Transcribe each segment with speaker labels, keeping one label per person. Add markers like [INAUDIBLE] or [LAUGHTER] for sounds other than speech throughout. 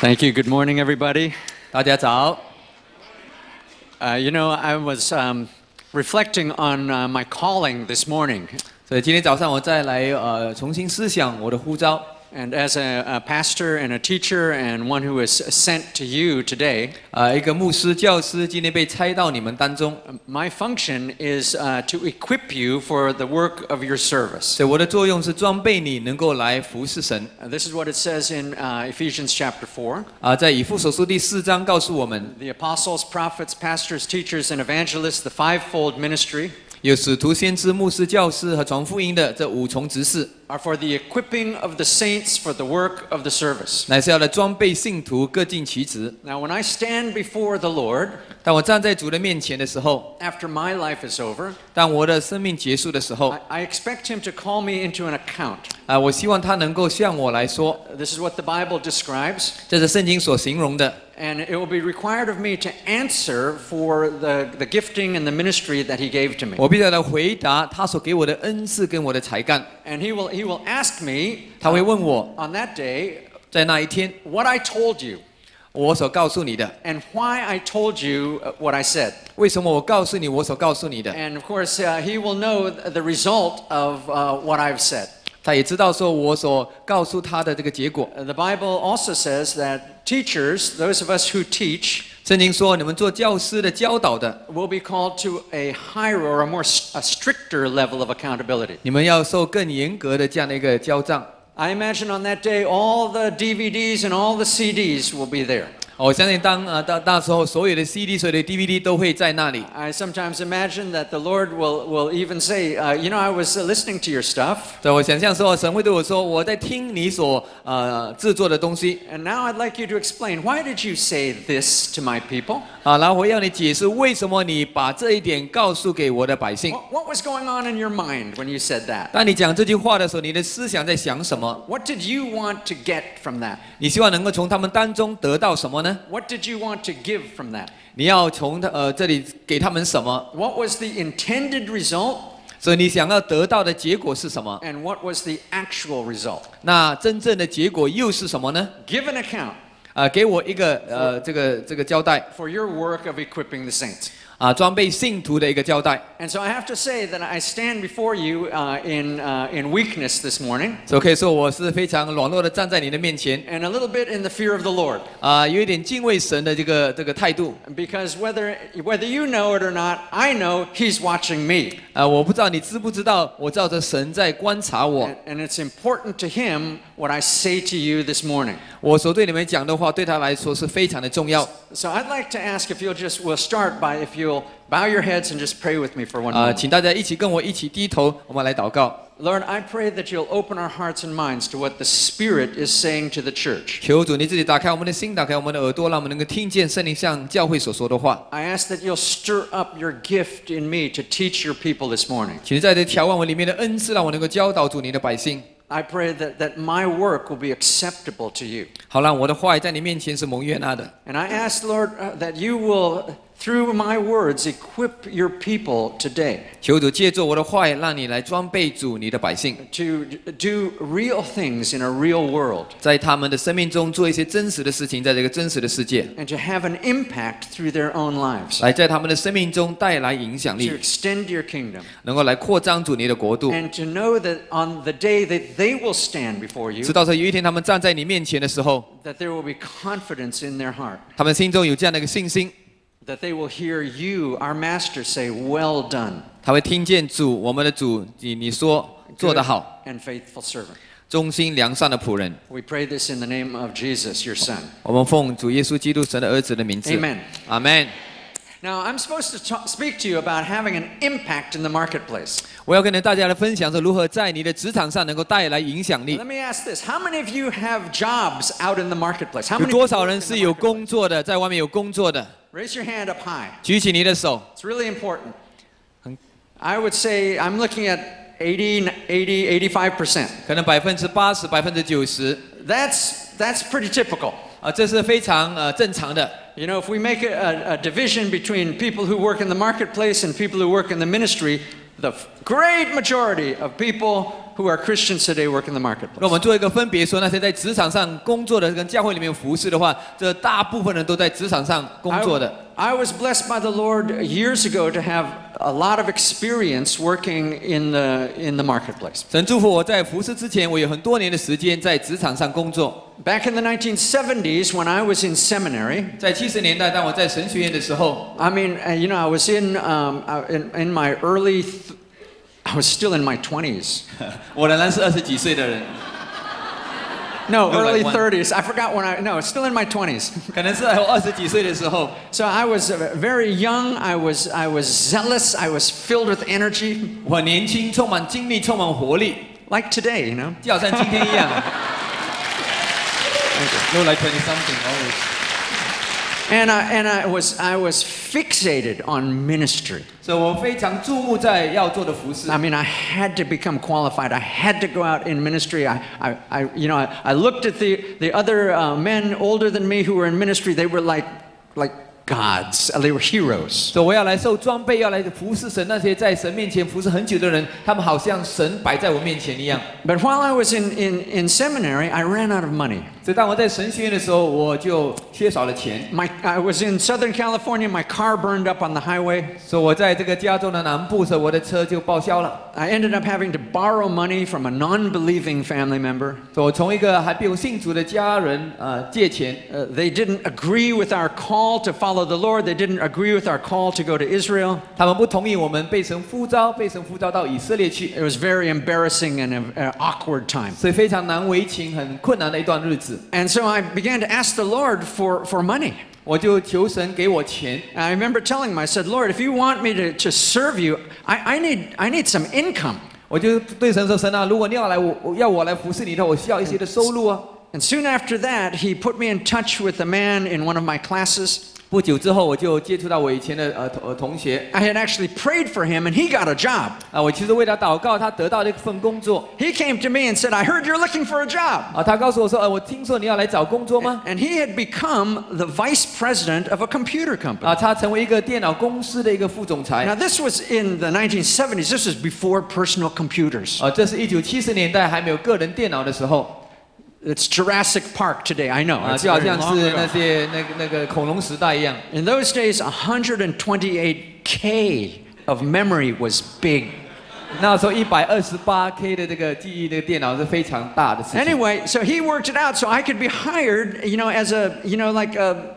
Speaker 1: Thank you. Good morning, everybody.
Speaker 2: 大家早。
Speaker 1: Uh, you know, I was um, reflecting on uh, my calling this morning.
Speaker 2: 所以今天早上我再来呃重新思想我的呼召。
Speaker 1: And as a, a pastor and a teacher and one who is sent to you today,
Speaker 2: 呃，一个牧师、教师今天被拆到你们当中，
Speaker 1: my function is uh, to equip you for the work of your service.
Speaker 2: 所以我的作用是装备你能够来服侍神。
Speaker 1: Uh, This is what it says in uh, Ephesians chapter 4.
Speaker 2: 啊、在以父所书第四章告诉我们，
Speaker 1: The apostles, prophets, pastors, teachers, and evangelists, the fivefold ministry,
Speaker 2: 有使徒、先知、牧师、教师和传福音的这五重职事，
Speaker 1: are for the equipping of the saints for the work of the service.
Speaker 2: 乃是要来装备信徒各尽其职。
Speaker 1: Now, when I stand before the Lord
Speaker 2: 当我站在主的面前的时候，
Speaker 1: after my life is over,
Speaker 2: 当我的生命结束的时候，
Speaker 1: I,
Speaker 2: 啊、
Speaker 1: I expect Him to call me into an account.
Speaker 2: 我希望他能够向我来说，
Speaker 1: This is what the Bible describes,
Speaker 2: 这是圣经所形容的。
Speaker 1: and it will be required of me to answer for the, the gifting and the ministry that He gave to me.
Speaker 2: 我必须要来回答他所给我的恩赐跟我的才干。
Speaker 1: And He will, he will ask me
Speaker 2: 他会问我，
Speaker 1: on that day
Speaker 2: 在那一天
Speaker 1: what I told you
Speaker 2: 我所告诉你的，
Speaker 1: and why I told you uh, what I said.
Speaker 2: 为什么我告诉你我所告诉你的？
Speaker 1: And of course, uh, He will know th- the result of uh, what I've said.
Speaker 2: 他也知道说我所告诉他的这个结果。
Speaker 1: Uh, The Bible also says that teachers, those of us who teach,
Speaker 2: 圣经说，你们做教师的、教导的，
Speaker 1: will be called to a higher or a more s- a stricter level of accountability.
Speaker 2: 你们要受更严格的这样的一个交账。
Speaker 1: I imagine on that day all the DVDs and all the CDs will be there.
Speaker 2: 我相信当呃到到时候所有的 CD、所有的 DVD 都会在那里。
Speaker 1: I sometimes imagine that the Lord will, will even say, uh, You know, I was uh, listening to your stuff,
Speaker 2: 所以我想象说，神会对我说：“我在听你所呃制作的东西
Speaker 1: and now I'd like you to explain why did you say this to my people?
Speaker 2: 啊，然后我要你解释为什么你把这一点告诉给我的百姓。
Speaker 1: What, what was going on in your mind when you said that?
Speaker 2: 当你讲这句话的时候，你的思想在想什么？
Speaker 1: What did you want to get from that?
Speaker 2: 你希望能够从他们当中得到什么呢？
Speaker 1: What did you want to give from that?
Speaker 2: 你要从他呃这里给他们什么？
Speaker 1: What was the intended result
Speaker 2: 所以你想要得到的结果是什么？
Speaker 1: and what was the actual result?
Speaker 2: 那真正的结果又是什么呢？
Speaker 1: Give an account
Speaker 2: 啊、给我一个呃这个这个交代
Speaker 1: for your work of equipping the saints.
Speaker 2: 啊、装备信徒的一个交代。
Speaker 1: And so I have to say that I stand before you uh, in, uh, in weakness this morning
Speaker 2: 所以可以说我是非常软弱的站在你的面前
Speaker 1: and a little bit in the fear of the Lord.
Speaker 2: 啊、有一点敬畏神的这个这个态度
Speaker 1: Because whether, whether you know it or not, I know He's watching me.
Speaker 2: 啊、我不知道你知不知道，我照着神在观察我
Speaker 1: And,，and it's important to Him what I say to you this morning.
Speaker 2: 我所对你们讲的话对他来说是非常的重要。
Speaker 1: So I'd like to ask if you'll just, we'll start by if you'll bow your heads and just pray with me for one
Speaker 2: 啊、
Speaker 1: moment.
Speaker 2: 请大家一起跟我一起低头，我们来祷告。
Speaker 1: Lord, I pray that you'll open our hearts and minds to what the Spirit is saying to the church.
Speaker 2: 求主你自己打开我们的心，打开我们的耳朵，让我们能够听见圣灵向教会所说的话。
Speaker 1: I ask that you'll stir up your gift in me to teach your people this morning.
Speaker 2: 请在这调望我里面的恩赐，让我能够教导主你的百姓，
Speaker 1: I pray that, that my work will be acceptable to you.
Speaker 2: 好让我的话语在你面前是蒙悦纳的。
Speaker 1: And I ask, Lord, uh, that you will, through my words, equip your people today
Speaker 2: 求主借助我的话语，让你来装备主你的百姓，
Speaker 1: to d- do real things in a real world
Speaker 2: 在他们的生命中做一些真实的事情，在这个真实的世界，
Speaker 1: and to have an impact through their own lives,
Speaker 2: 来在他们的生命中带来影响
Speaker 1: to
Speaker 2: 力，
Speaker 1: extend your kingdom,
Speaker 2: 能够来扩张主你的国度。
Speaker 1: and to know that on the day that they will stand before you,
Speaker 2: 直到说有一天他们站在你面前的时候，
Speaker 1: that there will be confidence in their heart,
Speaker 2: 他们心中有这样的一个信心，
Speaker 1: that they will hear you, our master, say, Well done,
Speaker 2: 他会听见主我们的主你你说做得
Speaker 1: good
Speaker 2: 好，
Speaker 1: and faithful servant.
Speaker 2: 忠心良善的仆人。
Speaker 1: We pray this in the name of Jesus, your son.
Speaker 2: 我们奉主耶稣基督神的儿子的名字
Speaker 1: Amen.，
Speaker 2: 阿门。
Speaker 1: Now, I'm supposed to ta- speak to you about having an impact in the marketplace.
Speaker 2: 我要跟大家来分享说如何在你的职场上能够带来影响力
Speaker 1: Let。me ask this How many of you have jobs out in the marketplace? How
Speaker 2: 有
Speaker 1: many
Speaker 2: 多
Speaker 1: people
Speaker 2: 少
Speaker 1: work
Speaker 2: 人
Speaker 1: in
Speaker 2: 是
Speaker 1: the
Speaker 2: 有
Speaker 1: marketplace?
Speaker 2: 工作的，在外面有工作的？
Speaker 1: Raise your hand up high.
Speaker 2: 举起你的手。
Speaker 1: It's really important.
Speaker 2: Thank-
Speaker 1: I would say I'm looking at 80, 80 85%.
Speaker 2: 可能百分之八十、百分之九十
Speaker 1: That's, that's pretty typical.
Speaker 2: 啊，这是非常呃正常的。
Speaker 1: You know, if we make a, a, a division between people who work in the marketplace and people who work in the ministry, the f- great majority of people who are Christians today work in the marketplace.
Speaker 2: 让我们做一个分别说，那些在职场上工作的跟教会里面服侍的话，这大部分人都在职场上工作的。
Speaker 1: I, I was blessed by the Lord years ago to have a lot of experience working in the, in the marketplace.
Speaker 2: 神祝福我在服侍之前，我有很多年的时间在职场上工作。
Speaker 1: Back in the 1970s, when I was in seminary,
Speaker 2: 在七十年代，当我在神学院的时候，
Speaker 1: I mean, uh, you know, I was in, um, I- in, in my early, th- I was still in my 20s.
Speaker 2: 我仍然是二十几岁的人，
Speaker 1: No,
Speaker 2: No, like
Speaker 1: early
Speaker 2: one.
Speaker 1: 30s. I forgot when I, no, still in my 20s.
Speaker 2: 可能是在我二十几岁的时候，
Speaker 1: So I was uh, very young. I was, I was zealous. I was filled with energy,
Speaker 2: 我年轻，充满精力，充满活力，
Speaker 1: like today, you know.
Speaker 2: 就好像今天一样。又来 twenty something always。
Speaker 1: And I, and I was, I was fixated on ministry.
Speaker 2: 所以我非常注目在要做的服侍
Speaker 1: I。mean, I had to become qualified. I had to go out in ministry. I, I, I you know, I, I looked at the, the other uh, men older than me who were in ministry. They were like, like gods. They were heroes.
Speaker 2: 所以我要来受装备，要来服侍神。那些在神面前服侍很久的人，他们好像神摆在我面前一样。
Speaker 1: But while I was in, in, in seminary, I ran out of money.
Speaker 2: 所以当我在神学院的时候，我就缺少了钱。
Speaker 1: My, I was in Southern California. My car burned up on the highway.
Speaker 2: 所以我在这个加州的南部时候，我的车就报销了。
Speaker 1: I ended up having to borrow money from a non-believing family member.
Speaker 2: 所以我从一个还没有信主的家人呃借钱，
Speaker 1: Uh, they didn't agree with our call to follow the Lord. They didn't agree with our call to go to Israel.
Speaker 2: 他们不同意我们被神呼召，被神呼召到以色列去，
Speaker 1: It was very embarrassing and an uh, awkward time.
Speaker 2: 所以非常难为情，很困难的一段日子。
Speaker 1: And so I began to ask the Lord for, for money.
Speaker 2: 我就求神给我钱。
Speaker 1: And I remember telling him, I said, Lord, if you want me to, to serve you, I, I, need, I need some income.
Speaker 2: 我就对神说：“神啊，如果你要来我我要我来服侍你的话，我需要一些的收入啊。
Speaker 1: And soon after that, he put me in touch with a man in one of my classes. ”
Speaker 2: 不久之后，我就接触到我以前的呃同呃同学
Speaker 1: I had actually prayed for him, and he got a job.
Speaker 2: 啊，我其实为他祷告，他得到了一份工作
Speaker 1: He came to me and said, I heard you're looking for a job.
Speaker 2: 啊。他告诉我说：“呃，我听说你要来找工作吗
Speaker 1: And he had become the vice president of a computer？”company.
Speaker 2: 啊，他成为一个电脑公司的一个副总裁
Speaker 1: Now, this was in the 1970s. This was before personal computers.
Speaker 2: 啊。这是一九七十年代还没有个人电脑的时候
Speaker 1: It's Jurassic Park today. I know.
Speaker 2: 啊，
Speaker 1: It's
Speaker 2: 就好
Speaker 1: very
Speaker 2: 像
Speaker 1: long
Speaker 2: 是
Speaker 1: ago.
Speaker 2: 那些那个那个恐龙时代一样。
Speaker 1: In those days, 128K of memory was big.
Speaker 2: 那时候一百二十八 K 的这个记忆的电脑是非常大的事情。
Speaker 1: Anyway, so he worked it out so I could be hired, you know, as a, you know, like a,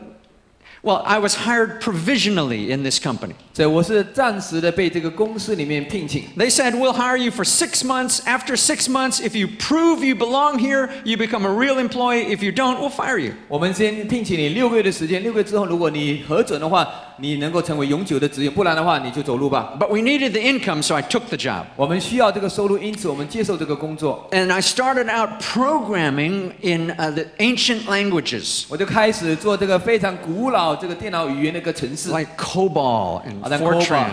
Speaker 1: well, I was hired provisionally in this company.
Speaker 2: 所以我是暂时的被这个公司里面聘请。
Speaker 1: They said, we'll hire you for six months. After six months, if you prove you belong here, you become a real employee. If you don't, we'll fire you.
Speaker 2: 我们先聘请你六个月的时间，六个月之后，如果你核准的话，你能够成为永久的职员，不然的话你就走路吧。
Speaker 1: But we needed the income, so I took the job.
Speaker 2: 我们需要这个收入，因此我们接受这个工作。
Speaker 1: And I started out programming in uh, the ancient languages
Speaker 2: 我就开始做这个非常古老这个电脑语言的一个程式，
Speaker 1: like COBOL and
Speaker 2: 好像
Speaker 1: Fortran.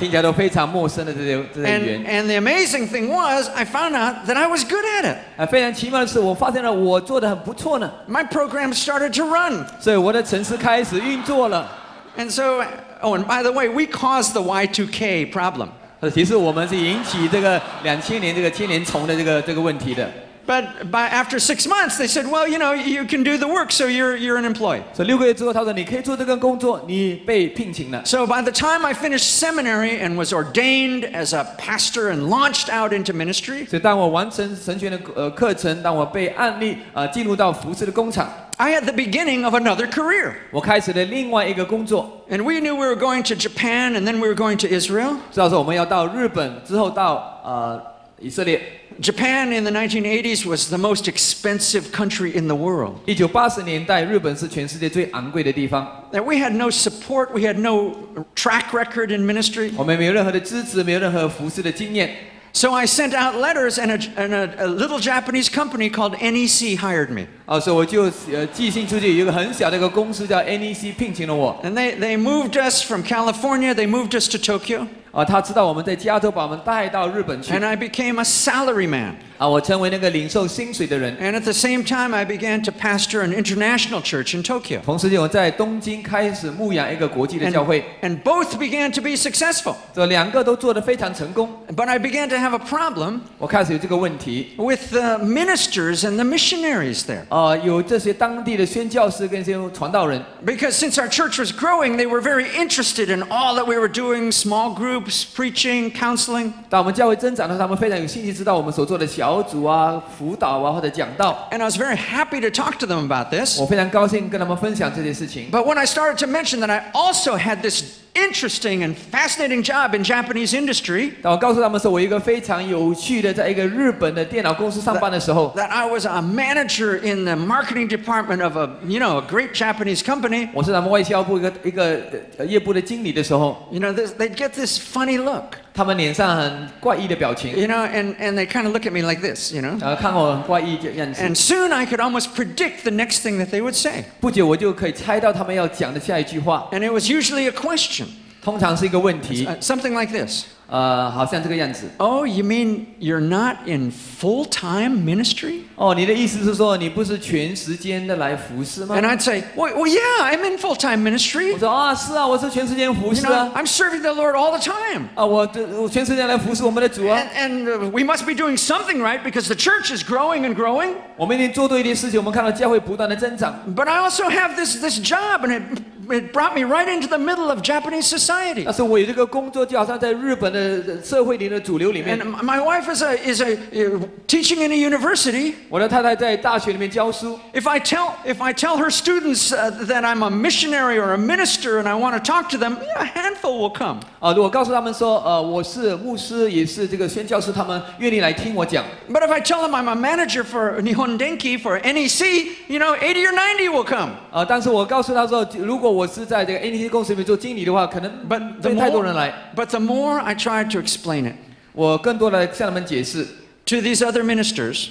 Speaker 2: 听起来都非常陌生的这些这些语
Speaker 1: And,
Speaker 2: 言。
Speaker 1: and the amazing thing was, I found out that I was good at it.
Speaker 2: 啊，非常奇妙的是，我发现了我做的很不错呢，
Speaker 1: My program started to run.
Speaker 2: 所以我的程式开始运作了。
Speaker 1: And so, oh, and by the way, we caused the Y2K problem.
Speaker 2: 呃，其实我们是引起这个两千年这个千年虫的这个这个问题的。
Speaker 1: But by, after six months, they said, well, you know, you can do the work, so you're, you're an employee.
Speaker 2: 所以六个月之后，他说你可以做这个工作，你被聘请了。
Speaker 1: So by the time I finished seminary and was ordained as a pastor and launched out into ministry,
Speaker 2: 所以当我完成神学的呃课程，当我被案例啊、呃进入到服饰的工厂，
Speaker 1: I had the beginning of another career.
Speaker 2: 我开始了另外一个工作。
Speaker 1: And we knew we were going to Japan and then we were going to Israel.
Speaker 2: 知道说我们要到日本，之后到呃以色列。
Speaker 1: Japan in the 1980s was the most expensive country in the world.
Speaker 2: 一九八十年代，日本是全世界最昂贵的地方，
Speaker 1: That we had no support, we had no track record in ministry.
Speaker 2: 我们没有任何的支持，没有任何服饰的经验，
Speaker 1: So I sent out letters, and a, and a, a little Japanese company called NEC E hired me.
Speaker 2: 啊、啊，所以我就呃寄信出去，有一个很小的一个公司叫 NEC 聘请了我，
Speaker 1: And they, they moved us from California, they moved us to Tokyo,
Speaker 2: 啊，他知道我们在加州，把我们带到日本去
Speaker 1: and，I became a salaryman.
Speaker 2: 啊，我成为那个领受薪水的人，
Speaker 1: And at the same time, I began to pastor an international church in Tokyo.
Speaker 2: 同时间我在东京开始牧养一个国际的
Speaker 1: And,
Speaker 2: 教会，
Speaker 1: and both began to be successful.
Speaker 2: 这两个都做得非常成功，
Speaker 1: But I began to have a problem
Speaker 2: 我开始有这个问题，
Speaker 1: with the ministers and the missionaries there.
Speaker 2: 啊，有这些当地的宣教师跟一些传道人，
Speaker 1: Because since our church was growing, they were very interested in all that we were doing small groups, preaching, counseling.
Speaker 2: 当我们教会增长的时候，他们非常有兴趣知道我们所做的小组啊、辅导啊或者讲道，
Speaker 1: And I was very happy to talk to them about this.
Speaker 2: 我非常高兴跟他们分享这些事情。
Speaker 1: But when I started to mention that I also had this interesting and fascinating job in Japanese industry,
Speaker 2: 当我告诉他们说，我一个非常有趣的，在一个日本的电脑公司上班的时候，
Speaker 1: that I was a manager in the marketing department of a, you know, a great Japanese company,
Speaker 2: 我是他们外销部一个一个呃业部的经理的时候，
Speaker 1: you know, this, they'd get this funny look,
Speaker 2: 他们脸上很怪异的表情，
Speaker 1: you know, and, and they kind of look at me like this, you know.
Speaker 2: 呃，看我很怪异的样子。
Speaker 1: And soon I could almost predict the next thing that they would say.
Speaker 2: 不久我就可以猜到他们要讲的下一句话，
Speaker 1: And it was usually a question,
Speaker 2: 通常是一个问题，
Speaker 1: uh, something like this
Speaker 2: 呃，好像这个样子。
Speaker 1: Oh, you mean you're not in full time ministry?
Speaker 2: 哦，你的意思是说你不是全时间的来服侍吗
Speaker 1: And？I'd say, Well, well yeah, I'm in full time ministry.
Speaker 2: 我说啊，是啊，我是全时间服
Speaker 1: You
Speaker 2: 侍啊
Speaker 1: know,，I'm serving the Lord all the time.
Speaker 2: 啊，我这我全时间来服侍我们的主啊，
Speaker 1: And, and uh, we must be doing something right because the church is growing and growing.
Speaker 2: 我们一定做对一件事情，我们看到教会不断的增长。
Speaker 1: But I also have this, this job, and it, it brought me right into the middle of Japanese society.
Speaker 2: 但是我有这个工作，就好像在日本的社会里的主流里面
Speaker 1: And，m- my wife is a, is a uh, teaching in a university.
Speaker 2: 我的太太在大学里面教书。
Speaker 1: If I tell if I tell her students uh, that I'm a missionary or a minister and I want to talk to them, yeah, a handful will come.
Speaker 2: 啊，我告诉他们说，呃，我是牧师，也是这个宣教师，他们愿意来听我讲。
Speaker 1: But if I tell them I'm a manager for Nihon Denki for NEC, you know, 80 or 90 will come.
Speaker 2: 啊，但是我告诉他说，如果我是在这个 NTT 公司里面做经理的话，可能
Speaker 1: But the
Speaker 2: 没太多
Speaker 1: more
Speaker 2: 人来。
Speaker 1: but the more I tried to explain it
Speaker 2: 我更多的向他们解释，
Speaker 1: to these other ministers,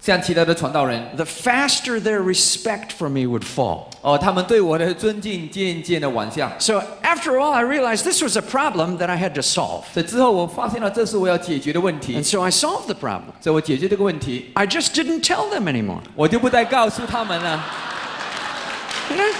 Speaker 2: 向其他的传道人，
Speaker 1: the faster their respect for me would fall.
Speaker 2: 哦，他们对我的尊敬渐渐的往下。
Speaker 1: So after all, I realized this was a problem that I had to solve.
Speaker 2: 这之后，我发现了这是我要解决的问题
Speaker 1: And，so I solved the problem.
Speaker 2: 所以我解决这个问题，
Speaker 1: I just didn't tell them anymore.
Speaker 2: 我就不再告诉他们了。
Speaker 1: You know,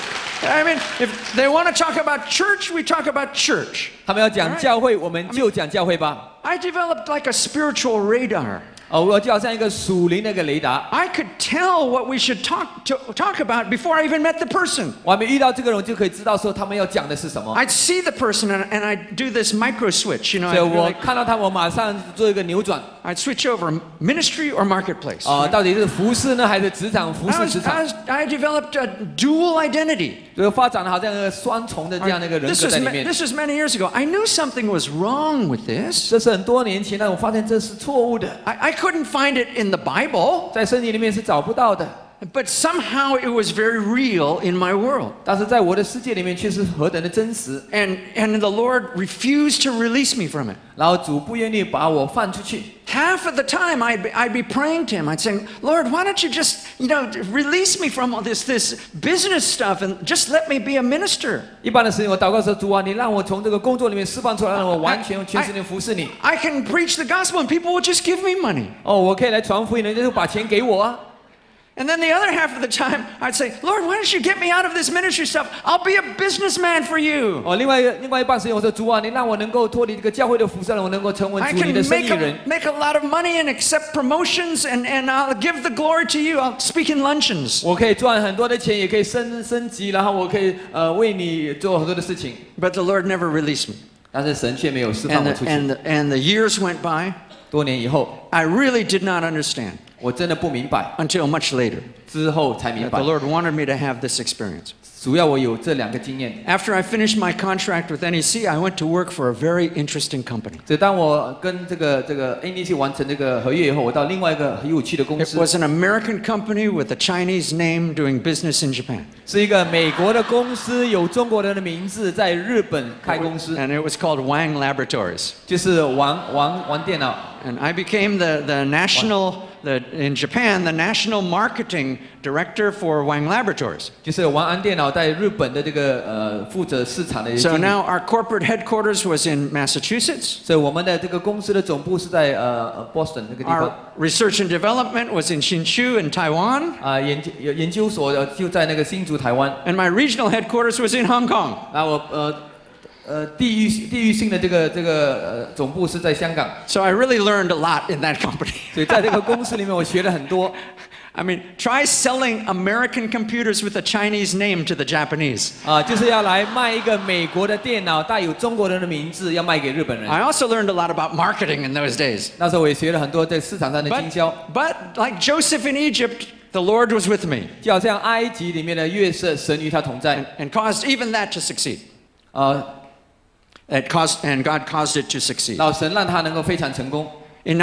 Speaker 1: I mean, if they want to talk about church, we talk about church.
Speaker 2: 他们要讲教会，我们就讲教会吧。
Speaker 1: I developed like a spiritual radar.
Speaker 2: 哦，我就好像一个属灵的一个雷达，
Speaker 1: I could tell what we should talk to, talk about before I even met the person.
Speaker 2: 我还没遇到这个人，我就可以知道说他们要讲的是什么。
Speaker 1: I'd see the person and, and I'd do this micro switch. You know,
Speaker 2: 所以
Speaker 1: I'd, be
Speaker 2: 我
Speaker 1: like,
Speaker 2: 哎看到他，我马上做一个扭转，
Speaker 1: I'd switch over ministry or marketplace.
Speaker 2: 啊、到底是服饰呢，还是哎职场服
Speaker 1: I,
Speaker 2: 饰
Speaker 1: was,
Speaker 2: 职
Speaker 1: I,
Speaker 2: 场？
Speaker 1: was, I developed a dual identity.
Speaker 2: 所以发展了好像一个双重哎的这样的一个人
Speaker 1: This
Speaker 2: 格
Speaker 1: was,
Speaker 2: 在
Speaker 1: ma-
Speaker 2: 里面。
Speaker 1: this was many years ago. I knew something was wrong with this.
Speaker 2: 这是很多年前，但我发现这是错误的，
Speaker 1: I, I couldn't find it in the Bible.
Speaker 2: 在圣经里面是找不到的，
Speaker 1: But somehow it was very real in my world.
Speaker 2: 但是在我的世界里面却是何等的真实。
Speaker 1: And, and the Lord refused to release me from it.
Speaker 2: 然后主不愿意把我放出去，
Speaker 1: Half of the time I'd be, I'd be praying to him. I'd say, Lord, why don't you just, you know, release me from all this, this business stuff and just let me be a minister.
Speaker 2: 一般的时间，我祷告说：“主啊，你让我从这个工作里面释放出来，让我完
Speaker 1: 哎
Speaker 2: 全全心的服侍你。
Speaker 1: I can preach the gospel and people will just give me money. ”
Speaker 2: 哦，我可以来传福音，人家就把钱给我啊。
Speaker 1: And then the other half of the time I'd say, Lord, why don't you get me out of this ministry stuff? I'll be a businessman for you.
Speaker 2: 哦，另外一个另外一半时间，我说：“主啊，你让我能够脱离这个教会的服侍，让我能够成为
Speaker 1: I
Speaker 2: 主你
Speaker 1: can
Speaker 2: 的生意
Speaker 1: make
Speaker 2: 人
Speaker 1: a,。make a lot of money and accept promotions and, and I'll give the glory to you. I'll speak in luncheons.
Speaker 2: 我可以赚很多的钱，也可以升升级，然后我可以呃为你做很多的事情。
Speaker 1: But the Lord never released me. ”
Speaker 2: 但是神却没有释放
Speaker 1: And
Speaker 2: 我
Speaker 1: the,
Speaker 2: 出去。
Speaker 1: and, the, and the years went by.
Speaker 2: 多年以后，
Speaker 1: I really did not understand
Speaker 2: 我真的不明白，
Speaker 1: until much later
Speaker 2: 之后才明
Speaker 1: that
Speaker 2: 白
Speaker 1: the，Lord wanted me to have this experience.
Speaker 2: 主要我有这两个经验。
Speaker 1: After I finished my contract with NEC, I went to work for a very interesting company.
Speaker 2: 所以当我跟这个这个 NEC 完成这个合约以后，我到另外一个很有趣的公
Speaker 1: It
Speaker 2: 司，
Speaker 1: was an American company with a Chinese name doing business in Japan.
Speaker 2: 是一个美国的公司，有中国人的名字，在日本开公司，
Speaker 1: And it was called Wang Laboratories.
Speaker 2: 就是玩玩玩电脑。
Speaker 1: And I became the, the national the, in Japan, the national marketing director for Wang Laboratories.
Speaker 2: 就是王安电脑在日本的这个呃负责市场的
Speaker 1: So
Speaker 2: 经理
Speaker 1: now our corporate headquarters was in Massachusetts.
Speaker 2: 所以我们的这个公司的总部是在呃呃 Boston 那个地方
Speaker 1: Our research and development was in Hsinchu in Taiwan.
Speaker 2: 啊、研究研研究所呃就在那个新竹台湾。
Speaker 1: And my regional headquarters was in Hong Kong.
Speaker 2: 那我呃呃地域地域性的这个这个呃总部是在香港，
Speaker 1: So I really learned a lot in that [LAUGHS] company.
Speaker 2: 所以在这个公司里面我学了很多。 [LAUGHS]
Speaker 1: I mean, try selling American computers with a Chinese name to the Japanese.
Speaker 2: 啊、就是要来卖一个美国的电脑，带有中国人的名字，要卖给日本人。
Speaker 1: I also learned a lot about marketing in those days.
Speaker 2: 那时候我也学了很多在市场上的经
Speaker 1: But,
Speaker 2: 销，
Speaker 1: but like Joseph in Egypt, the Lord was with me
Speaker 2: 就好像埃及里面的约瑟神与他同在，
Speaker 1: and, and caused even that to succeed.
Speaker 2: 啊，
Speaker 1: It caused, and God caused it to succeed.
Speaker 2: 老神让他能够非常成功。
Speaker 1: In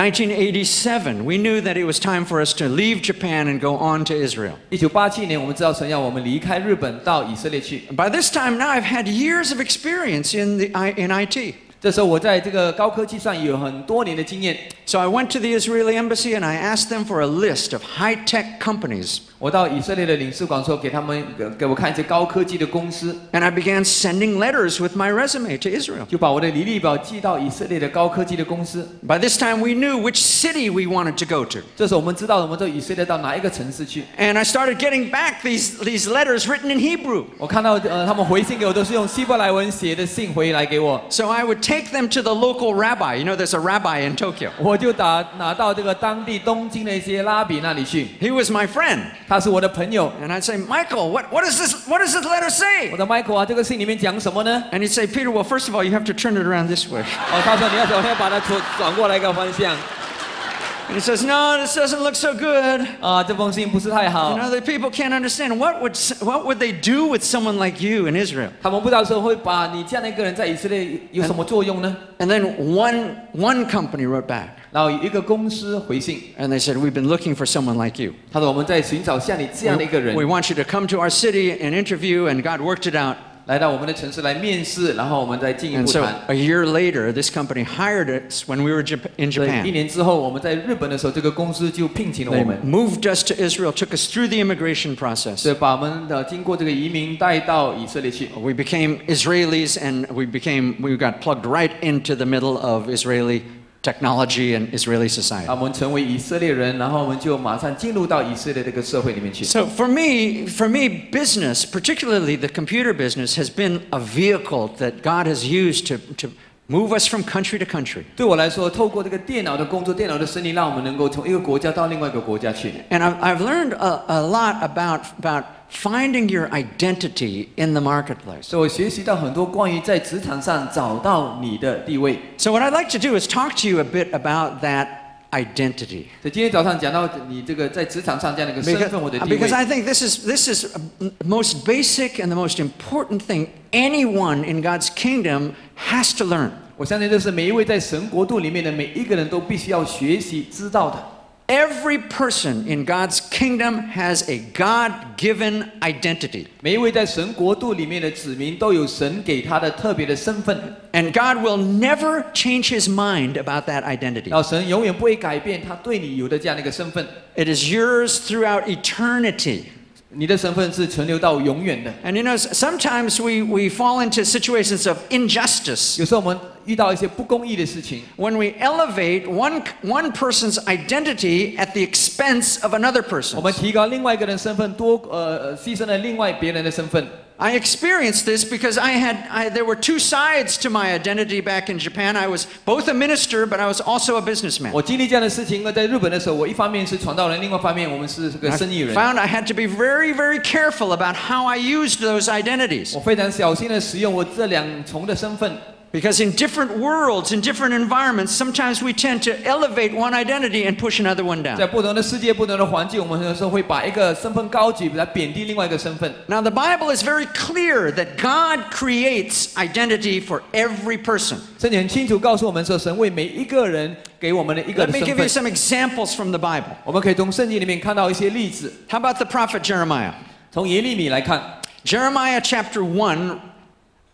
Speaker 1: 1987, we knew that it was time for us to leave Japan and go on to Israel.
Speaker 2: 一九八七年，我们知道神要我们离开日本到以色列去。
Speaker 1: By this time, now I've had years of experience in, the, I- in IT.
Speaker 2: 这时候我在这个高科技上有很多年的经验，
Speaker 1: So I went to the Israeli embassy and I asked them for a list of high tech companies
Speaker 2: 我到以色列的领事馆说，给他们给给我看一些高科技的公司，
Speaker 1: And I began sending letters with my resume to Israel.
Speaker 2: 就把我的履历表寄到以色列的高科技的公司。
Speaker 1: By this time, we knew which city we wanted to go to.
Speaker 2: 这时候我们知道了我们到以色列到哪一个城市去。
Speaker 1: And I started getting back these, these letters written in Hebrew.
Speaker 2: 我看到呃，他们回信给我都是用希伯来文写的信回来给我，
Speaker 1: So I would take them to the local rabbi. You know, there's a rabbi in Tokyo.
Speaker 2: 我就打拿到这个当地东京的一些拉比那里去，
Speaker 1: He was my friend.
Speaker 2: 他是我的朋友。
Speaker 1: And I'd say, Michael, what, what, is this, what does this letter
Speaker 2: 我
Speaker 1: say?
Speaker 2: 的 Michael 啊，这个信里面讲什么呢？
Speaker 1: And he'd say, Peter, well, first of all, you have to turn it around this way.
Speaker 2: 哦，他说你要首先把它转转过来一个方向
Speaker 1: And he says, no, this doesn't look so good.
Speaker 2: 啊，这封信不是太
Speaker 1: You
Speaker 2: 好。
Speaker 1: know, the people can't understand. What would, s- what would they do with someone like you in Israel?
Speaker 2: 他们不知道说会把你这样的一个人在以色列有什么作用呢？
Speaker 1: And then one, one company wrote back.
Speaker 2: 然后一个公司回信，
Speaker 1: And they said, We've been looking for someone like you.
Speaker 2: 他说我们在寻找像你这样的一个
Speaker 1: We
Speaker 2: 人
Speaker 1: want you to come to our city and interview, and God worked it out.
Speaker 2: 来到我们的城市来面试，然后我们再进一
Speaker 1: And
Speaker 2: 步
Speaker 1: so
Speaker 2: 谈。
Speaker 1: a year later, this company hired us when we were Jap- in
Speaker 2: 所以一
Speaker 1: Japan.
Speaker 2: 年之后，我们在日本的时候，这个公司就聘请了
Speaker 1: They
Speaker 2: 我们，
Speaker 1: moved us to Israel, took us through the immigration process.
Speaker 2: 是把我们的经过这个移民带到以色列去。
Speaker 1: We became Israelis, and we became we got plugged right into the middle of Israeli technology and Israeli
Speaker 2: 啊，
Speaker 1: society.
Speaker 2: 我们成为以色列人，然后我们就马上进入到以色列这个社会里面去。
Speaker 1: So for me, for me, business, particularly the computer business, has been a vehicle that God has used to, to move us from country to country.
Speaker 2: 对我来说，透过这个电脑的工作，电脑的生意，让我们能够从一个国家到另外一个国家去。
Speaker 1: And I've, I've learned a, a lot about, about finding your identity in the marketplace.
Speaker 2: 所以我学习到很多关于在职场上找到你的地位。
Speaker 1: So, what I'd like to do is talk to you a bit about that identity.
Speaker 2: 所以今天早上讲到你这个在职场上这样的一个身
Speaker 1: Because,
Speaker 2: 份或者地
Speaker 1: because
Speaker 2: 位，
Speaker 1: I think this is, this is the most basic and the most important thing anyone in God's kingdom has to learn.
Speaker 2: 我相信这是每一位在神国度里面的每一个人都必须要学习知道的。
Speaker 1: Every person in God's kingdom has a God given identity.
Speaker 2: 每一位在神国度里面的子民都有神给他的特别的身份，
Speaker 1: And God will never change his mind about that identity.
Speaker 2: 然后神永远不会改变他对你有的这样的一个身份。
Speaker 1: It is yours throughout eternity.
Speaker 2: 你的身份是存留到永远的。
Speaker 1: And you know, s- sometimes we, we fall into situations of injustice
Speaker 2: 有时候我们遇到一些不公义的事情，
Speaker 1: when we elevate one, one person's identity at the expense of another
Speaker 2: 我
Speaker 1: person.
Speaker 2: 们提高另外一个人身份，多呃呃牺牲了另外别人的身份。
Speaker 1: I experienced this because I had, I, there were two sides to my identity back in Japan. I was both a minister, but I was also a businessman.
Speaker 2: 我经历这样的事情，因为在日本的时候，我一方面是传道人，另外一方面我们是这个
Speaker 1: I
Speaker 2: 生意人。
Speaker 1: found I had to be very, very careful about how I used those identities.
Speaker 2: 我非常小心的使用我这两重的身份，
Speaker 1: Because in different worlds, in different environments, sometimes we tend to elevate one identity and push another one down.
Speaker 2: 在不同的世界、不同的环境，我们有时候会把一个身份高举，来贬低另外一个身份。
Speaker 1: Now, the Bible is very clear that God creates identity for every person.
Speaker 2: 圣经很清楚告诉我们说，神为每一个人给我们的一个
Speaker 1: Let
Speaker 2: 的
Speaker 1: me
Speaker 2: 身
Speaker 1: give you
Speaker 2: 份。
Speaker 1: some examples from the Bible.
Speaker 2: 我们可以从圣经里面看到一些例子。
Speaker 1: How about the prophet Jeremiah?
Speaker 2: 从耶利米来看，
Speaker 1: Jeremiah chapter 1,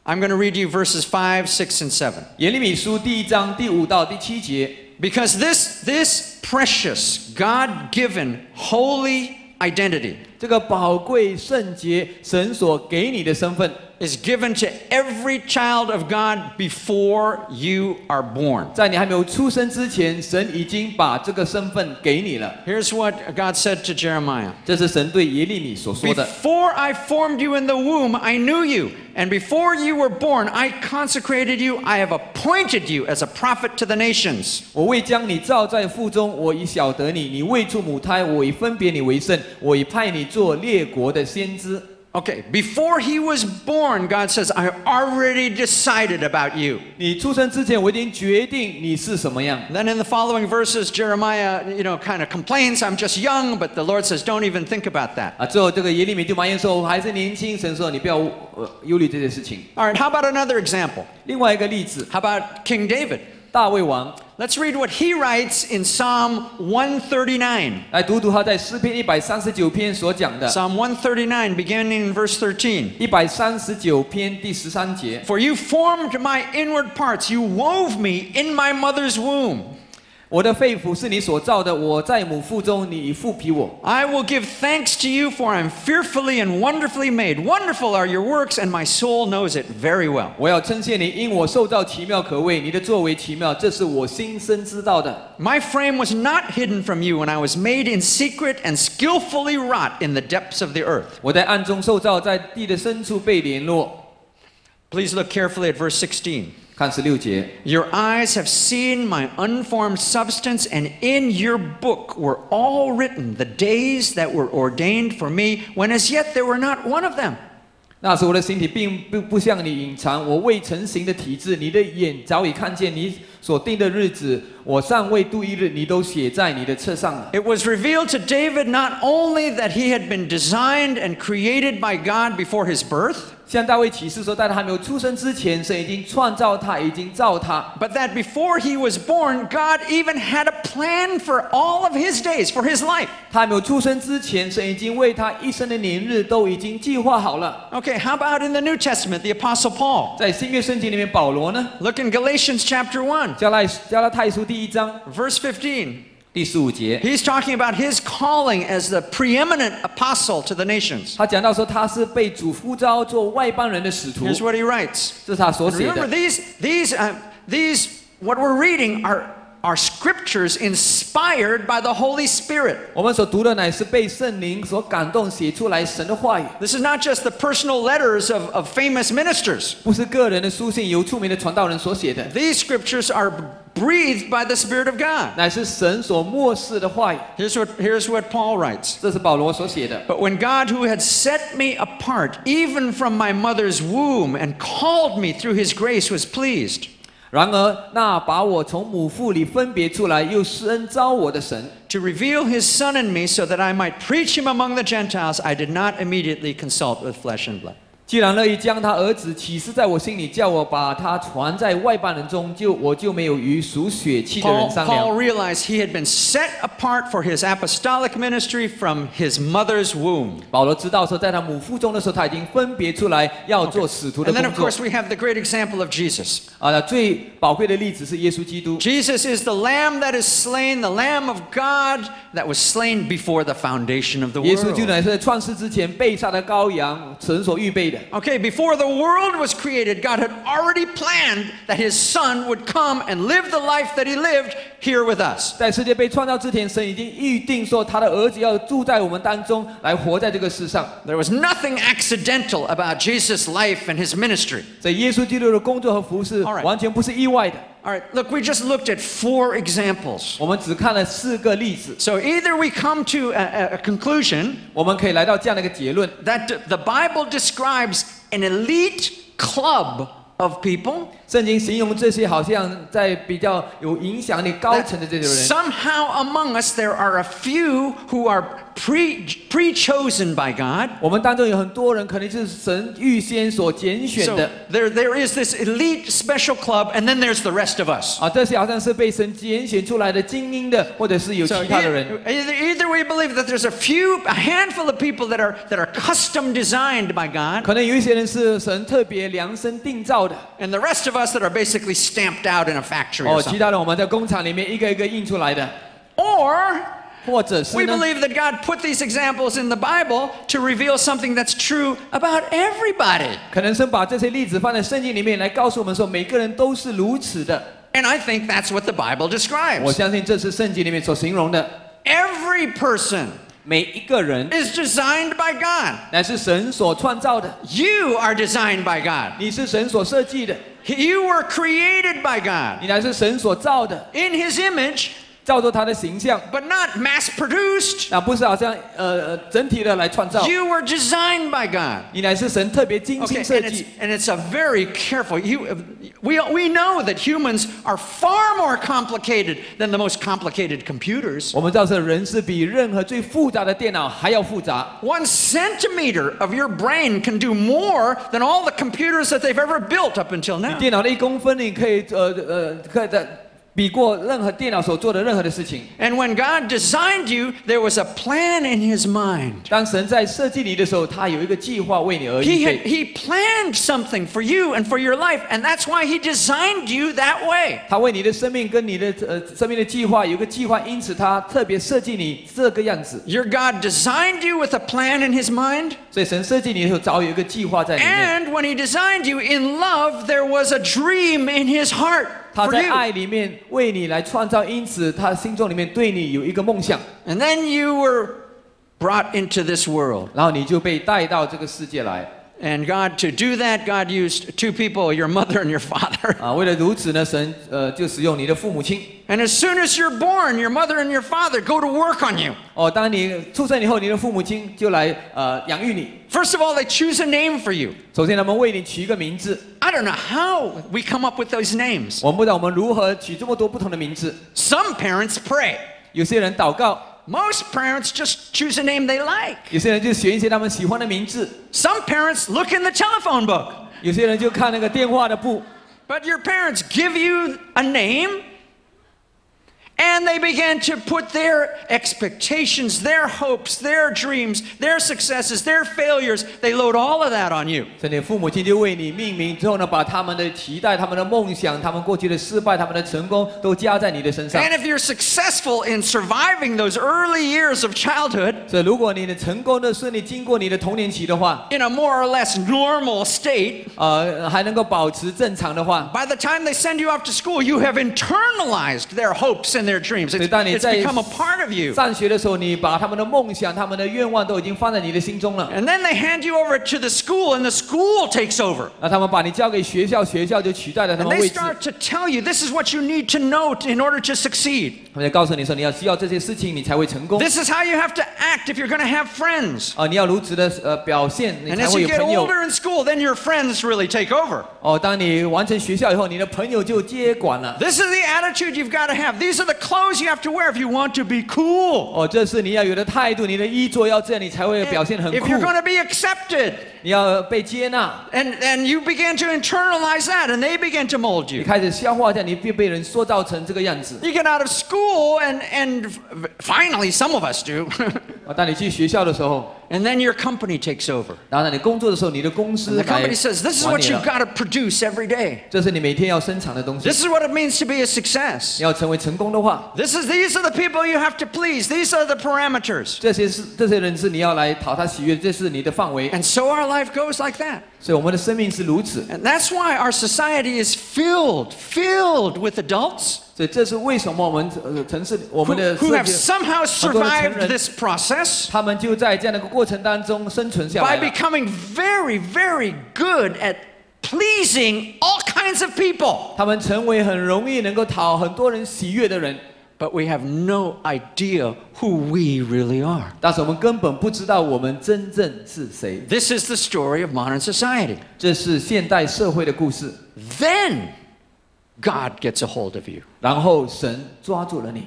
Speaker 1: I'm going to read you verses 5, 6, and 7.
Speaker 2: 耶利米书第一章第五到第七节，
Speaker 1: Because this, this precious, God given, holy identity
Speaker 2: 这个宝贵圣洁神所给你的身份，
Speaker 1: is given to every child of God before you are born.
Speaker 2: 在你还没有出生之前，神已经把这个身份给你了。
Speaker 1: Here's what God said to Jeremiah
Speaker 2: 这是神对耶利米所说的
Speaker 1: Before I formed you in the womb, I knew you. And before you were born, I consecrated you. I have appointed you as a prophet to the nations.：“
Speaker 2: 我未将你造在腹中，我已晓得你；你未出母胎，我已分别你为圣，我已派你做列国的先知。”
Speaker 1: Okay, before he was born, God says, I already decided about you.
Speaker 2: 你出生之前，我已经决定你是什么样。
Speaker 1: Then in the following verses, Jeremiah, you know, kind of complains, I'm just young, but the Lord says, don't even think about that.
Speaker 2: 啊，最后这个耶利米就埋怨说：“我哦还是年轻。”神说：“你不要呃忧虑这件事情。
Speaker 1: All right, how about another example? ”
Speaker 2: 另外一个例子，
Speaker 1: How about King David?
Speaker 2: 大卫王，
Speaker 1: Let's read what he writes in Psalm 139.
Speaker 2: 来读读他在诗篇一百三十九篇所讲的
Speaker 1: Psalm 139, beginning in verse 13.
Speaker 2: 一百三十九篇第十三节。
Speaker 1: For you formed my inward parts, you wove me in my mother's womb.
Speaker 2: 我的肺腑是你所造的，我在母腹中，你已复庇我。
Speaker 1: I will give thanks to you, for I am fearfully and wonderfully made. Wonderful are your works, and my soul knows it very well.
Speaker 2: 我要称谢你，因我受造奇妙可畏，你的作为奇妙，这是我心生知道的。
Speaker 1: My frame was not hidden from you when I was made in secret and skillfully wrought in the depths of the earth.
Speaker 2: 我在暗中受造，在地的深处被联络。
Speaker 1: Please look carefully at verse 16.
Speaker 2: 看十六节，
Speaker 1: Your eyes have seen my unformed substance, and in your book were all written the days that were ordained for me, when as yet there were not one of them.
Speaker 2: 那时我的形体并不不向你隐藏，我未成形的体质，你的眼早已看见你所定的日子，我尚未度一日，你都写在你的册上了。
Speaker 1: It was revealed to David not only that he had been designed and created by God before his birth,
Speaker 2: 向大卫启示说，在他还没有出生之前，神已经创造他，已经造他。
Speaker 1: but that before he was born, God even had a plan for all of his days, for his life.
Speaker 2: 他还没有出生之前，神已经为他一生的年日都已经计划好了。
Speaker 1: Okay, how about in the New Testament, the Apostle Paul?
Speaker 2: 在新约圣经里面，保罗呢，
Speaker 1: Look in Galatians chapter 1,
Speaker 2: 加拉加拉太书第一章
Speaker 1: verse 15.
Speaker 2: 第十五节，
Speaker 1: He's talking about his calling as the preeminent apostle to the nations.
Speaker 2: 他讲到说他是被主呼召做外邦人的使徒，
Speaker 1: Here's
Speaker 2: 这
Speaker 1: what he writes.
Speaker 2: 是他所写
Speaker 1: Remember,
Speaker 2: 的。
Speaker 1: these, these, uh, these, what we're reading are, are scriptures inspired by the Holy Spirit.
Speaker 2: 我们所读的乃是被圣灵所感动写出来神的话语，
Speaker 1: This is not just the personal letters of, of famous ministers.
Speaker 2: 不是个人的书信，由著名的传道人所写的，
Speaker 1: These scriptures are breathed by the Spirit of God.
Speaker 2: 乃是神所漠视的话语。
Speaker 1: Here's what, here's what Paul writes.
Speaker 2: 这是保罗所写的。
Speaker 1: But when God, who had set me apart even from my mother's womb and called me through his grace, was pleased
Speaker 2: 然而，那把我从母腹里分别出来，又施恩招我的神，
Speaker 1: to reveal his son in me so that I might preach him among the Gentiles, I did not immediately consult with flesh and blood.
Speaker 2: 既然乐意将他儿子启示在我心里，叫我把他传在外邦人中，就我就没有与属血气的
Speaker 1: Paul,
Speaker 2: 人商
Speaker 1: Paul
Speaker 2: 量。
Speaker 1: realized he had been set apart for his apostolic ministry from his mother's womb.
Speaker 2: 保罗知道说，在他母腹中的时候，他已经分别出来要做使徒的
Speaker 1: And then, of
Speaker 2: 工
Speaker 1: course,
Speaker 2: 作。
Speaker 1: we have the great example of Jesus.
Speaker 2: 啊，那最宝贵的例子是耶稣基督，
Speaker 1: Jesus is the Lamb that is slain, the Lamb of God that was slain before the foundation of the
Speaker 2: 耶稣基
Speaker 1: world.
Speaker 2: 督乃是在创世之前被杀的羔羊，神所预备的。
Speaker 1: Okay, before the world was created, God had already planned that his son would come and live the life that he lived here with us.
Speaker 2: 在世界被创造之前，神已经预定说，他的儿子要住在我们当中，来活在这个世上。
Speaker 1: There was nothing accidental about Jesus' life and his ministry.
Speaker 2: 所以，耶稣基督的工作和服饰
Speaker 1: Alright
Speaker 2: 完全不是意外的。
Speaker 1: All right, look, we just looked at four examples.
Speaker 2: 我们只看了四个例子。
Speaker 1: So either we come to a, a- a conclusion
Speaker 2: 我们可以来到这样的一个结论：
Speaker 1: that d- the Bible describes an elite club of people
Speaker 2: 圣经形容这些好像在比较有影响力、高层的这
Speaker 1: that
Speaker 2: 种人，
Speaker 1: somehow among us there are a few who are pre pre chosen by God.
Speaker 2: 我们当中有很多人，可能就是神预先所拣选
Speaker 1: So
Speaker 2: 的
Speaker 1: there, there is this elite special club, and then there's the rest of us.
Speaker 2: 啊，这些好像是被神拣选出来的精英的，或者是有其
Speaker 1: So
Speaker 2: 他的人。
Speaker 1: e- either, either we believe that there's a few, a handful of people that are that are custom designed by God,
Speaker 2: 可能有一些人是神特别量身定造的
Speaker 1: and the rest of us that are basically stamped out in a factory or
Speaker 2: 哦，其
Speaker 1: something.
Speaker 2: 他人我们在工厂里面一个一个印出来的，
Speaker 1: Or
Speaker 2: 或者是
Speaker 1: we
Speaker 2: 呢，
Speaker 1: believe that God put these examples in the Bible to reveal something that's true about everybody.
Speaker 2: 可能神把这些例子放在圣经里面来告诉我们说，每个人都是如此的。
Speaker 1: And I think that's what the Bible
Speaker 2: 我
Speaker 1: describes.
Speaker 2: 相信这是圣经里面所形容的，
Speaker 1: Every person
Speaker 2: 每一个人
Speaker 1: is designed by God.
Speaker 2: 乃是神所创造的，
Speaker 1: You are designed by God.
Speaker 2: 你是神所设计的，
Speaker 1: You were created by God
Speaker 2: 你乃是神所造的，
Speaker 1: in His image,
Speaker 2: 照着他的形象，
Speaker 1: but not mass produced.
Speaker 2: 那不是好像呃呃整体的来创造，
Speaker 1: You were designed by God.
Speaker 2: 你乃是神特别精
Speaker 1: Okay,
Speaker 2: 心设
Speaker 1: and it's,
Speaker 2: 计。
Speaker 1: and it's a very careful. You, we, we know that humans are far more complicated than the most complicated computers.
Speaker 2: 我们知道这人是比任何最复杂的电脑还要复杂。
Speaker 1: One centimeter of your brain can do more than all the computers that they've ever built up until
Speaker 2: 你
Speaker 1: now.
Speaker 2: 电脑的一公分，你可以呃呃可以的比过任何电脑所做的任何的事情。
Speaker 1: And when God designed you, there was a plan in His mind.
Speaker 2: 当神在设计你的时候，他有一个计划为你而
Speaker 1: He,
Speaker 2: 预
Speaker 1: had,
Speaker 2: 备，
Speaker 1: he planned something for you and for your life, and that's why He designed you that way.
Speaker 2: 他为你的生命跟你的呃生命的计划有一个计划，因此他特别设计你这个样子。
Speaker 1: Your God designed you with a plan in His mind,
Speaker 2: 所以神设计你的时候，早有一个计划在里面。
Speaker 1: and when He designed you in love, there was a dream in His heart
Speaker 2: 他
Speaker 1: for
Speaker 2: 在
Speaker 1: you.
Speaker 2: 爱里面为你来创造，因此他心中里面对你有一个梦想，
Speaker 1: And then you were brought into this world.
Speaker 2: 然后你就被带到这个世界来
Speaker 1: And God, to do that, God used two people, your mother and your father. [LAUGHS]
Speaker 2: 啊。为了如此呢，神呃就使用你的父母亲
Speaker 1: And as soon as you're born, your mother and your father go to work on you.
Speaker 2: 哦。当你出生以后，你的父母亲就来呃养育你。
Speaker 1: First of all, they choose a name for you.
Speaker 2: 首先，他们为你取一个名字，
Speaker 1: I don't know how we come up with those names.
Speaker 2: 我们不知道我们如何取这么多不同的名字。
Speaker 1: Some parents pray.
Speaker 2: 有些人祷告，
Speaker 1: Most parents just choose a name they like.
Speaker 2: 有些人就选一些他们喜欢的名字，
Speaker 1: Some parents look in the telephone book.
Speaker 2: 有些人就看那个电话的簿。
Speaker 1: But your parents give you a name, and they begin to put their expectations, their hopes, their dreams, their successes, their failures, they load all of that on you.
Speaker 2: 所以你父母亲就为你命名之后呢，把他们的期待、他们的梦想、他们过去的失败、他们的成功都加在你的身上。
Speaker 1: And if you're successful in surviving those early years of childhood
Speaker 2: 所以，如果你的成功的顺利经过你的童年期的话，
Speaker 1: in a more or less normal state,
Speaker 2: 呃，还能够保持正常的话，
Speaker 1: by the time they send you off to school, you have internalized their hopes and their dreams. It's,
Speaker 2: 所以当你
Speaker 1: it's
Speaker 2: 在
Speaker 1: become a part of you.
Speaker 2: 上学的时候，你把他们的梦想、他们的愿望都已经放在你的心中了。
Speaker 1: And then they hand you over to the school, and the school takes over.
Speaker 2: 那他们把你交给学校，学校就取代了他
Speaker 1: And
Speaker 2: 们
Speaker 1: they
Speaker 2: 位置。
Speaker 1: start to tell you this is what you need to know t- in order to succeed.
Speaker 2: 他们就告诉你说，你要需要这些事情，你才会成功。
Speaker 1: This is how you have to act if you're going to have friends.
Speaker 2: 哦，你要如此的呃表现，你
Speaker 1: And
Speaker 2: 才
Speaker 1: as
Speaker 2: 会
Speaker 1: you
Speaker 2: 有
Speaker 1: get
Speaker 2: 朋友。
Speaker 1: older in school, then your friends really take over.
Speaker 2: 哦，当你完成学校以后，你的朋友就接管了。
Speaker 1: This is the attitude you've got to have. These are the clothes you have to wear if you want to be cool.
Speaker 2: 哦，这是你要有的态度，你的衣着要这样，你才会表现很
Speaker 1: If
Speaker 2: 酷。
Speaker 1: you're going to be accepted,
Speaker 2: 你要被接纳，
Speaker 1: and, and you begin to internalize that, and they begin to mold
Speaker 2: 你
Speaker 1: you.
Speaker 2: 开始消化掉，你被被人塑造成这个样子。
Speaker 1: You get out of school, and, and f- finally, some of us do, [LAUGHS]
Speaker 2: 啊，当你去学校的时候，
Speaker 1: and then your company takes over.
Speaker 2: 然后当你工作的时候，你的公司
Speaker 1: The
Speaker 2: 来
Speaker 1: company says, This is
Speaker 2: 管
Speaker 1: what
Speaker 2: 你
Speaker 1: you've
Speaker 2: 了。
Speaker 1: got to produce every day.
Speaker 2: 这是你每天要生产的东西。
Speaker 1: This is what it means to be a success.
Speaker 2: 你要成为成功的话，
Speaker 1: This is these are the people you have to please. These are the parameters.
Speaker 2: 这些是这些人是你要来讨他喜悦，这是你的范围。
Speaker 1: And so our life goes like that.
Speaker 2: 所以我们的生命是如此。
Speaker 1: And that's why our society is filled, filled with adults
Speaker 2: 所以这是为什么我们呃城市我
Speaker 1: who,
Speaker 2: 们的
Speaker 1: who
Speaker 2: 社
Speaker 1: have
Speaker 2: 区，
Speaker 1: somehow survived
Speaker 2: 很多的成人。
Speaker 1: this process
Speaker 2: 他们就在这样的一个过程当中生存下
Speaker 1: by
Speaker 2: 来了。
Speaker 1: becoming very, very good at pleasing all kinds of people.
Speaker 2: 他们成为很容易能够讨很多人喜悦的人，
Speaker 1: But we have no idea who we really are.
Speaker 2: 但是我们根本不知道我们真正是谁。
Speaker 1: This is the story of modern society.
Speaker 2: 这是现代社会的故事。
Speaker 1: Then God gets a hold of you.
Speaker 2: 然后神抓住了你，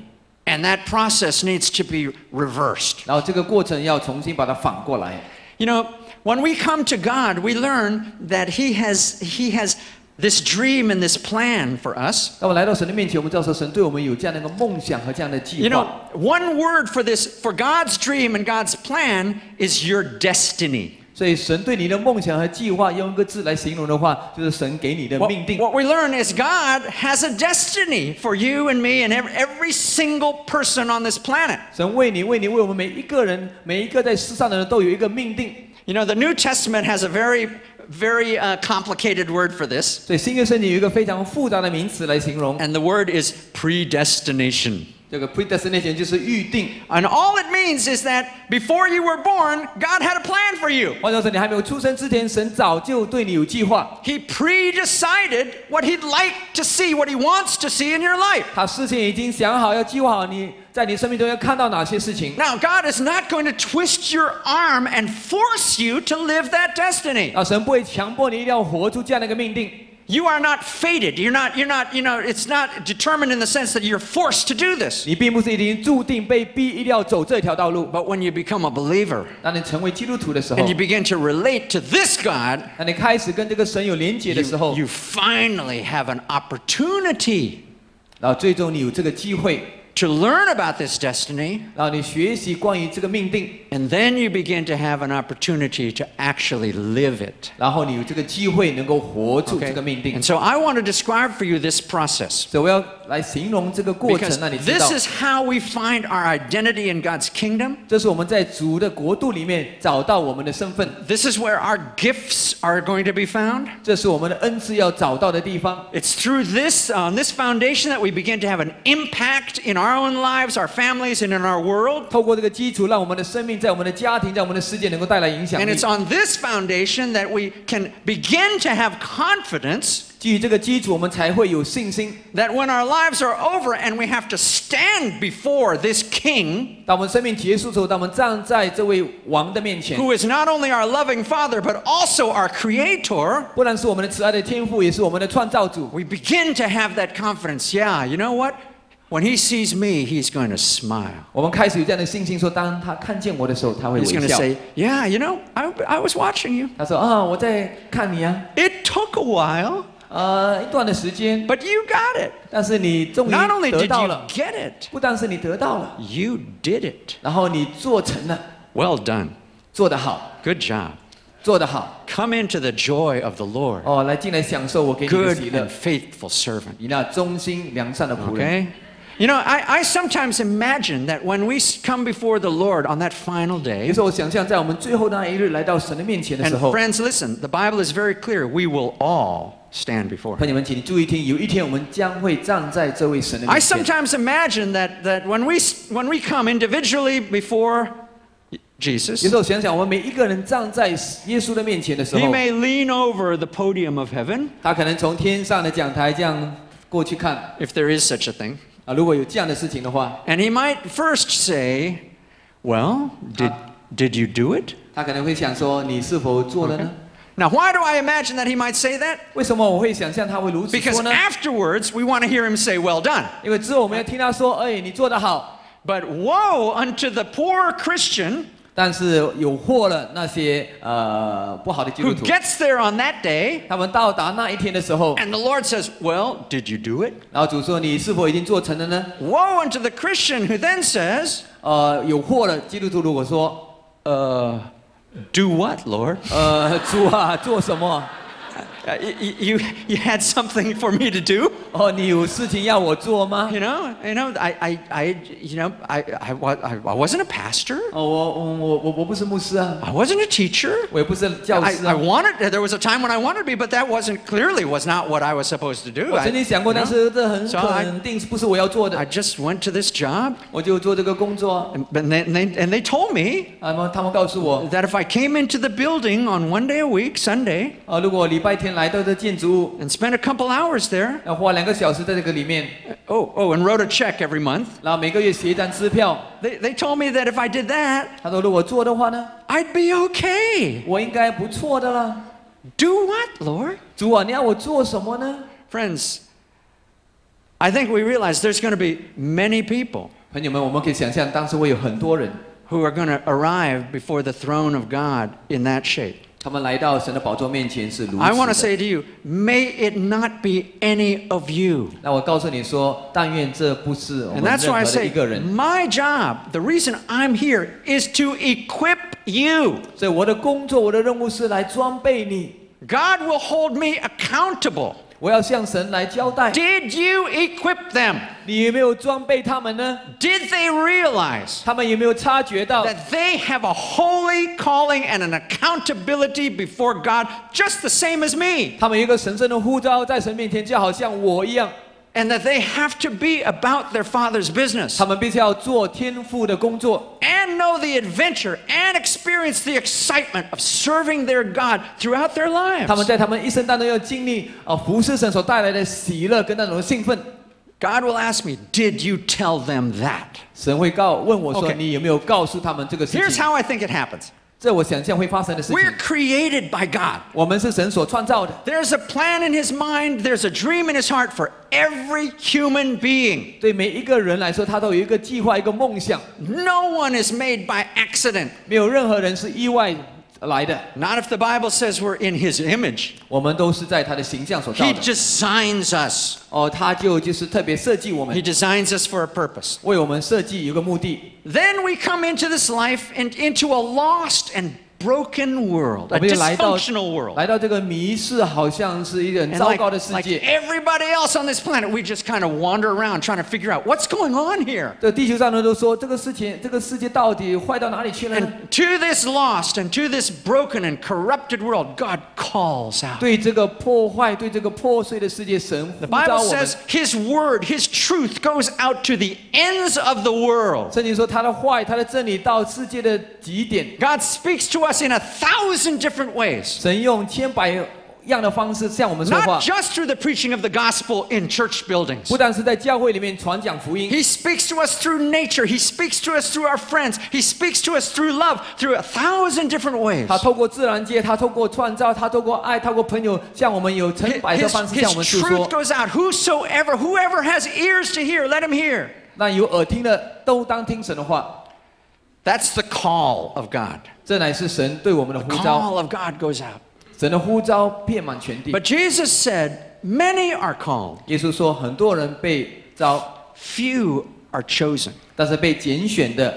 Speaker 1: And that process needs to be reversed.
Speaker 2: 然后这个过程要重新把它反过来。
Speaker 1: You know, when we come to God, we learn that He has, he has this dream and this plan for us.
Speaker 2: 当我来到神的面前，我们知道说神对我们有这样的一个梦想和这样的计
Speaker 1: You
Speaker 2: 划。
Speaker 1: know, one word for this, for God's dream and God's plan is your destiny.
Speaker 2: 所以神对你的梦想和计划，用一个字来形容的话，就是神给你的
Speaker 1: What,
Speaker 2: 命定。
Speaker 1: what we learn is God has a destiny for you and me and ev- every single person on this planet.
Speaker 2: 神为你，为你，为我们每一个人，每一个在世上的人都有一个命定。
Speaker 1: You know, the New Testament has a very, very uh, complicated word for this,
Speaker 2: 所以新约圣经有一个非常复杂的名词来形容，
Speaker 1: and the word is predestination.
Speaker 2: 这个 predestination 就是预定。
Speaker 1: And all it means is that before you were born, God had a plan for you.
Speaker 2: 换句话说，你还没有出生之前，神早就对你有计划，
Speaker 1: He pre-decided what he'd like to see, what he wants to see in your life.
Speaker 2: 他事先已经想好，要计划好你在你生命中要看到哪些事情。
Speaker 1: Now, God is not going to twist your arm and force you to live that destiny.
Speaker 2: 啊，神不会强迫你一定要活出这样的一个命定。
Speaker 1: You are not fated. You're not, you're not, you know, it's not determined in the sense that you're forced to do this.
Speaker 2: 你并不是已经注定被逼一定要走这条道路。
Speaker 1: But when you become a believer
Speaker 2: 当你成为基督徒的时候
Speaker 1: and，you begin to relate to this God,
Speaker 2: 当你开始跟这个神有连结的时
Speaker 1: you,
Speaker 2: 候，
Speaker 1: you finally have an opportunity
Speaker 2: 然后最终你有这个机会，
Speaker 1: to learn about this destiny,
Speaker 2: 然后你学习关于这个命定，
Speaker 1: and then you begin to have an opportunity to actually live it.
Speaker 2: 然后你有这个机会能够活出这个命定
Speaker 1: And。so I want to describe for you this process.
Speaker 2: 所以我要来形容这个过
Speaker 1: Because
Speaker 2: 程，让你知道
Speaker 1: this，is how we find our identity in God's kingdom.
Speaker 2: 这是我们在主的国度里面找到我们的身份，
Speaker 1: This is where our gifts are going to be found.
Speaker 2: 这是我们的恩赐要找到的地方。
Speaker 1: It's through this, on this foundation, that we begin to have an impact in our own lives, our families, and in our world.
Speaker 2: 透过这个基础，让我们的生命在我们的家庭，在我们的世界能够带来影响
Speaker 1: And
Speaker 2: 力
Speaker 1: it's。on this foundation that we can begin to have confidence
Speaker 2: 基于这个基础，我们才会有信心。
Speaker 1: that when our lives are over and we have to stand before this king
Speaker 2: 当我们生命结束的时候，当我们站在这位王的面前，
Speaker 1: who is not only our loving father but also our creator
Speaker 2: 不然是我们的慈爱的天赋，也是我们的创造主。
Speaker 1: we begin to have that confidence yeah you know what when he sees me he's going to smile
Speaker 2: 我们开始有这样的信心，说当他看见我的时候，他会
Speaker 1: he's going
Speaker 2: 微
Speaker 1: to
Speaker 2: 笑。
Speaker 1: say yeah you know I, I was watching you
Speaker 2: 他说啊，我在看你啊，
Speaker 1: it took a while
Speaker 2: 呃，一段的时间，
Speaker 1: but you got it
Speaker 2: 但是你终于
Speaker 1: not only
Speaker 2: 得
Speaker 1: did
Speaker 2: 到
Speaker 1: you
Speaker 2: 了，
Speaker 1: get it
Speaker 2: 不但是你得到了，
Speaker 1: you did it
Speaker 2: 然后你做成了，
Speaker 1: well done
Speaker 2: 做得好，
Speaker 1: good job
Speaker 2: 做得好，
Speaker 1: come into the joy of the lord
Speaker 2: 哦，来进来享受我给你的
Speaker 1: good
Speaker 2: 喜乐
Speaker 1: and，faithful servant
Speaker 2: 你那忠心良善的仆人。
Speaker 1: Okay? You know, I, I sometimes imagine that when we s- come before the Lord on that final
Speaker 2: 有
Speaker 1: day,
Speaker 2: 时候我想象在我们最后那一日来到神的面前的
Speaker 1: and
Speaker 2: 时候，
Speaker 1: friends, listen, the Bible is very clear. We will all stand before Him.
Speaker 2: 朋友们，请注意听，有一天我们将会站在这位神的
Speaker 1: I
Speaker 2: 面前。
Speaker 1: sometimes imagine that, that when, we, s- when we come individually before Jesus,
Speaker 2: 有时候想想，我们每一个人站在耶稣的面前的时
Speaker 1: He
Speaker 2: 候，
Speaker 1: may lean over the podium of heaven,
Speaker 2: 他可能从天上的讲台这样过去看
Speaker 1: if there is such a thing,
Speaker 2: 啊，如果有这样的事情的话，
Speaker 1: and He might first say, Well, did, did you do it?
Speaker 2: 他可能会想说：“你是否做
Speaker 1: 嗯
Speaker 2: 了呢
Speaker 1: Now, why do I imagine that He might say that?？”
Speaker 2: 为什么我会想象他会如此
Speaker 1: Because
Speaker 2: 说呢？
Speaker 1: afterwards, we want to hear Him say, Well done.
Speaker 2: 因为之后我们要听他说：“哎，你做得好。
Speaker 1: But woe unto the poor Christian ”
Speaker 2: 但是有祸了那些呃不好的基督
Speaker 1: who
Speaker 2: 徒，
Speaker 1: gets there on that day
Speaker 2: 他们到达那一天的时候，
Speaker 1: and the Lord says, Well, did you do it?
Speaker 2: 然后主说：“你是否已经做成了呢
Speaker 1: Woe unto the Christian who then says,？”
Speaker 2: 呃，有祸了。基督徒如果说
Speaker 1: Uh, do what, Lord?：“
Speaker 2: 呃，主啊，做什么？
Speaker 1: Uh, y- y- you, [LAUGHS] you had something for me to do?
Speaker 2: 哦，你有事情要我做吗
Speaker 1: You know, you know, I, I, I you know, I, I, wa- I, I wasn't a pastor.？”
Speaker 2: 哦，我我我我我不是牧师啊，
Speaker 1: I wasn't a teacher.
Speaker 2: 我也不是教
Speaker 1: I,
Speaker 2: 师
Speaker 1: I
Speaker 2: 啊。
Speaker 1: wanted, there was a time when I wanted to be, but that wasn't, clearly was not what I was supposed to do.
Speaker 2: 我
Speaker 1: I,
Speaker 2: 曾经想过，
Speaker 1: you know,
Speaker 2: 但是这很
Speaker 1: So I-
Speaker 2: 肯定是不是我要做
Speaker 1: I
Speaker 2: 的，
Speaker 1: just went to this job
Speaker 2: 我就做这个工作。
Speaker 1: And, but they, they, and they told me
Speaker 2: 啊，么他们告诉我，
Speaker 1: that if I came into the building on one day a week, Sunday,
Speaker 2: 啊，如果礼拜天来到这建筑物，
Speaker 1: and spent a couple hours there,
Speaker 2: 要花两个小时在这个里面，
Speaker 1: oh, oh, and wrote a check every month,
Speaker 2: 然后每个月写一张支票。
Speaker 1: they, they told me that if I did that,
Speaker 2: 他说，如果做的话呢，
Speaker 1: I'd be okay.
Speaker 2: 我应该不错的啦。
Speaker 1: Do what, Lord?
Speaker 2: 主啊，你要我做什么呢？
Speaker 1: Friends, I think we realize there's going to be many people
Speaker 2: 朋友们，我们可以想象，当时会有很多人，
Speaker 1: who are going to arrive before the throne of God in that shape.
Speaker 2: 他们来到神的宝座面前是如
Speaker 1: I want to
Speaker 2: 此
Speaker 1: say
Speaker 2: 的。
Speaker 1: to you, may it not be any of you.
Speaker 2: 那我告诉你说，但愿这不是我们
Speaker 1: And that's
Speaker 2: 任
Speaker 1: why I
Speaker 2: 何的
Speaker 1: say, 嗯
Speaker 2: 一个人。
Speaker 1: my job, the reason I'm here is to equip you.
Speaker 2: 所以我的工作，我的任务是来装备你，
Speaker 1: God will hold me accountable.
Speaker 2: 我要向神来交代。
Speaker 1: Did you equip them?
Speaker 2: 你有没有装备他们呢？
Speaker 1: Did they realize
Speaker 2: 他们有没有察觉到，
Speaker 1: that they have a holy calling and an accountability before God, just the same as me?
Speaker 2: 他们有一个神圣的呼召在神面前，就好像我一样，
Speaker 1: And that they have to be about their Father's business
Speaker 2: 他们必须要做天赋的工作，
Speaker 1: and know the adventure and experience the excitement of serving their God throughout their
Speaker 2: 他
Speaker 1: lives?
Speaker 2: 们在他们一生当中要经历啊服侍神所带来的喜乐跟那种兴奋。
Speaker 1: God will ask me, Did you tell them that?
Speaker 2: 神会告问我说：“
Speaker 1: OK
Speaker 2: 你有没有告诉他们这个事
Speaker 1: Here's
Speaker 2: 情
Speaker 1: how I think it happens.？”
Speaker 2: 这我想象会发生的事
Speaker 1: We're
Speaker 2: 情。
Speaker 1: created by God.
Speaker 2: 我们是神所创造的，
Speaker 1: There's a plan in his mind, there's a dream in his heart for every human being.
Speaker 2: 对每一个人来说，他都有一个计划、一个梦想，
Speaker 1: No one is made by accident.
Speaker 2: 没有任何人是意外来的。
Speaker 1: Not if the Bible says we're in his image.
Speaker 2: 我们都是在他的形象所造
Speaker 1: He
Speaker 2: 的。
Speaker 1: designs us.
Speaker 2: 哦，他就就是特别设计
Speaker 1: He
Speaker 2: 我们，
Speaker 1: designs us for a purpose.
Speaker 2: 为我们设计一个目的。
Speaker 1: Then we come into this life and into a lost and broken world,
Speaker 2: 我
Speaker 1: a
Speaker 2: 们就来到
Speaker 1: dysfunctional world.
Speaker 2: 来到这个迷失，好像是一个很
Speaker 1: And
Speaker 2: 糟
Speaker 1: like,
Speaker 2: 糕的世
Speaker 1: like
Speaker 2: 界。
Speaker 1: everybody else on this planet, we just kind of wander around trying to figure out what's going on here.
Speaker 2: 这地球上的人都说这个事情，这个世界到底坏到哪里去了呢？
Speaker 1: And to this lost and to this broken and corrupted world, God calls out.
Speaker 2: 对这个破坏，对这个破碎的世界，神
Speaker 1: The
Speaker 2: 呼召
Speaker 1: Bible
Speaker 2: 我们
Speaker 1: says。His word, His truth goes out to the ends of the world.
Speaker 2: 圣经说他的坏，他的真理到世界的极点。
Speaker 1: God speaks to us in a thousand different ways.
Speaker 2: 神用千百样的方式向我们说话
Speaker 1: Not，just through the preaching of the gospel in church buildings.
Speaker 2: 不但是在教会里面传讲福音，
Speaker 1: He speaks to us through nature. He speaks to us through our friends. He speaks to us through love, through a thousand different ways.
Speaker 2: 他透过自然界，他透过创造，他透过爱，透过朋友，向我们有成
Speaker 1: His,
Speaker 2: 百的方式向我们
Speaker 1: his
Speaker 2: 诉
Speaker 1: truth
Speaker 2: 说。
Speaker 1: goes out. Whosoever, whoever has ears to hear, let him hear.
Speaker 2: 那有耳听的都当听神的话，
Speaker 1: That's the call of God.
Speaker 2: 这乃是神对我们的呼召。
Speaker 1: Call of God goes out.
Speaker 2: 神的呼召遍满全地。
Speaker 1: But Jesus said, Many are called,
Speaker 2: 耶稣说，很多人被招，
Speaker 1: few are chosen.
Speaker 2: 但是被拣选的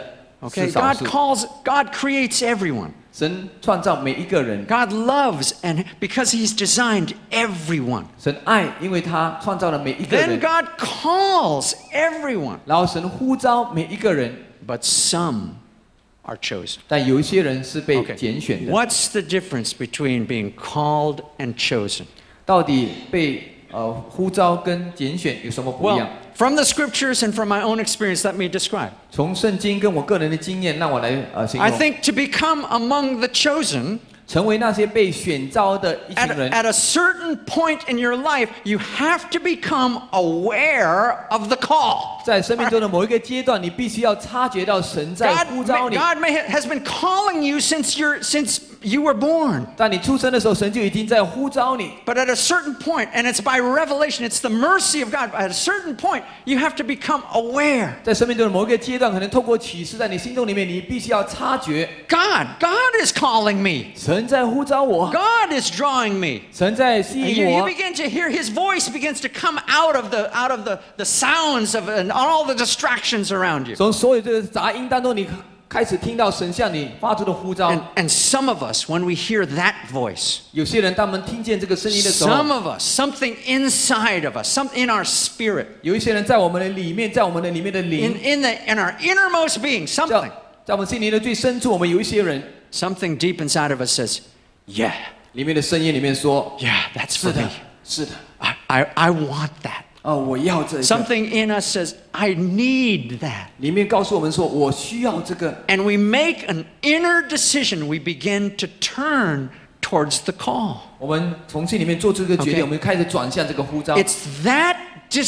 Speaker 2: 是
Speaker 1: Okay?
Speaker 2: 少
Speaker 1: God
Speaker 2: 数。
Speaker 1: calls, God creates everyone.
Speaker 2: 神创造每一个人，
Speaker 1: God loves, and because He's designed everyone.
Speaker 2: 神爱，因为他创造了每一个
Speaker 1: Then
Speaker 2: 人。
Speaker 1: God calls everyone.
Speaker 2: 然后神呼召每一个人，
Speaker 1: but some are chosen.
Speaker 2: 但有一些人是被
Speaker 1: Okay.
Speaker 2: 拣选的。
Speaker 1: What's the difference between being called and chosen?
Speaker 2: 到底被呃呼召跟拣选有什么不一样
Speaker 1: Well,？from the scriptures and from my own experience, let me describe.
Speaker 2: 从圣经跟我个人的经验，让我来呃形
Speaker 1: I
Speaker 2: 容，
Speaker 1: think to become among the chosen,
Speaker 2: 成为那些被选召的一群
Speaker 1: at,
Speaker 2: 人。
Speaker 1: at a certain point in your life, you have to become aware of the call.
Speaker 2: 在生命中的某一个阶段，你必须要察觉到神在
Speaker 1: God,
Speaker 2: 呼
Speaker 1: may,
Speaker 2: 召你。
Speaker 1: God may, has been calling you since, you're, since you were born.
Speaker 2: 在你出生的时候，神就已经在呼召你。
Speaker 1: But at a certain point, and it's by revelation, it's the mercy of God. At a certain point, you have to become aware.
Speaker 2: 在生命中的某一个阶段，可能透过启示，在你心动里面，你必须要察觉
Speaker 1: God, God is calling me.
Speaker 2: 神在呼召我，
Speaker 1: God is drawing me.
Speaker 2: 神在吸
Speaker 1: And
Speaker 2: 引
Speaker 1: you,
Speaker 2: 我
Speaker 1: you。begin to hear his voice begins to come out of the out of the, the sounds of and all the distractions around you.
Speaker 2: 从所有这个杂音当中，你开始听到神向你发出的呼召
Speaker 1: And。and some of us, when we hear that voice,
Speaker 2: 有些人当我们听见这个声音的时
Speaker 1: some
Speaker 2: 候，
Speaker 1: of us, something inside of us, something in our spirit,
Speaker 2: 有一些人在我们的里面，在我们的里面的
Speaker 1: in,
Speaker 2: 灵，
Speaker 1: in the in our innermost being,
Speaker 2: 在
Speaker 1: something,
Speaker 2: 在我们心灵的最深处，我们有一些人
Speaker 1: something deep inside of us says, Yeah,
Speaker 2: 里面的声音里面说
Speaker 1: yeah, that's：“ for
Speaker 2: 是的
Speaker 1: me.，
Speaker 2: 是的，
Speaker 1: I, I, I want that.
Speaker 2: 哦，我要这个。
Speaker 1: Something in us says, I need that. ”
Speaker 2: 里面告诉我们说：“我需要这个。
Speaker 1: And we make an inner decision. We begin to turn towards the call. ”
Speaker 2: 我们从心里面做出一个决
Speaker 1: OK
Speaker 2: 定我们开始转向这个呼召，
Speaker 1: It's that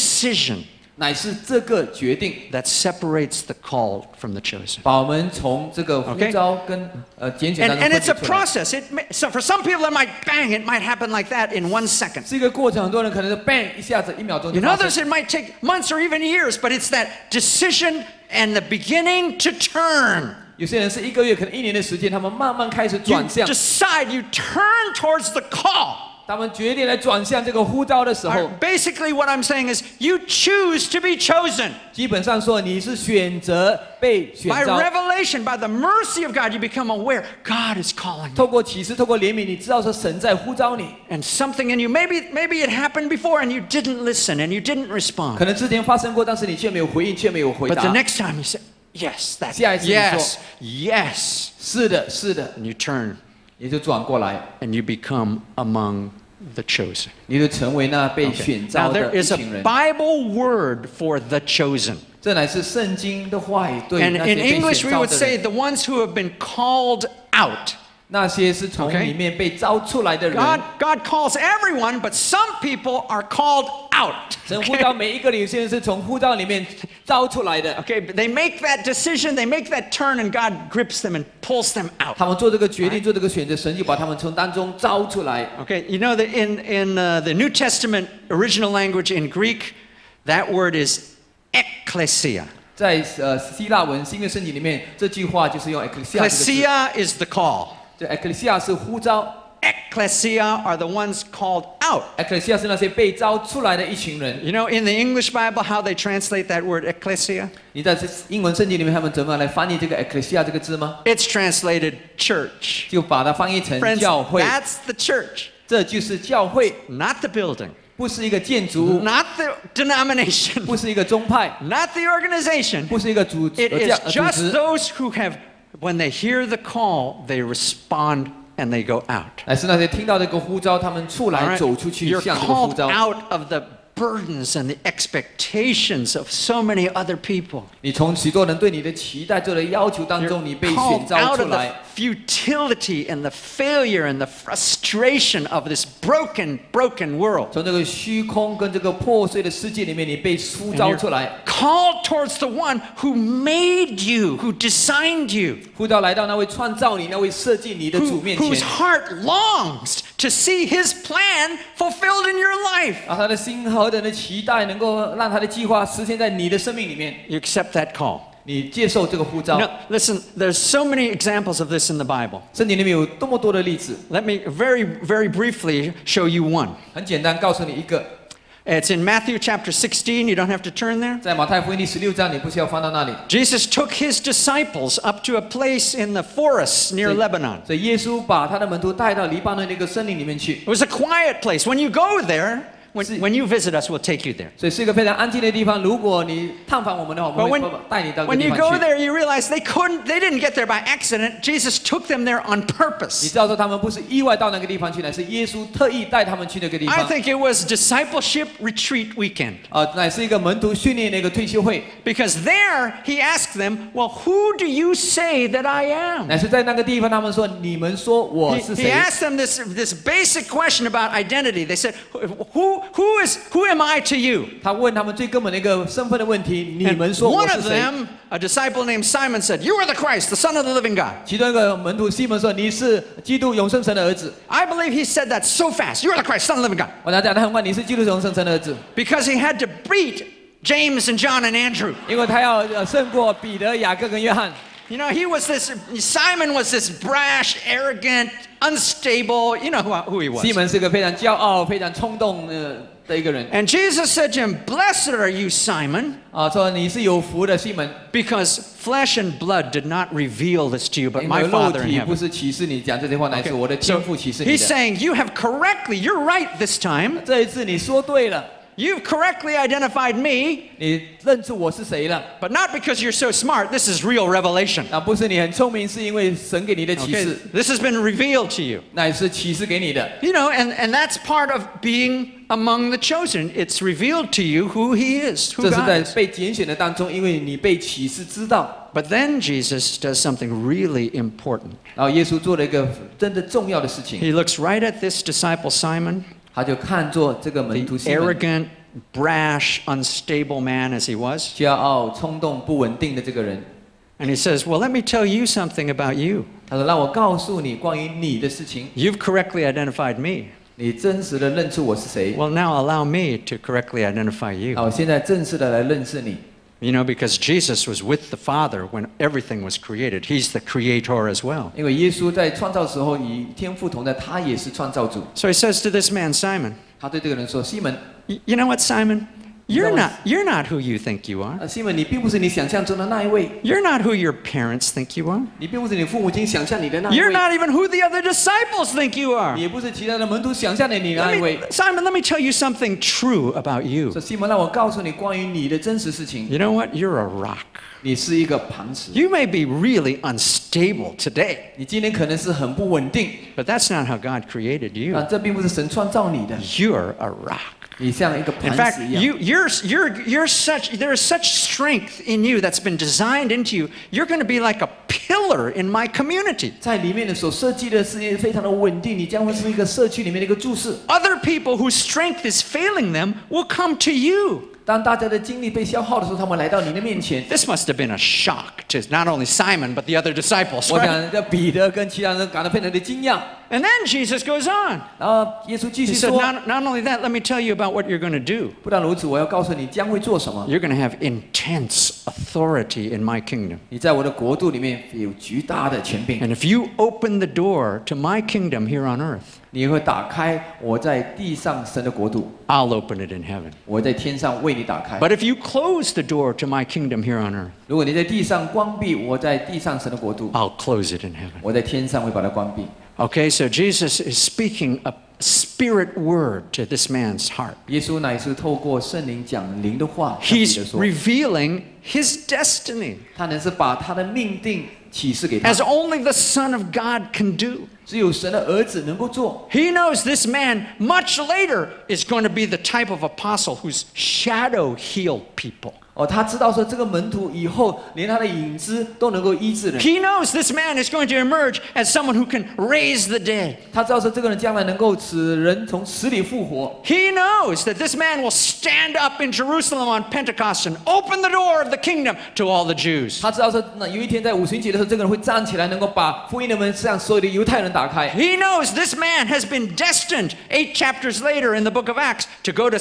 Speaker 1: decision
Speaker 2: 乃是这个决定
Speaker 1: that separates the called from the chosen.
Speaker 2: 把我们从这个呼
Speaker 1: OK
Speaker 2: 召跟呃拣选
Speaker 1: And,
Speaker 2: 当中
Speaker 1: and
Speaker 2: 分
Speaker 1: it's
Speaker 2: 解
Speaker 1: a
Speaker 2: 出来。
Speaker 1: process. It may, so for some people, it might bang, it might happen like that in one second.
Speaker 2: 是一个过程，很多人可能是 bang 一下子一秒钟就
Speaker 1: In
Speaker 2: 发
Speaker 1: others, it
Speaker 2: 生
Speaker 1: might take months or even years, but it's that decision and the beginning to turn.
Speaker 2: 有些人是一个月，可能一年的时间，他们慢慢开始
Speaker 1: You
Speaker 2: 转向，
Speaker 1: decide, you turn towards the call.
Speaker 2: 他们决定来转向这个呼召的时
Speaker 1: All
Speaker 2: 候，
Speaker 1: right, basically, what I'm saying is you choose to be chosen.
Speaker 2: 基本上说你是选择被选
Speaker 1: By
Speaker 2: 召。
Speaker 1: revelation, by the mercy of God, you become aware God is calling you.
Speaker 2: 透过启示，透过怜悯，你知道说神在呼召你。
Speaker 1: And something in you, maybe, maybe it happened before and you didn't listen and you didn't
Speaker 2: 可
Speaker 1: respond.
Speaker 2: 能之前发生过，但是你却没有回应，却没有回
Speaker 1: But the
Speaker 2: 答。
Speaker 1: next time you say, Yes, that's
Speaker 2: 下一次你说-
Speaker 1: yes, yes.
Speaker 2: 是的，是的，
Speaker 1: And you turn
Speaker 2: 也就转过来，
Speaker 1: and you become among the chosen.
Speaker 2: 你就成为那被选
Speaker 1: Now,
Speaker 2: 召
Speaker 1: there
Speaker 2: 的一
Speaker 1: is
Speaker 2: 群
Speaker 1: a
Speaker 2: 人。
Speaker 1: Bible word for the chosen.
Speaker 2: 这乃是圣经的话语，对
Speaker 1: And
Speaker 2: 那些
Speaker 1: in
Speaker 2: 被
Speaker 1: English, we
Speaker 2: 选召
Speaker 1: would
Speaker 2: 的
Speaker 1: say
Speaker 2: 人，
Speaker 1: the ones who have been called out.
Speaker 2: 那些是从
Speaker 1: Okay.
Speaker 2: 里面被召出来的人。
Speaker 1: God, God calls everyone, but some people are called out.
Speaker 2: 神呼召每一个人，有些人是从呼召里面招出来的，
Speaker 1: Okay, but they make that decision, they make that turn, and God grips them and pulls them out.
Speaker 2: 他们做这个决定，做这个选择，神就把他们从当中招出来。
Speaker 1: Okay, you know that in, in uh, the New Testament original language in Greek, that word is ekklesia.
Speaker 2: 在呃希腊文新约圣经里面，这句话就是用
Speaker 1: 啊
Speaker 2: ecclesia 这个
Speaker 1: Klesia is the call.
Speaker 2: 字，这 ecclesia 是呼召
Speaker 1: Ecclesia are the ones called out.
Speaker 2: ，ecclesia 是那些被招出来的一群人。
Speaker 1: You know, in the English Bible, how they translate that word ecclesia?
Speaker 2: 你在这英文圣经里面，他们怎么来翻译这个 ecclesia 这个字吗？
Speaker 1: It's translated church.
Speaker 2: 就把它翻译成
Speaker 1: Friends,
Speaker 2: 教会，
Speaker 1: that's the church,
Speaker 2: 这就是教会，
Speaker 1: not the building,
Speaker 2: 不是一个建筑物，
Speaker 1: not the denomination, [LAUGHS]
Speaker 2: 不是一个宗派，
Speaker 1: not the organization.
Speaker 2: 不是一个组织
Speaker 1: It
Speaker 2: 呃教
Speaker 1: is
Speaker 2: 呃
Speaker 1: just
Speaker 2: 组织，
Speaker 1: those who have, when they hear the call, they respond and they go out.
Speaker 2: 而是那些听到这个呼召，他们出
Speaker 1: All
Speaker 2: 来
Speaker 1: right?
Speaker 2: 走出去
Speaker 1: You're
Speaker 2: 向这个呼
Speaker 1: called
Speaker 2: 召。
Speaker 1: out of the burdens and the expectations of so many other people.
Speaker 2: 你从许多人对你的期待、对你的要求当
Speaker 1: You're
Speaker 2: 中，你被选
Speaker 1: called
Speaker 2: 召
Speaker 1: out of
Speaker 2: 出
Speaker 1: the
Speaker 2: 来，
Speaker 1: futility and the failure and the frustration of this broken, broken world.
Speaker 2: 从这个虚空跟这个破碎的世界里面，你被呼
Speaker 1: And
Speaker 2: 召
Speaker 1: you're
Speaker 2: 出来，
Speaker 1: Called towards the one who made you, who designed you,
Speaker 2: 呼召来到那位创造你、那位设计你的
Speaker 1: who-
Speaker 2: 主面前
Speaker 1: whose。heart longs to see his plan fulfilled in your life.
Speaker 2: 啊，他的心何等的期待，能够让他的计划实现在你的生命里面。
Speaker 1: You accept that call.
Speaker 2: 你接受这个呼召，
Speaker 1: No, listen, there's so many examples of this in the Bible.
Speaker 2: 圣经里面有多么多的例子。
Speaker 1: Let me very, very briefly show you one.
Speaker 2: 很简单，告诉你一个，
Speaker 1: It's in Matthew chapter 16. You don't have to turn there.
Speaker 2: 在马太福音第十六章，你不需要翻到那里。
Speaker 1: Jesus took his disciples up to a place in the forests near Lebanon.
Speaker 2: 所以耶稣把他的门徒带到黎巴嫩的一个森林里面去，
Speaker 1: It was a quiet place. When you go there, when,
Speaker 2: See-
Speaker 1: when you visit us, we'll take you there.
Speaker 2: 所以是一个非常安静的地方。如果你探访我们的话，我
Speaker 1: But
Speaker 2: 们
Speaker 1: when,
Speaker 2: 会带你到这
Speaker 1: when
Speaker 2: 个地
Speaker 1: you go
Speaker 2: 方去。
Speaker 1: there, you realize they couldn't, they didn't get there by accident. Jesus took them there on
Speaker 2: 你
Speaker 1: purpose.
Speaker 2: 知道说他们不是意外到那个地方去的，是耶稣特意带他们去那个地
Speaker 1: I
Speaker 2: 方。
Speaker 1: think it was discipleship retreat weekend
Speaker 2: 呃，乃是一个门徒训练的一个退休会，
Speaker 1: because there he asked them, Well, who do you say that I am?
Speaker 2: 乃是在那个地方，他们说：“你们说我
Speaker 1: He,
Speaker 2: 是
Speaker 1: he
Speaker 2: 谁
Speaker 1: asked them this, this basic question about identity. They said, who, who, is, who am I to you? ？”
Speaker 2: 他问他们最根本的一个身份的问题：“你
Speaker 1: And
Speaker 2: 们说我
Speaker 1: one
Speaker 2: 是
Speaker 1: of
Speaker 2: [LAUGHS] 谁
Speaker 1: them, a disciple named Simon, said, You are the Christ, the Son of the living？” God.
Speaker 2: 其中一个门徒西门说：“你是基督永生神的儿子。
Speaker 1: I believe he said that so fast. You are the Christ, Son of the living God. ”
Speaker 2: 我拿讲他很快，你是基督永生神的儿子，
Speaker 1: Because he had to beat James and John and Andrew.
Speaker 2: 因为他要呃胜过彼得、雅各跟约翰。
Speaker 1: You know, he was this, Simon was this brash, arrogant, unstable, you know who, who he
Speaker 2: 西
Speaker 1: was.
Speaker 2: 门是个非常骄傲、非常冲动呃的一个人
Speaker 1: And Jesus said to him, Blessed are you, Simon,
Speaker 2: 啊，说你是有福的西门，
Speaker 1: because flesh and blood did not reveal this to you, but
Speaker 2: 因
Speaker 1: my
Speaker 2: 为肉
Speaker 1: Father in
Speaker 2: 体不
Speaker 1: heaven.
Speaker 2: 是歧视你讲这些话，乃是
Speaker 1: Okay,
Speaker 2: 我的天赋歧视你
Speaker 1: He's
Speaker 2: 的。
Speaker 1: saying, You have correctly, you're right this time.
Speaker 2: 这一次你说对了，
Speaker 1: You've correctly identified me.
Speaker 2: 你认出我是谁了。
Speaker 1: But not because you're so smart. This is real revelation.
Speaker 2: 啊，不是你很聪明，是因为神给你的启
Speaker 1: Okay,
Speaker 2: 示，
Speaker 1: this has been revealed to you.
Speaker 2: 那也是启示给你的。
Speaker 1: You know, and, and that's part of being among the chosen. It's revealed to you who he is, who
Speaker 2: 这是
Speaker 1: God
Speaker 2: 在
Speaker 1: is.
Speaker 2: 被拣选的当中，因为你被启示知道。
Speaker 1: But then Jesus does something really important.
Speaker 2: 然后耶稣做了一个真的重要的事情，
Speaker 1: He looks right at this disciple Simon,
Speaker 2: 他就看作这个门徒
Speaker 1: the
Speaker 2: 西门
Speaker 1: arrogant, brash, unstable man as he was,
Speaker 2: 骄傲、冲动、不稳定的这个人，
Speaker 1: and he says, Well, let me tell you something about you.
Speaker 2: 他说：“让我告诉你关于你的事情，
Speaker 1: You've correctly identified me.
Speaker 2: 你真实的认出我是谁。
Speaker 1: Well, now allow me to correctly identify you.
Speaker 2: 好，现在正式的来认识你。
Speaker 1: You know, because Jesus was with the Father when everything was created. He's the creator as well.
Speaker 2: 因为耶稣在创造时候与天父同在，他也是创造主。
Speaker 1: So he says to this man, Simon,
Speaker 2: 他对这个人说：“西门，
Speaker 1: y- you know what, Simon? You're
Speaker 2: No,
Speaker 1: not,
Speaker 2: it's-
Speaker 1: you're not who you think you are.
Speaker 2: 呃，西门，你并不是你想象中的那一位，
Speaker 1: You're not who your parents think you are.
Speaker 2: 你并不是你父母亲想象你的那一
Speaker 1: You're
Speaker 2: 位，
Speaker 1: not even who the other disciples think you are.
Speaker 2: 你也不是其他的门徒想象的你那
Speaker 1: Let
Speaker 2: 一
Speaker 1: me-
Speaker 2: 位。
Speaker 1: Simon, let me tell you something true about you.
Speaker 2: 说西门，让我告诉你关于你的真实事情，
Speaker 1: You know what? You're a rock.
Speaker 2: 你是一个磐石，
Speaker 1: You may be really unstable today,
Speaker 2: 你今天可能是很不稳定，
Speaker 1: but that's not how God created
Speaker 2: 啊，
Speaker 1: you.
Speaker 2: 这并不是神创造你的，
Speaker 1: You're a rock.
Speaker 2: 你像一个
Speaker 1: In
Speaker 2: 磐
Speaker 1: fact,
Speaker 2: 石一样。
Speaker 1: you, you're, you're, you're such, there is such strength in you that's been designed into you. You're going to be like a pillar in my community.
Speaker 2: 在里面的所设计的事业非常的稳定，你将会是一个社区里面的一个柱式。
Speaker 1: Other people whose strength is failing them will come to you.
Speaker 2: 当大家的精力被消耗的时候，他们来到你的
Speaker 1: [LAUGHS]
Speaker 2: 面前。
Speaker 1: This must have been a shock to not only Simon, but the other disciples.
Speaker 2: 我
Speaker 1: right?
Speaker 2: 想这彼得跟其他人感到非常的惊讶。
Speaker 1: And then Jesus goes on.
Speaker 2: 然后耶稣继
Speaker 1: He
Speaker 2: 续
Speaker 1: said,
Speaker 2: 说
Speaker 1: not, not only that, let me tell you about what you're going to do.：“
Speaker 2: 不但如此，我要告诉你将会做什么。
Speaker 1: You're going to have intense authority in my kingdom.
Speaker 2: 你在我的国度里面有极大的权柄，
Speaker 1: And if you open the door to my kingdom here on earth,
Speaker 2: 你会打开我在地上神的国度，
Speaker 1: I'll open it in heaven.
Speaker 2: 我在天上为你打开。
Speaker 1: But if you close the door to my kingdom here on earth,
Speaker 2: 如果你在地上关闭我在地上神的国度，
Speaker 1: I'll close it in heaven.
Speaker 2: 我在天上会把它关闭。
Speaker 1: Okay, so Jesus is speaking a spirit word to this man's heart. ”
Speaker 2: 耶稣乃是透过圣灵讲灵的话，向彼得
Speaker 1: He's
Speaker 2: 说，
Speaker 1: revealing his destiny
Speaker 2: 他能是把他的命定启示给他
Speaker 1: as，only the Son of God can do.
Speaker 2: 只有神的儿子能够做。
Speaker 1: He knows this man much later is going to be the type of apostle whose shadow healed people.
Speaker 2: 哦，他知道说这个门徒以后连他的影子都能够医治人，
Speaker 1: He knows this man is going to emerge as someone who can raise the dead.
Speaker 2: 他知道说这个人将来能够使人从死里复活，
Speaker 1: He knows that this man will stand up in Jerusalem on Pentecost and open the door of the kingdom to all the Jews.
Speaker 2: 他知道说那有一天在五旬节的时候，这个人会站起来，能够把福音的门向所有的犹太人打开。
Speaker 1: He knows this man has been destined, eight chapters later in the book of Acts, to go to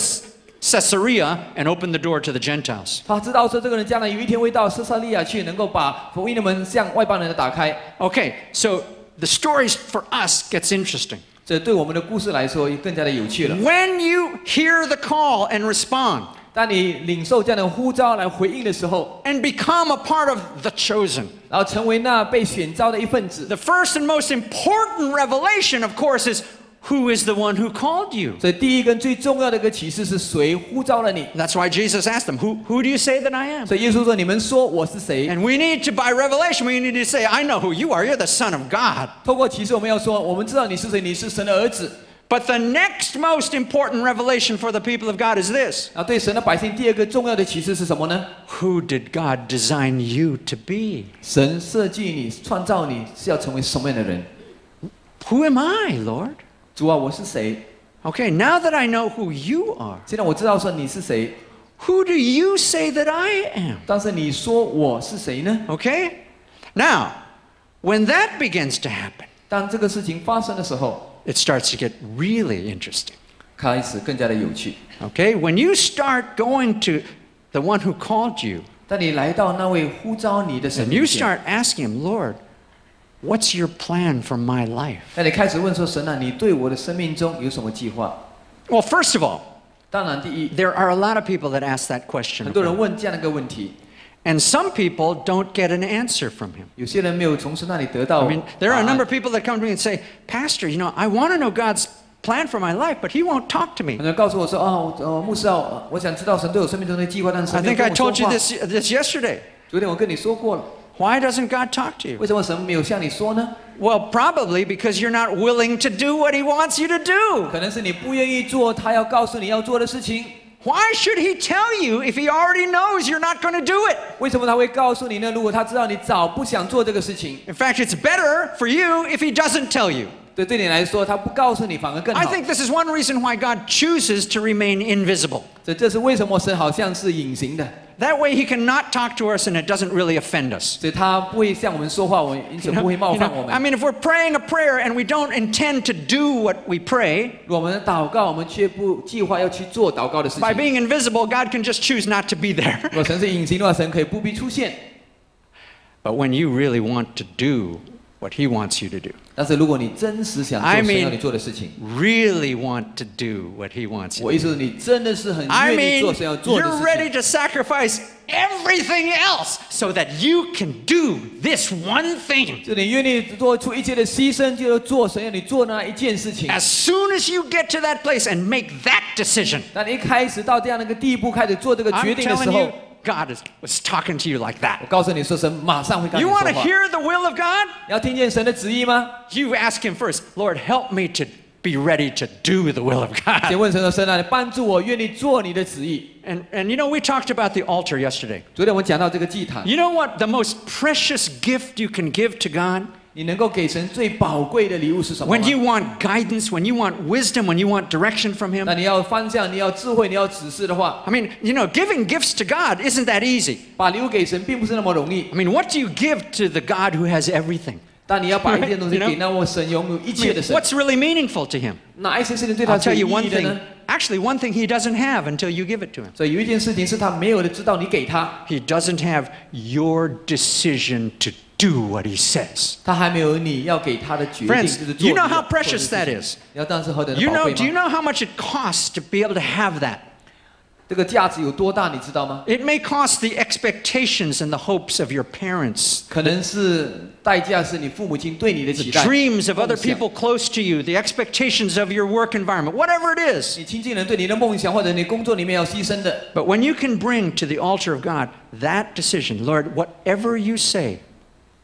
Speaker 1: Caesarea and open the door to the Gentiles.
Speaker 2: 他知道说这个人将来有一天会到斯萨利亚去，能够把福音的门向外邦人打开。
Speaker 1: Okay, so the story for us gets interesting.
Speaker 2: 这对我们的故事来说更加的有趣了。
Speaker 1: When you hear the call and respond
Speaker 2: 当你领受这样的呼召来回应的时候，
Speaker 1: and become a part of the chosen,
Speaker 2: 然后成为那被选召的一份子，
Speaker 1: the first and most important revelation, of course, is who is the one who called you?
Speaker 2: 所以第一根最重要的一个启示是谁呼召了你。
Speaker 1: That's why Jesus asked them, Who, who do you say that I am?
Speaker 2: 所以耶稣说：“你们说我是谁？”
Speaker 1: And we need to, by revelation, we need to say, I know who you are. You're the Son of God.
Speaker 2: 透过启示，我们要说，我们知道你是谁，你是神的儿子。
Speaker 1: But the next most important revelation for the people of God is this
Speaker 2: 然后对神的百姓，第二个重要的启示是什么呢？
Speaker 1: Who did God design you to be?
Speaker 2: 神设计你、创造你是要成为什么样的人？
Speaker 1: Who am I, Lord?
Speaker 2: 主啊，我是谁？
Speaker 1: Okay, now that I know who you are,
Speaker 2: 现在我知道说你是谁，
Speaker 1: who do you say that I am?
Speaker 2: 但是你说我是谁呢？
Speaker 1: Okay? Now, when that begins to happen,
Speaker 2: 当这个事情发生的时候，
Speaker 1: it starts to get really interesting.
Speaker 2: 开始更加的有趣。
Speaker 1: Okay? When you start going to the one who called you
Speaker 2: 当你来到那位呼召你的神
Speaker 1: and you
Speaker 2: 面前，
Speaker 1: start asking him, Lord, what's your plan for my life?
Speaker 2: 那你开始问说：“神啊，你对我的生命中有什么计划
Speaker 1: Well, first of all,？”
Speaker 2: 当然，第一，
Speaker 1: there are a lot of people that ask that question.
Speaker 2: 很
Speaker 1: of
Speaker 2: 多人
Speaker 1: him.
Speaker 2: 问这样的一个问题，
Speaker 1: And some people don't get an answer from him.
Speaker 2: 有些人没有从神那里得到答
Speaker 1: Oh, I
Speaker 2: 案。
Speaker 1: mean, there are a number of people that come to me and say, Pastor, you know, I want to know God's plan for my life, but he won't talk to me.
Speaker 2: 很多人告诉我说：“啊，我呃，牧师啊，我我想知道神对我生命中的计划，但是
Speaker 1: I
Speaker 2: 神没有
Speaker 1: think
Speaker 2: 跟
Speaker 1: I
Speaker 2: 我说
Speaker 1: told you
Speaker 2: 话。
Speaker 1: this, this yesterday.
Speaker 2: 昨天我跟你说过了，
Speaker 1: Why doesn't God talk to you?
Speaker 2: 为什么神没有向你说呢？
Speaker 1: Well, probably because you're not willing to do what he wants you to do.
Speaker 2: 可能是你不愿意做他要告诉你要做的事情。
Speaker 1: Why should he tell you if he already knows you're not going to do it?
Speaker 2: 为什么他会告诉你呢？如果他知道你早不想做这个事情，
Speaker 1: In fact, it's better for you if he doesn't tell you.
Speaker 2: 对对你来说，他不告诉你反而更
Speaker 1: I
Speaker 2: 好。
Speaker 1: think this is one reason why God chooses to remain invisible.
Speaker 2: 这这是为什么神好像是隐形的，
Speaker 1: That way, He cannot talk to us and it doesn't really offend us.
Speaker 2: 所以他不会向我们说话，我们因此
Speaker 1: You know,
Speaker 2: 不会冒
Speaker 1: you
Speaker 2: 犯我
Speaker 1: know, I
Speaker 2: 们。
Speaker 1: mean, if we're praying a prayer and we don't intend to do what we pray,
Speaker 2: 我们祷告，我们却不计划要去做祷告的事
Speaker 1: by
Speaker 2: 情。
Speaker 1: being invisible, God can just choose not to be [LAUGHS] there.
Speaker 2: 若神是隐形的话，神可以不必出现。
Speaker 1: But when you really want to do what He wants you to do,
Speaker 2: 但是如果你真实想做
Speaker 1: I
Speaker 2: 神
Speaker 1: mean-
Speaker 2: 要你做的事情，
Speaker 1: really want to do what He wants you to do.
Speaker 2: 我意思是你真的是很
Speaker 1: I
Speaker 2: 愿
Speaker 1: mean,
Speaker 2: 意做神要做的
Speaker 1: you're
Speaker 2: 事
Speaker 1: ready
Speaker 2: 情。
Speaker 1: to sacrifice everything else so that you can do this one thing.
Speaker 2: 就你愿意做出一切的牺牲，就要做神要你做那一件事情。
Speaker 1: As soon as you get to that place and make that decision,
Speaker 2: 当你一开始到这样的一个地步，开始做这个决
Speaker 1: I'm
Speaker 2: 定的时
Speaker 1: telling
Speaker 2: 候
Speaker 1: you,，God is, was talking to you like
Speaker 2: 我
Speaker 1: that.
Speaker 2: 告诉你说，神马上会跟你
Speaker 1: You
Speaker 2: 说
Speaker 1: want to
Speaker 2: 话。
Speaker 1: hear the will of God?
Speaker 2: 你要听见神的旨意吗？
Speaker 1: You ask Him first, Lord, help me to be ready to do the will of
Speaker 2: 先
Speaker 1: God.
Speaker 2: 问神说：“神啊，你帮助我，愿意做你的旨意。
Speaker 1: And, and you know, we talked about the altar yesterday. ”
Speaker 2: 昨天我们讲到这个祭坛，
Speaker 1: You know what the most precious gift you can give to God?
Speaker 2: 你能够给神最宝贵的礼物是什么
Speaker 1: When
Speaker 2: 吗？
Speaker 1: you want guidance, when you want wisdom, when you want direction from Him.
Speaker 2: 那你要方向，你要智慧，你要指示的话，
Speaker 1: I mean, you know, giving gifts to God isn't that easy.
Speaker 2: 把礼物给神并不是那么容易
Speaker 1: I。mean, what do you give to the God who has everything?
Speaker 2: 但你要把一件东西
Speaker 1: You know?
Speaker 2: 给那位神拥有一
Speaker 1: I
Speaker 2: 切
Speaker 1: mean,
Speaker 2: 的神，
Speaker 1: what's really meaningful to him?
Speaker 2: 哪一些事情对他
Speaker 1: I'll
Speaker 2: 是
Speaker 1: tell you
Speaker 2: 有意
Speaker 1: one
Speaker 2: 义的
Speaker 1: thing.
Speaker 2: 呢？
Speaker 1: Actually, one thing he doesn't have until you give it to him.
Speaker 2: 所以有一件事情是他没有的，知道你给他，
Speaker 1: He doesn't have your decision to do what he says.
Speaker 2: 他还没有你要给他的决定，就
Speaker 1: Friends,
Speaker 2: 是做
Speaker 1: you
Speaker 2: 你
Speaker 1: know
Speaker 2: 的
Speaker 1: how
Speaker 2: 做你的
Speaker 1: precious
Speaker 2: 事
Speaker 1: that
Speaker 2: 情。
Speaker 1: is.
Speaker 2: 你要当时何等的
Speaker 1: You
Speaker 2: 宝
Speaker 1: know,
Speaker 2: 贵
Speaker 1: do you
Speaker 2: 吗？
Speaker 1: know how much it costs to be able to have that?
Speaker 2: 这个价值有多大，你知道吗？
Speaker 1: It may cost the expectations and the hopes of your parents,
Speaker 2: 可能是代价是你父母亲对你的
Speaker 1: the
Speaker 2: 期待，
Speaker 1: dreams of other
Speaker 2: 梦想
Speaker 1: people close to you, the expectations of your work environment, whatever it is.
Speaker 2: 你亲近人对你的梦想或者你工作里面要牺牲的，
Speaker 1: But when you can bring to the altar of God that decision, Lord, whatever you say,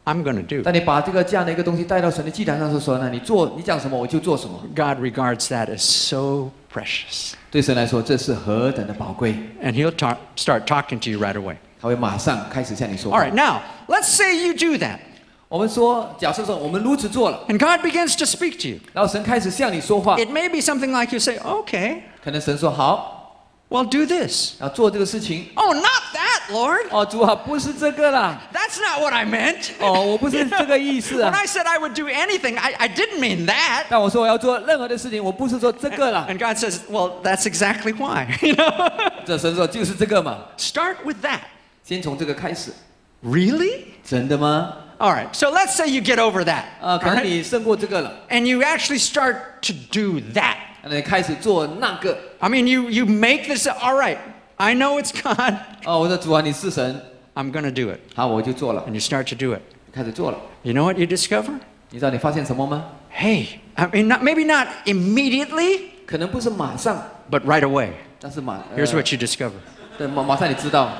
Speaker 1: I'm going to do.
Speaker 2: 但你把这个这样的一个东西带到神的祭坛上是说呢，你做你讲什么我就做什么，
Speaker 1: God regards that as so precious.
Speaker 2: 对神来说这是何等的宝贵，
Speaker 1: And He'll ta- start talking to you right away.
Speaker 2: 他会马上开始向你说
Speaker 1: All
Speaker 2: 话。
Speaker 1: right, now, let's say you do that,
Speaker 2: 我们说，假设说我们如此做了，
Speaker 1: and God begins to speak to you.
Speaker 2: 然后神开始向你说话，
Speaker 1: It may be something like you say, okay,
Speaker 2: 可能神说好，
Speaker 1: well, do this.
Speaker 2: 要做这个事情。
Speaker 1: Oh, not that, Lord.
Speaker 2: 哦，主啊，不是这个啦，
Speaker 1: That's not what I meant.
Speaker 2: 哦，我不是这
Speaker 1: [LAUGHS]
Speaker 2: 个意思
Speaker 1: When
Speaker 2: 啊。
Speaker 1: I said I would do anything, I, I didn't mean that.
Speaker 2: 但我说我要做任何的事情，我不是说这个啦。
Speaker 1: And God says, well, that's exactly why. [LAUGHS] You know?
Speaker 2: 这神说就是这个嘛，
Speaker 1: Start with that.
Speaker 2: 先从这个开始。
Speaker 1: Really?
Speaker 2: 真的吗？
Speaker 1: All right, so let's say you get over that. [LAUGHS]
Speaker 2: 啊，可
Speaker 1: all
Speaker 2: 能
Speaker 1: right?
Speaker 2: 你胜过这个了，
Speaker 1: And you actually start to do that.
Speaker 2: 那你开始做那个。
Speaker 1: I mean, you, you make this, all right, I know it's [LAUGHS] God,
Speaker 2: 哦，我说主啊，你是神，
Speaker 1: I'm going to do it.
Speaker 2: 好，我就做了，
Speaker 1: And you start to do it.
Speaker 2: 开始做了。
Speaker 1: You know what you discover?
Speaker 2: 你知道你发现什么吗？
Speaker 1: Hey, I mean, not, maybe not immediately,
Speaker 2: 可能不是马上，
Speaker 1: but right away.
Speaker 2: 但是马，呃
Speaker 1: Here's what you discover
Speaker 2: 对，马马上你知道，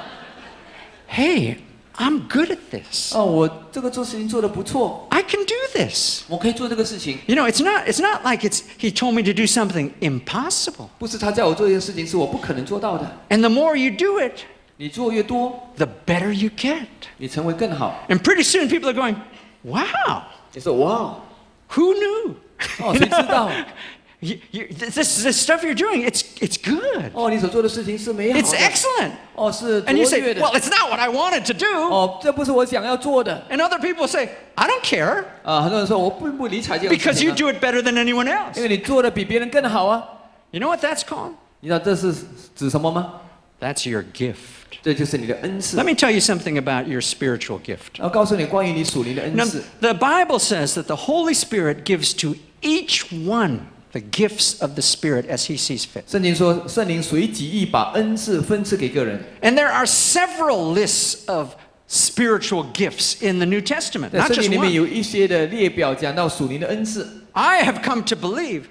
Speaker 1: Hey, I'm good at this.
Speaker 2: 哦，我这个做事情做得不错，
Speaker 1: I can do this.
Speaker 2: 我可以做这个事情。
Speaker 1: You know, it's not, it's not like it's, he told me to do something impossible.
Speaker 2: 不是他叫我做一件事情，是我不可能做到的。
Speaker 1: And the more you do it,
Speaker 2: 你做越多，
Speaker 1: the better you get.
Speaker 2: 你成为更好。
Speaker 1: And pretty soon people are going, wow,
Speaker 2: 你说哇哦，
Speaker 1: who knew?
Speaker 2: 哦，谁知道？
Speaker 1: [LAUGHS] You, you, this, this stuff you're doing, it's, it's good.
Speaker 2: 哦，你所做的事情是美好
Speaker 1: It's
Speaker 2: 的。
Speaker 1: excellent.
Speaker 2: 哦，是卓
Speaker 1: And you say,
Speaker 2: 越的
Speaker 1: well,。it's not what I wanted to do.
Speaker 2: 哦，这不是我想要做的。
Speaker 1: And other people say, I don't care
Speaker 2: 啊，很多人说我并不理解这个事
Speaker 1: because
Speaker 2: 情
Speaker 1: you
Speaker 2: 啊、
Speaker 1: do it better than anyone
Speaker 2: 因
Speaker 1: else.
Speaker 2: 为你做的比别人更好啊。
Speaker 1: You know what that's called?
Speaker 2: 你知道这是指什么吗？
Speaker 1: That's your gift.
Speaker 2: 这就是你的恩赐
Speaker 1: Let。me tell you something about your spiritual gift.
Speaker 2: 然后告诉你关于你属灵的恩
Speaker 1: Now,
Speaker 2: 赐。
Speaker 1: the Bible says that the Holy Spirit gives to each one the gifts of the Spirit as he sees fit.
Speaker 2: 圣经说，圣灵随己意把恩赐分赐给个人。
Speaker 1: And there are several lists of spiritual gifts in the New Testament,
Speaker 2: 在
Speaker 1: not
Speaker 2: 圣
Speaker 1: just
Speaker 2: 经里面
Speaker 1: one.
Speaker 2: 有一些的列表讲到属灵的恩赐，
Speaker 1: I have come to believe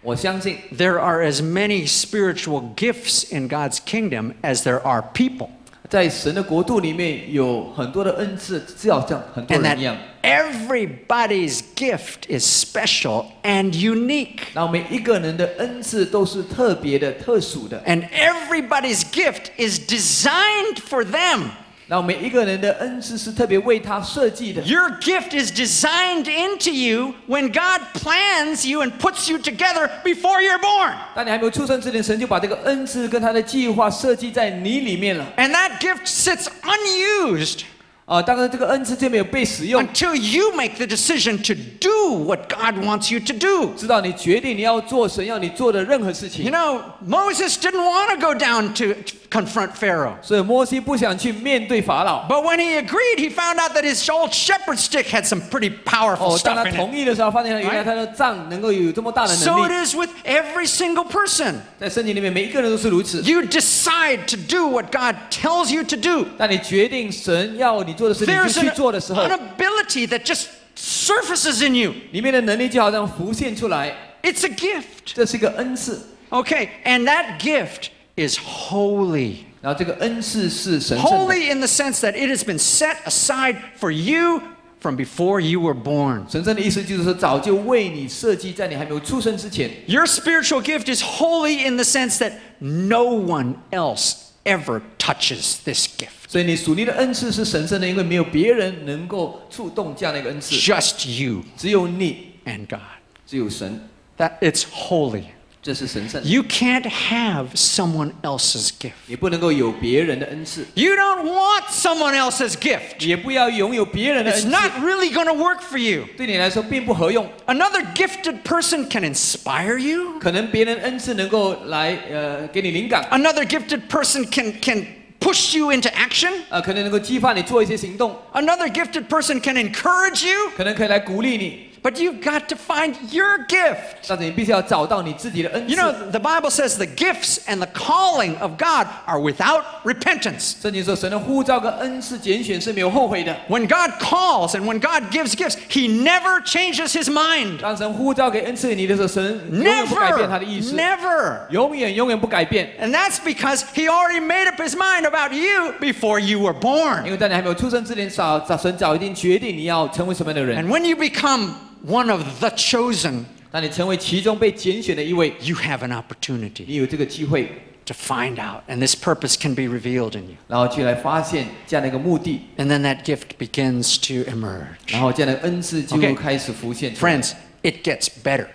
Speaker 2: 我相信
Speaker 1: there are as many spiritual gifts in God's kingdom as there are people.
Speaker 2: 在神的国度里面有很多的恩赐，就好像很多
Speaker 1: And
Speaker 2: 人一样
Speaker 1: that。everybody's gift is special and unique.
Speaker 2: 那我们一个人的恩赐都是特别的、特殊的，
Speaker 1: And everybody's gift is designed for them.
Speaker 2: 那然后每一个人的恩赐是特别为他设计的。
Speaker 1: Your gift is designed into you when God plans you and puts you together before you're born.
Speaker 2: 当你还没有出生之前，神就把这个恩赐跟他的计划设计在你里面了。
Speaker 1: And that gift sits unused
Speaker 2: 啊，当然这个恩赐就没有被使用，
Speaker 1: until you make the decision to do what God wants you to do.
Speaker 2: 直到你决定你要做神要你做的任何事
Speaker 1: You
Speaker 2: 情。
Speaker 1: know, Moses didn't want to go down to confront Pharaoh.
Speaker 2: 所以摩西不想去面对法老。
Speaker 1: But when he agreed, he found out that his old shepherd stick had some pretty powerful
Speaker 2: 哦，当
Speaker 1: stuff
Speaker 2: 他
Speaker 1: in it.
Speaker 2: 同意的时候，发现原来他的杖能够有这么大的
Speaker 1: So
Speaker 2: 能
Speaker 1: it
Speaker 2: 力。
Speaker 1: is with every single person.
Speaker 2: 在圣经里面，每一个人都是如此。
Speaker 1: You decide to do what God tells you to do.
Speaker 2: 当你决定神要你做的事，你就
Speaker 1: There's an,
Speaker 2: 去做的时候
Speaker 1: an，ability that just surfaces in you.
Speaker 2: 里面的能力就好像浮现出来，
Speaker 1: It's a gift.
Speaker 2: 这是一个恩赐。
Speaker 1: Okay, and that gift is holy.
Speaker 2: 然后这个恩赐是神圣的，
Speaker 1: Holy in the sense that it has been set aside for you from before you were born.
Speaker 2: 神圣的意思就是说，早就为你设计，在你还没有出生之前。
Speaker 1: Your spiritual gift is holy in the sense that no one else ever touches this gift.
Speaker 2: 所以你属灵的恩赐是神圣的，因为没有别人能够触动这样的一个恩赐，
Speaker 1: Just you
Speaker 2: 只有你，
Speaker 1: and God.
Speaker 2: 只有神，
Speaker 1: That it's holy.
Speaker 2: 这是神圣的。
Speaker 1: You can't have someone else's gift.
Speaker 2: 你不能够有别人的恩赐，
Speaker 1: You don't want someone else's gift.
Speaker 2: 也不要拥有别人的恩
Speaker 1: It's
Speaker 2: 赐，
Speaker 1: not really going to work for you.
Speaker 2: 对你来说并不合用。
Speaker 1: Another gifted person can inspire you.
Speaker 2: 可能别人恩赐能够来呃给你灵感，
Speaker 1: Another gifted person can can push you into action.
Speaker 2: 呃可能能够激发你做一些行动，
Speaker 1: Another gifted person can encourage you,
Speaker 2: 可能可以来鼓励你，
Speaker 1: but you've got to find your gift.
Speaker 2: 但是你必须要找到你自己的恩
Speaker 1: You
Speaker 2: 赐。
Speaker 1: know, the Bible says the gifts and the calling of God are without repentance.
Speaker 2: 圣经说，神的呼召跟恩赐拣选是没有后悔的。
Speaker 1: When God calls and when God gives gifts, He never changes His mind.
Speaker 2: 当神呼召给恩赐你的时候，神永远不改变他的意
Speaker 1: Never.
Speaker 2: 思，
Speaker 1: Never.
Speaker 2: 永远永远不改变。
Speaker 1: And that's because He already made up His mind about you before you were
Speaker 2: 因
Speaker 1: born.
Speaker 2: 为在你还没有出生之前，早早神早已经决定你要成为什么样的人。
Speaker 1: And when you become one of the chosen,
Speaker 2: 当你成为其中被拣选的一位，
Speaker 1: you have an opportunity
Speaker 2: 你有这个机会，
Speaker 1: to find out. And this purpose can be revealed in you.
Speaker 2: 然后去来发现这样的一个目的，
Speaker 1: And then that gift begins to emerge.
Speaker 2: 然后这样的恩赐就
Speaker 1: Okay
Speaker 2: 开始浮现出来。
Speaker 1: Friends, it gets better.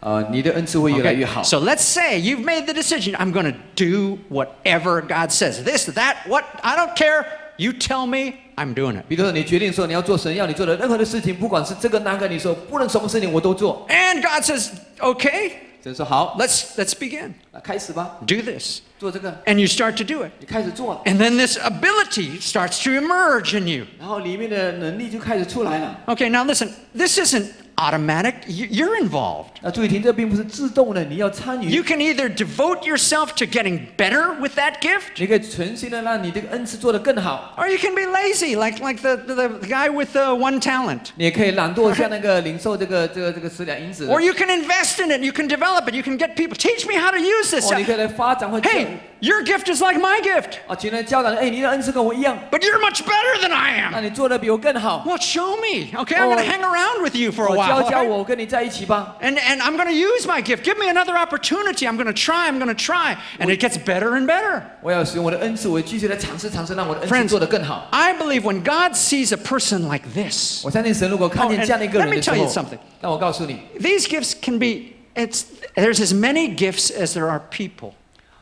Speaker 2: 呃，你的恩赐会越来越
Speaker 1: Okay,
Speaker 2: 好。
Speaker 1: So let's say you've made the decision I'm going to do whatever God says. This, that, what, I don't care. You tell me, I'm doing it.
Speaker 2: 比如说，你决定说你要做神要你做的任何的事情，不管是这个那个，你说不论什么事情我都做。
Speaker 1: And God says, okay,
Speaker 2: 神说好，
Speaker 1: let's, let's begin.
Speaker 2: 那开始吧，
Speaker 1: Do this.
Speaker 2: 做这个，
Speaker 1: And you start to do it.
Speaker 2: 你开始做了，
Speaker 1: And then this ability starts to emerge in you.
Speaker 2: 然后里面的能力就开始出来了。
Speaker 1: Okay, now listen, this isn't automatic. Y- You're involved.
Speaker 2: 那注意听，这并不是自动的，你要参与
Speaker 1: You，can either devote yourself to getting better with that gift,
Speaker 2: 你可以存心的让你这个恩赐做得更好。
Speaker 1: or you can be lazy, like, like the, the, the guy with the one talent.
Speaker 2: 你也可以懒惰，像那个零售
Speaker 1: [LAUGHS]
Speaker 2: 这个这个这个十两银子的，
Speaker 1: Or you can invest in it, you can develop it, you can get people, teach me how to use this.
Speaker 2: 哦，你可以来发展或
Speaker 1: Hey,
Speaker 2: 教
Speaker 1: your gift is like my gift,
Speaker 2: 啊，请人教导，哎，你的恩赐跟我一样，
Speaker 1: but you're much better than I
Speaker 2: 那
Speaker 1: am.
Speaker 2: 你做的比我更好，
Speaker 1: Well, show me, okay? I'm gonna
Speaker 2: Oh.
Speaker 1: hang around with you for
Speaker 2: 我
Speaker 1: a
Speaker 2: 教
Speaker 1: while.
Speaker 2: 教
Speaker 1: alright?
Speaker 2: 我，我跟你在一起吧。
Speaker 1: And, and I'm gonna use my gift. Give me another opportunity. I'm gonna try, I'm gonna try. And it gets better and better.
Speaker 2: 我要使用我的恩赐，我继续来尝试尝试，让我的恩赐
Speaker 1: Friends,
Speaker 2: 做得更好。
Speaker 1: I believe when God sees a person like this,
Speaker 2: 我相信神如果看
Speaker 1: Oh,
Speaker 2: 见
Speaker 1: and
Speaker 2: 这样的一个人
Speaker 1: let me
Speaker 2: 的时
Speaker 1: tell you
Speaker 2: 候
Speaker 1: something.，
Speaker 2: 那我告诉你，
Speaker 1: these gifts can be, it's, there's as many gifts as there are people.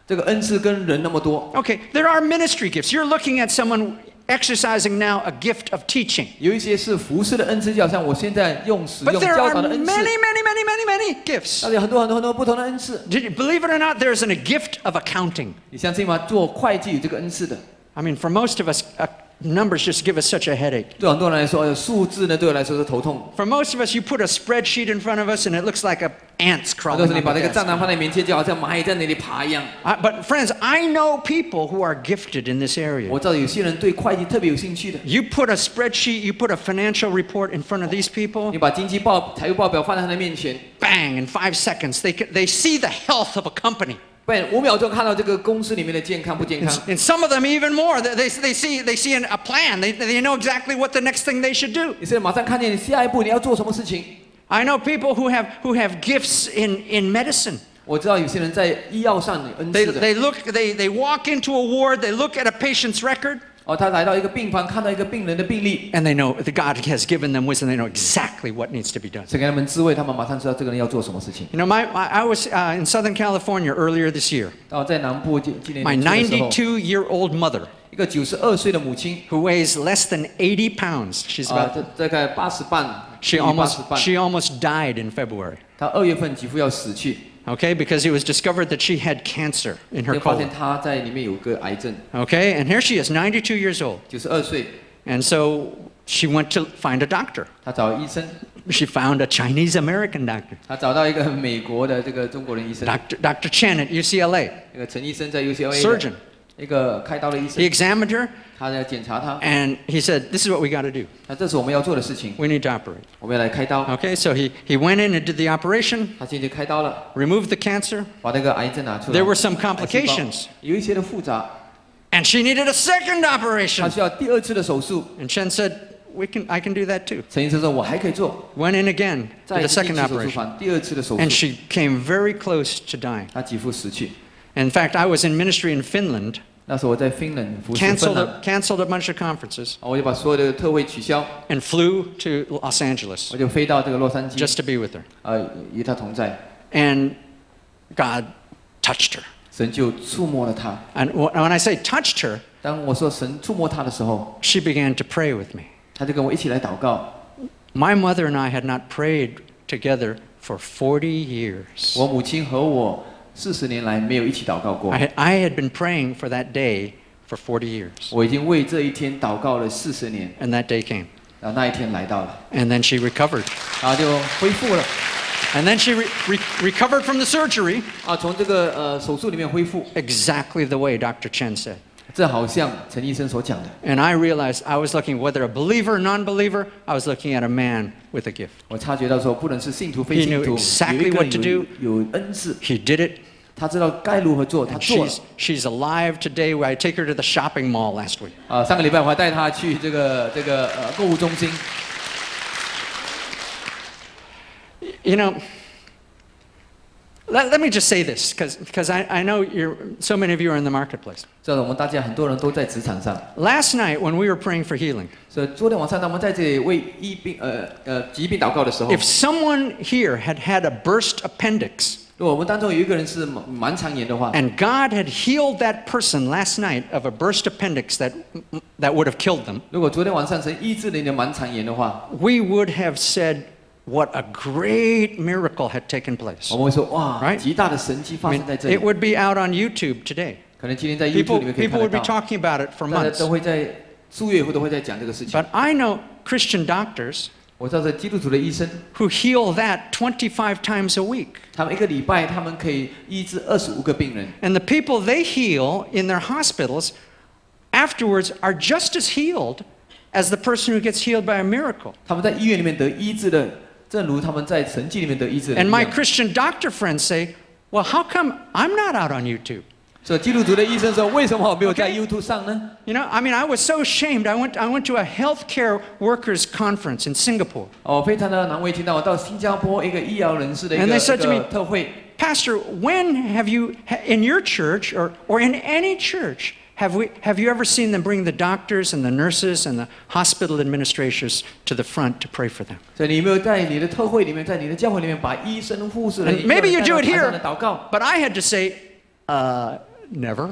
Speaker 2: 这个恩赐跟人那么多，
Speaker 1: Okay, there are ministry gifts. You're looking at someone exercising now a gift of teaching.
Speaker 2: 有一些是服饰的恩赐，就好像我现在用使用
Speaker 1: But there
Speaker 2: 教导
Speaker 1: are
Speaker 2: 的
Speaker 1: many,
Speaker 2: 恩赐，
Speaker 1: many, many, many, many gifts.
Speaker 2: 那里有很多很多很多不同的恩赐。
Speaker 1: Did you, believe it or not, there's an, a gift of accounting.
Speaker 2: 你相信吗？做会计有这个恩赐的，
Speaker 1: I mean, for most of us, uh, numbers just give us such a headache.
Speaker 2: 对很多人来说，哎呦数字呢对我来说是头痛。
Speaker 1: For most of us, you put a spreadsheet in front of us and it looks like a ants
Speaker 2: 啊，都
Speaker 1: crawling
Speaker 2: 是你
Speaker 1: on
Speaker 2: 把
Speaker 1: the
Speaker 2: 那个账
Speaker 1: desk.
Speaker 2: 单放在面前，就好像蚂蚁在那里爬一样。
Speaker 1: I, but friends, I know people who are gifted in this
Speaker 2: 我
Speaker 1: area.
Speaker 2: 知道有些人对会计特别有兴趣的，
Speaker 1: You put a spreadsheet, you put a financial report in front of these
Speaker 2: 你
Speaker 1: people,
Speaker 2: 把经济报、财务报表放在他的面前，
Speaker 1: bang, in five seconds, they, c- they see the health of a company.
Speaker 2: 对，五秒钟看到这个公司里面的健康不健康
Speaker 1: And,，and some of them even more. They, they, they see, they see an, a plan. They, they know exactly what the next thing they should do.
Speaker 2: 你现在马上看见你下一步你要做什么事情。
Speaker 1: I know people who have, who have gifts in, in medicine.
Speaker 2: 我知道有些人在医药上有恩
Speaker 1: They,
Speaker 2: 赐的，
Speaker 1: they, look, they, they walk into a ward, they look at a patient's record,
Speaker 2: 啊、哦，他来到一个病房，看到一个病人的病例，
Speaker 1: and they know that God has given them wisdom. They know exactly what needs to be done.
Speaker 2: 神给他们智慧，他们马上知道这个人要做什么事情。
Speaker 1: You know, my, my, I was uh, in Southern California earlier this year.
Speaker 2: 然后在南部今今年
Speaker 1: My
Speaker 2: 年初的时候，
Speaker 1: 92 year old mother,
Speaker 2: 一个九十二岁的母亲
Speaker 1: who weighs less than 80 pounds, she's
Speaker 2: 啊，
Speaker 1: about,
Speaker 2: 这大概八十磅，
Speaker 1: she
Speaker 2: 八十
Speaker 1: almost,
Speaker 2: 磅，
Speaker 1: she almost died in February.
Speaker 2: 她二月份几乎要死去，
Speaker 1: Okay, because it was discovered that she had cancer in
Speaker 2: 就
Speaker 1: her
Speaker 2: 发现
Speaker 1: colon.
Speaker 2: 她在里面有个癌症，
Speaker 1: Okay, and here she is, 92 years old.
Speaker 2: 九十二岁，
Speaker 1: And so she went to find a doctor.
Speaker 2: 她找医生，
Speaker 1: She found a Chinese American doctor,
Speaker 2: 她找到一个美国的这个中国人医生，
Speaker 1: Dr. Dr. Chen at UCLA,
Speaker 2: 那个陈医生在 UCLA 的
Speaker 1: surgeon.
Speaker 2: 一个开刀的医
Speaker 1: He
Speaker 2: 生，
Speaker 1: examined her
Speaker 2: 他在检查她，
Speaker 1: and he said, This is what we got to do.
Speaker 2: 那这是我们要做的事情，
Speaker 1: We need to operate.
Speaker 2: 我们要来开刀，
Speaker 1: Okay, so he, he went in and did the operation,
Speaker 2: 他进去开刀了，
Speaker 1: removed the cancer,
Speaker 2: 把那个癌症拿出来
Speaker 1: There were some
Speaker 2: 癌细胞
Speaker 1: complications.
Speaker 2: 有一些的复杂，
Speaker 1: and she needed a second
Speaker 2: 他
Speaker 1: operation.
Speaker 2: 需要第二次的手术。
Speaker 1: And Chen said, we can, I can do that too.
Speaker 2: 陈医生说：“我还可以做，
Speaker 1: Went in again,
Speaker 2: 再
Speaker 1: did
Speaker 2: 一
Speaker 1: a
Speaker 2: 次
Speaker 1: second
Speaker 2: 进去手术
Speaker 1: operation.
Speaker 2: 房，第二次的手
Speaker 1: And
Speaker 2: 术，
Speaker 1: she came very close to dying.
Speaker 2: 他几乎死去。
Speaker 1: In fact, I was in ministry in Finland,
Speaker 2: 那时候我在芬兰服侍芬
Speaker 1: canceled
Speaker 2: 兰，
Speaker 1: a, canceled a bunch of conferences,
Speaker 2: 啊我就把所有的特惠取消，
Speaker 1: and flew to Los Angeles
Speaker 2: 我就飞到这个洛杉矶
Speaker 1: just，to be with her.
Speaker 2: 呃，与他同在，
Speaker 1: And God touched her.
Speaker 2: 神就触摸了他。
Speaker 1: And wh- when I say touched her,
Speaker 2: 当我说神触摸他的时候，
Speaker 1: she began to pray with me.
Speaker 2: 他就跟我一起来祷告。
Speaker 1: My mother and I had not prayed together for 40 years.
Speaker 2: 我母亲和我四十年来没有一起祷告过
Speaker 1: I，had, I had been praying for that day for 40 years,
Speaker 2: 我已经为这一天祷告了四十年，
Speaker 1: and that day came.
Speaker 2: 然后那一天来到了，
Speaker 1: And then she recovered.
Speaker 2: 然后就恢复了，
Speaker 1: And then she re- re- recovered from the surgery
Speaker 2: 啊，从这个呃手术里面恢复，
Speaker 1: exactly the way Dr. Chen said.
Speaker 2: 这好像陈医生所讲的。
Speaker 1: And I realized I was looking, whether a believer or non believer, I was looking at a man with a gift.
Speaker 2: 我察觉到说，不论是信徒非
Speaker 1: He
Speaker 2: 信
Speaker 1: knew
Speaker 2: 徒，有
Speaker 1: exactly
Speaker 2: 一个
Speaker 1: what to
Speaker 2: 人有有恩赐，
Speaker 1: He did it,
Speaker 2: 他知道该如何做，他
Speaker 1: and
Speaker 2: 做了。
Speaker 1: she's, she's alive today. I take her to the shopping mall last week.
Speaker 2: 啊，上个礼拜我还带他去这个这个呃购物中心，
Speaker 1: You know, let, let me just say this, because I, I know you're, so many of you are in the marketplace.
Speaker 2: 这我们大家很多人都在职场上，
Speaker 1: Last night, when we were praying for healing,
Speaker 2: 所以昨天晚上他们在这里为疫病呃呃疾病祷告的时候，
Speaker 1: If someone here had had a burst appendix
Speaker 2: 如果我们当中有一个人是盲盲肠炎的话，
Speaker 1: and God had healed that person last night of a burst appendix that, that would have killed them,
Speaker 2: 如果昨天晚上神医治了你的盲肠炎的话，
Speaker 1: we would have said what a great miracle had taken place.
Speaker 2: 我们会说哇，
Speaker 1: Right
Speaker 2: 极大的神迹
Speaker 1: I
Speaker 2: 发生
Speaker 1: mean,
Speaker 2: 在这
Speaker 1: it
Speaker 2: 里。
Speaker 1: would be out on YouTube today.
Speaker 2: 可能今天在 YouTube
Speaker 1: People,
Speaker 2: 里面可以
Speaker 1: people
Speaker 2: 看
Speaker 1: would be
Speaker 2: 得到，
Speaker 1: talking about it for
Speaker 2: 大家
Speaker 1: months.
Speaker 2: 都会在数月以后都会在讲这个事情。
Speaker 1: But I know Christian doctors
Speaker 2: 我知道这基督徒的医生
Speaker 1: who heal that 25 times a week.
Speaker 2: 他们一个礼拜，他们可以医治二十五个病人。
Speaker 1: And the people they heal in their hospitals afterwards are just as healed as the person who gets healed by a miracle.
Speaker 2: 他们在医院里面得医治的，正如他们在神迹里面得医治的一
Speaker 1: And my
Speaker 2: 样。
Speaker 1: Christian doctor friends say, Well, how come I'm not out on YouTube?
Speaker 2: 所以基督徒的医生说：“为什么我没有在
Speaker 1: Okay.
Speaker 2: YouTube 上呢
Speaker 1: You know, I mean, I was so ashamed. I went, I went to a healthcare workers conference in Singapore.？”
Speaker 2: 哦，非常的难为情到我到新加坡一个医疗人士的一
Speaker 1: And they
Speaker 2: 个
Speaker 1: said
Speaker 2: 一
Speaker 1: to me-
Speaker 2: 个特会，
Speaker 1: Pastor, when have you, in your church or, or in any church, have, we, have you ever seen them bring the doctors and the nurses and the hospital administrators to the front to pray for them?
Speaker 2: 所以你有没有在你的特会里面，在你的教会里面把医生、护士的
Speaker 1: And 嗯 maybe you do it
Speaker 2: 带到
Speaker 1: here.
Speaker 2: 台上的祷告？
Speaker 1: But I had to say, uh, never.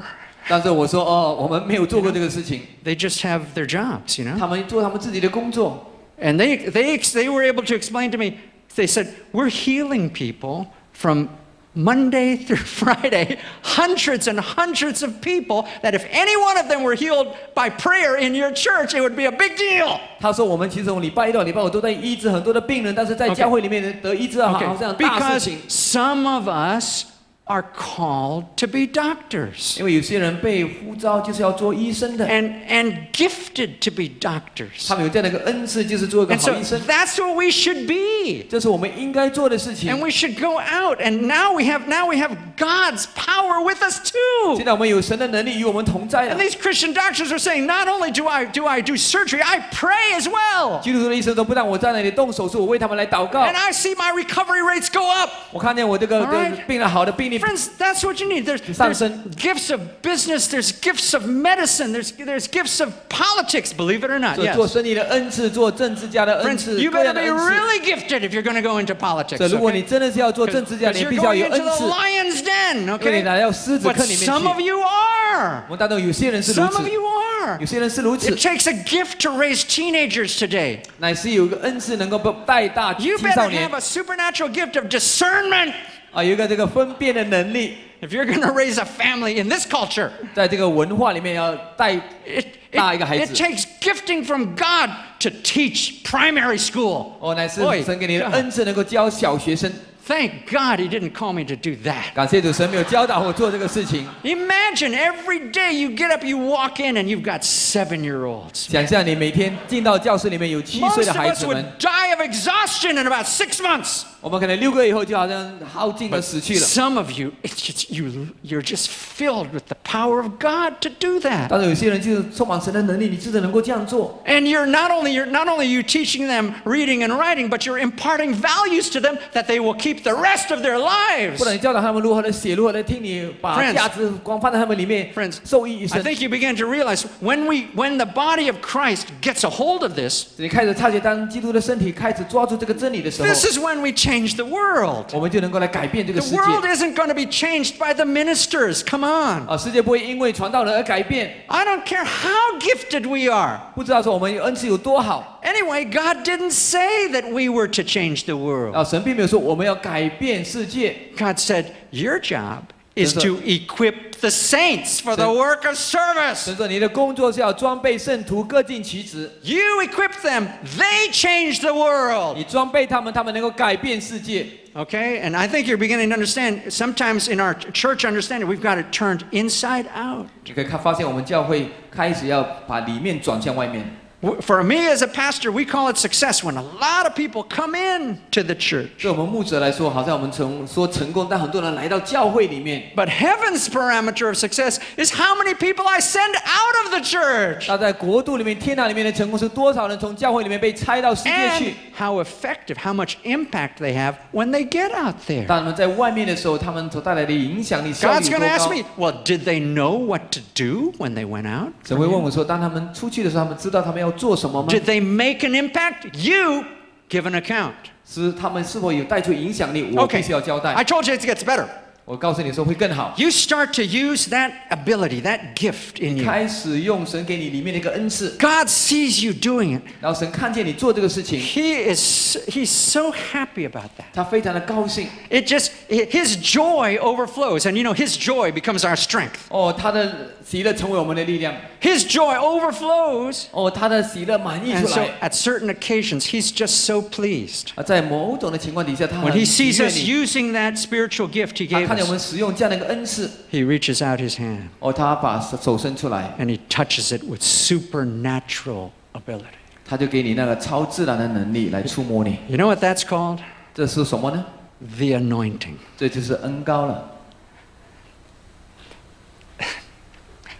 Speaker 2: 但是我说哦，我们没有做过这个事情，
Speaker 1: They just have their jobs, you know?
Speaker 2: 他们做他们自己的工作。
Speaker 1: And they, they, ex- they were able to explain to me, they said, we're healing people from Monday [LAUGHS] through Friday, hundreds and hundreds of people, that if any one of them were healed by prayer in your church, it would be a big deal.
Speaker 2: 他说我们其实从礼拜一到礼拜五都在医治很多的病人，但是在
Speaker 1: Okay.
Speaker 2: 教会里面得医治啊，好像
Speaker 1: Okay.
Speaker 2: 大
Speaker 1: Because
Speaker 2: 事情。
Speaker 1: some of us are called to be doctors
Speaker 2: 因为有些人被呼召就是要做医生的，
Speaker 1: and, and gifted to be doctors.
Speaker 2: 他们有这样的一个恩赐，就是做一个
Speaker 1: And
Speaker 2: 好
Speaker 1: so
Speaker 2: 医生，
Speaker 1: that's what we should be.
Speaker 2: 这是我们应该做的事情
Speaker 1: And。we should go out. And now we have now we have God's power with us too.
Speaker 2: 现在我们有神的能力与我们同在
Speaker 1: And
Speaker 2: 了。
Speaker 1: these Christian doctors are saying, not only do I do I do surgery, I pray as well.
Speaker 2: 基督徒的医生都不让我在那里动手术，我为他们来祷告
Speaker 1: And。I see my recovery rates go up.
Speaker 2: 我看见我这个
Speaker 1: Alright.
Speaker 2: 对病人好的病例你
Speaker 1: Friends, that's what you need. There's, there's
Speaker 3: Samson.
Speaker 1: gifts of business, there's gifts of medicine, there's, there's gifts of politics, believe it or not.
Speaker 2: 所以做
Speaker 1: Yes.
Speaker 2: 生意的恩赐，做政治家的恩
Speaker 1: Friends,
Speaker 2: 赐，
Speaker 1: you
Speaker 2: 各
Speaker 1: better
Speaker 2: 样的
Speaker 1: be
Speaker 2: 恩赐。
Speaker 1: really gifted if you're going to go into politics.
Speaker 2: 所以如果
Speaker 1: okay?
Speaker 2: 你真的是要做政治家，
Speaker 1: Because
Speaker 2: 你
Speaker 1: you're
Speaker 2: 必须要
Speaker 1: going
Speaker 2: 有
Speaker 1: into
Speaker 2: 恩
Speaker 1: the
Speaker 2: 赐。
Speaker 1: lion's den,
Speaker 2: 因为
Speaker 1: okay?
Speaker 2: 你来到狮子
Speaker 1: But
Speaker 2: 坑里面去。
Speaker 1: some of
Speaker 2: 我
Speaker 1: you are.
Speaker 2: 们当中有些人是如
Speaker 1: Some of
Speaker 2: 此，
Speaker 1: you are.
Speaker 2: 有些人是如此
Speaker 1: It，takes a gift to raise teenagers today.
Speaker 2: 乃是有一个恩赐能够带大青
Speaker 1: You
Speaker 2: 少
Speaker 1: better
Speaker 2: 年
Speaker 1: have a supernatural gift of discernment
Speaker 2: 啊，有一个这个分辨的能力，
Speaker 1: if you're going to [LAUGHS] raise a family in this culture.
Speaker 2: 在这个文化里面要带
Speaker 1: It, it,
Speaker 2: 大一个孩子。
Speaker 1: it takes gifting from God to teach primary school.
Speaker 2: 哦，乃是
Speaker 1: Oi,
Speaker 2: 神给你的
Speaker 1: God.
Speaker 2: 恩赐能够教小学生。
Speaker 1: Thank God he didn't call me to do that.
Speaker 2: 感谢主，神没有教导我做这个事情。
Speaker 1: Imagine every day you get up, you walk in, and you've got seven year olds.
Speaker 2: 想象你每天进到教室里面有七
Speaker 1: Most
Speaker 2: 岁
Speaker 1: of
Speaker 2: 的孩
Speaker 1: us
Speaker 2: 子们
Speaker 1: would，die of exhaustion in about six months.
Speaker 2: 我们可能六个月以后就好像耗尽了死去了。
Speaker 1: Some of you, it's just, you, you're just filled with the power of God to do that.
Speaker 2: 但是有些人就是充满神的能力，你真的能够这样做。
Speaker 1: And you're not only you're not only you teaching them reading and writing, but you're imparting values to them that they will keep the rest of their lives.
Speaker 2: 不然你教导他们如何的写，如何的听你，把
Speaker 1: Friends
Speaker 2: 价值观放在他们里面
Speaker 1: Friends，
Speaker 2: 受益一
Speaker 1: I
Speaker 2: 生。
Speaker 1: think you begin to realize when we when the body of Christ gets a hold of this,
Speaker 2: 你开始察觉，当基督的身体开始抓住这个真理的时候，
Speaker 1: this is when we change the world.
Speaker 2: 我们就能够来改变这个世
Speaker 1: The
Speaker 2: 界。
Speaker 1: world isn't going to be changed by the ministers. Come on.
Speaker 2: 啊，世界不会因为传道人而改变。
Speaker 1: I don't care how gifted we are.
Speaker 2: 不知道说我们有恩赐有多好
Speaker 1: Anyway, God didn't say that we were to change the world.
Speaker 2: 啊，神并没有说我们要改变世界，
Speaker 1: God said, Your job is
Speaker 2: That's
Speaker 1: to equip the saints for the work of service.
Speaker 2: 神说你的工作是要装备圣徒，各尽其职。
Speaker 1: You equip them, they change the world.
Speaker 2: 你装备他们，他们能够改变世界。
Speaker 1: Okay? And I think you're beginning to understand, sometimes in our church understanding, we've got it turned inside out.
Speaker 2: 你可以看发现，我们教会开始要把里面转向外面。
Speaker 1: W- For me as a pastor, we call it success when a lot of people come in to the church.
Speaker 2: 对我们牧者来说，好像我们成说成功，但很多人来到教会里面。
Speaker 1: But heaven's parameter of success is how many people I send out of the church
Speaker 2: 那在国度里面、天堂里面的成功是多少人从教会里面被拆到世界
Speaker 1: and
Speaker 2: 去？
Speaker 1: how effective, how much impact they have when they get out there.
Speaker 2: 当他们在外面的时候，他们所带来的影响力效益
Speaker 1: God's going
Speaker 2: 多
Speaker 1: to ask
Speaker 2: 高
Speaker 1: me,？well, did they know what to do when they went out?
Speaker 2: 神会问我说：当他们出去的时候，他们知道他们要做什么吗？
Speaker 1: Did they make an impact? You give an account.
Speaker 2: 是他们是否有带出影响力？我
Speaker 1: Okay.
Speaker 2: 必须要交代
Speaker 1: I。told you it gets better.
Speaker 2: 我告诉你说会更好。
Speaker 1: You start to use that ability, that gift in you.
Speaker 2: 开始用神给你里面的一个恩赐，
Speaker 1: God sees you doing it.
Speaker 2: 然后神看见你做这个事情，
Speaker 1: He is he's so happy about that.
Speaker 2: 他非常的高兴。
Speaker 1: It just his joy overflows and you know his joy becomes our strength.
Speaker 2: 哦，他的喜乐成为我们的力量。
Speaker 1: His joy overflows
Speaker 2: 哦，他的喜乐满溢
Speaker 1: and
Speaker 2: 出
Speaker 1: so
Speaker 2: 来。
Speaker 1: at certain occasions he's just so pleased.
Speaker 2: 啊，在某种的情况底下，他
Speaker 1: When he
Speaker 2: 很喜
Speaker 1: sees
Speaker 2: 悦
Speaker 1: us
Speaker 2: 你。
Speaker 1: using that spiritual gift he
Speaker 2: 他
Speaker 1: gave
Speaker 2: 看见我
Speaker 1: us,
Speaker 2: 们使用这样的一个恩赐，
Speaker 1: he reaches out his hand
Speaker 2: 哦，他把手伸出来，
Speaker 1: and he touches it with supernatural ability.
Speaker 2: 他就给你那个超自然的能力来触摸你。
Speaker 1: You know what that's called?
Speaker 2: 这是什么呢？
Speaker 1: The anointing.
Speaker 2: 这就是恩高了。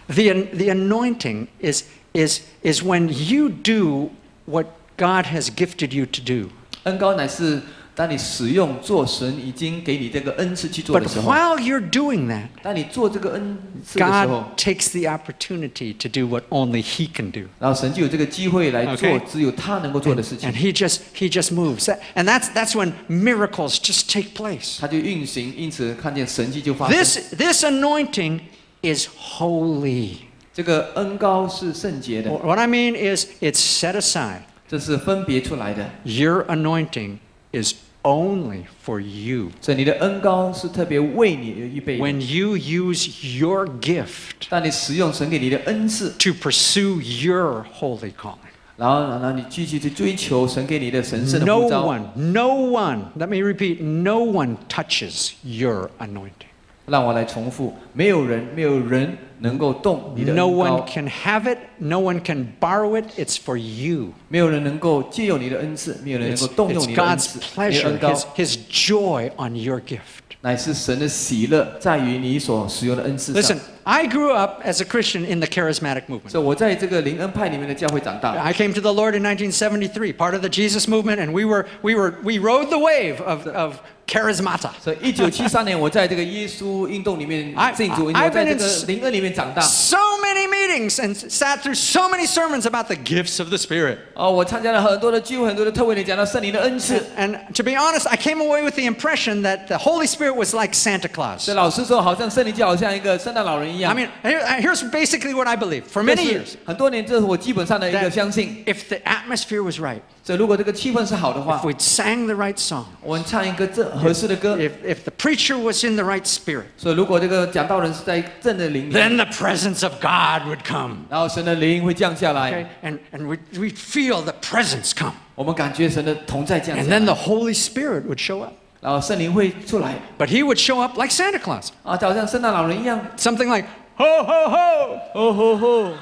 Speaker 1: The, the anointing is, is, is when you do what God has gifted you to do.
Speaker 2: 恩高乃是当你使用做神已经给你这个恩赐去做
Speaker 1: But
Speaker 2: 的时候，
Speaker 1: while you're doing that,
Speaker 2: 当你做这个恩赐的时候，
Speaker 1: God takes the opportunity to do what only He can do.
Speaker 2: 然后神就有这个机会来做
Speaker 1: Okay
Speaker 2: 只有他能够做的事情
Speaker 1: 哎 And，He just, he just moves. That- And that's, that's when miracles just take place.
Speaker 2: 他就运行，因此看见神迹就发生。
Speaker 1: This, this anointing is holy.
Speaker 2: 这个恩高是圣洁的，
Speaker 1: What I mean is, it's set aside.
Speaker 2: 这是分别出来的，
Speaker 1: Your anointing is only for you.
Speaker 2: 所以你的恩高是特别为你而预备的。
Speaker 1: When you use your gift
Speaker 2: 当你使用神给你的恩赐，
Speaker 1: to pursue your holy calling,
Speaker 2: 然后然后你继续去追求神给你的神圣的
Speaker 1: no
Speaker 2: 呼召，
Speaker 1: one, no one, let me repeat, no one touches your anointing.
Speaker 2: 让我来重复，没有人没有人能够动你的
Speaker 1: No
Speaker 2: 恩
Speaker 1: one
Speaker 2: 高，
Speaker 1: can have it, no one can borrow it, it's for you.
Speaker 2: 没有人能够借用你的恩赐，没有人能
Speaker 1: It's,
Speaker 2: 够动用
Speaker 1: it's
Speaker 2: 你的恩
Speaker 1: God's
Speaker 2: 赐，你的
Speaker 1: pleasure,
Speaker 2: 恩高
Speaker 1: his, his joy on your gift.
Speaker 2: 乃是神的喜乐，在于你所使用的恩赐上
Speaker 1: Listen,。I grew up as a Christian in the charismatic movement.
Speaker 2: 所以我在这个灵恩派里面的教会长大，
Speaker 1: I came to the Lord in 1973, part of the Jesus movement, and we were we were we rode the wave of, of charismata.
Speaker 2: 所以一九七三年，我在这个耶稣运动里面
Speaker 1: I-
Speaker 2: 进组，
Speaker 1: I-
Speaker 2: 我在这
Speaker 1: I've been
Speaker 2: 个
Speaker 1: in-
Speaker 2: 灵恩里面长大。
Speaker 1: So many meetings and sat through so many sermons about the gifts of the Spirit.
Speaker 2: 哦，我参加了很多的聚会，很多的特会，里讲到圣灵的恩赐。
Speaker 1: And to be honest, I came away with the impression that the Holy Spirit was like Santa Claus.
Speaker 2: 所以老师说，好像圣灵就好像一个圣诞老人一
Speaker 1: I
Speaker 2: 样。
Speaker 1: mean, here- here's basically what I believe for many
Speaker 2: 这是
Speaker 1: years.
Speaker 2: 很多年，这是我基本上的一
Speaker 1: That-
Speaker 2: 个相信。
Speaker 1: If the atmosphere was right,
Speaker 2: 所以如果这个气氛是好的
Speaker 1: if
Speaker 2: 话，
Speaker 1: we sang the right song,
Speaker 2: 我们唱一个这合适的歌。
Speaker 1: if, if the preacher was in the right spirit,
Speaker 2: 所以如果这个讲道人是在正的灵里，
Speaker 1: then the presence of God would come.
Speaker 2: 然后神的灵会降下来
Speaker 1: Okay? And, and we, we'd feel the presence come.
Speaker 2: 我们感觉神的同在降
Speaker 1: And
Speaker 2: 下
Speaker 1: then
Speaker 2: 来，
Speaker 1: the Holy Spirit would show up.
Speaker 2: 然后圣灵会出来
Speaker 1: But he would show up like Santa Claus.
Speaker 2: 啊，就好像圣诞老人一样。
Speaker 1: Something like, ho, ho, ho,
Speaker 2: 哦吼吼！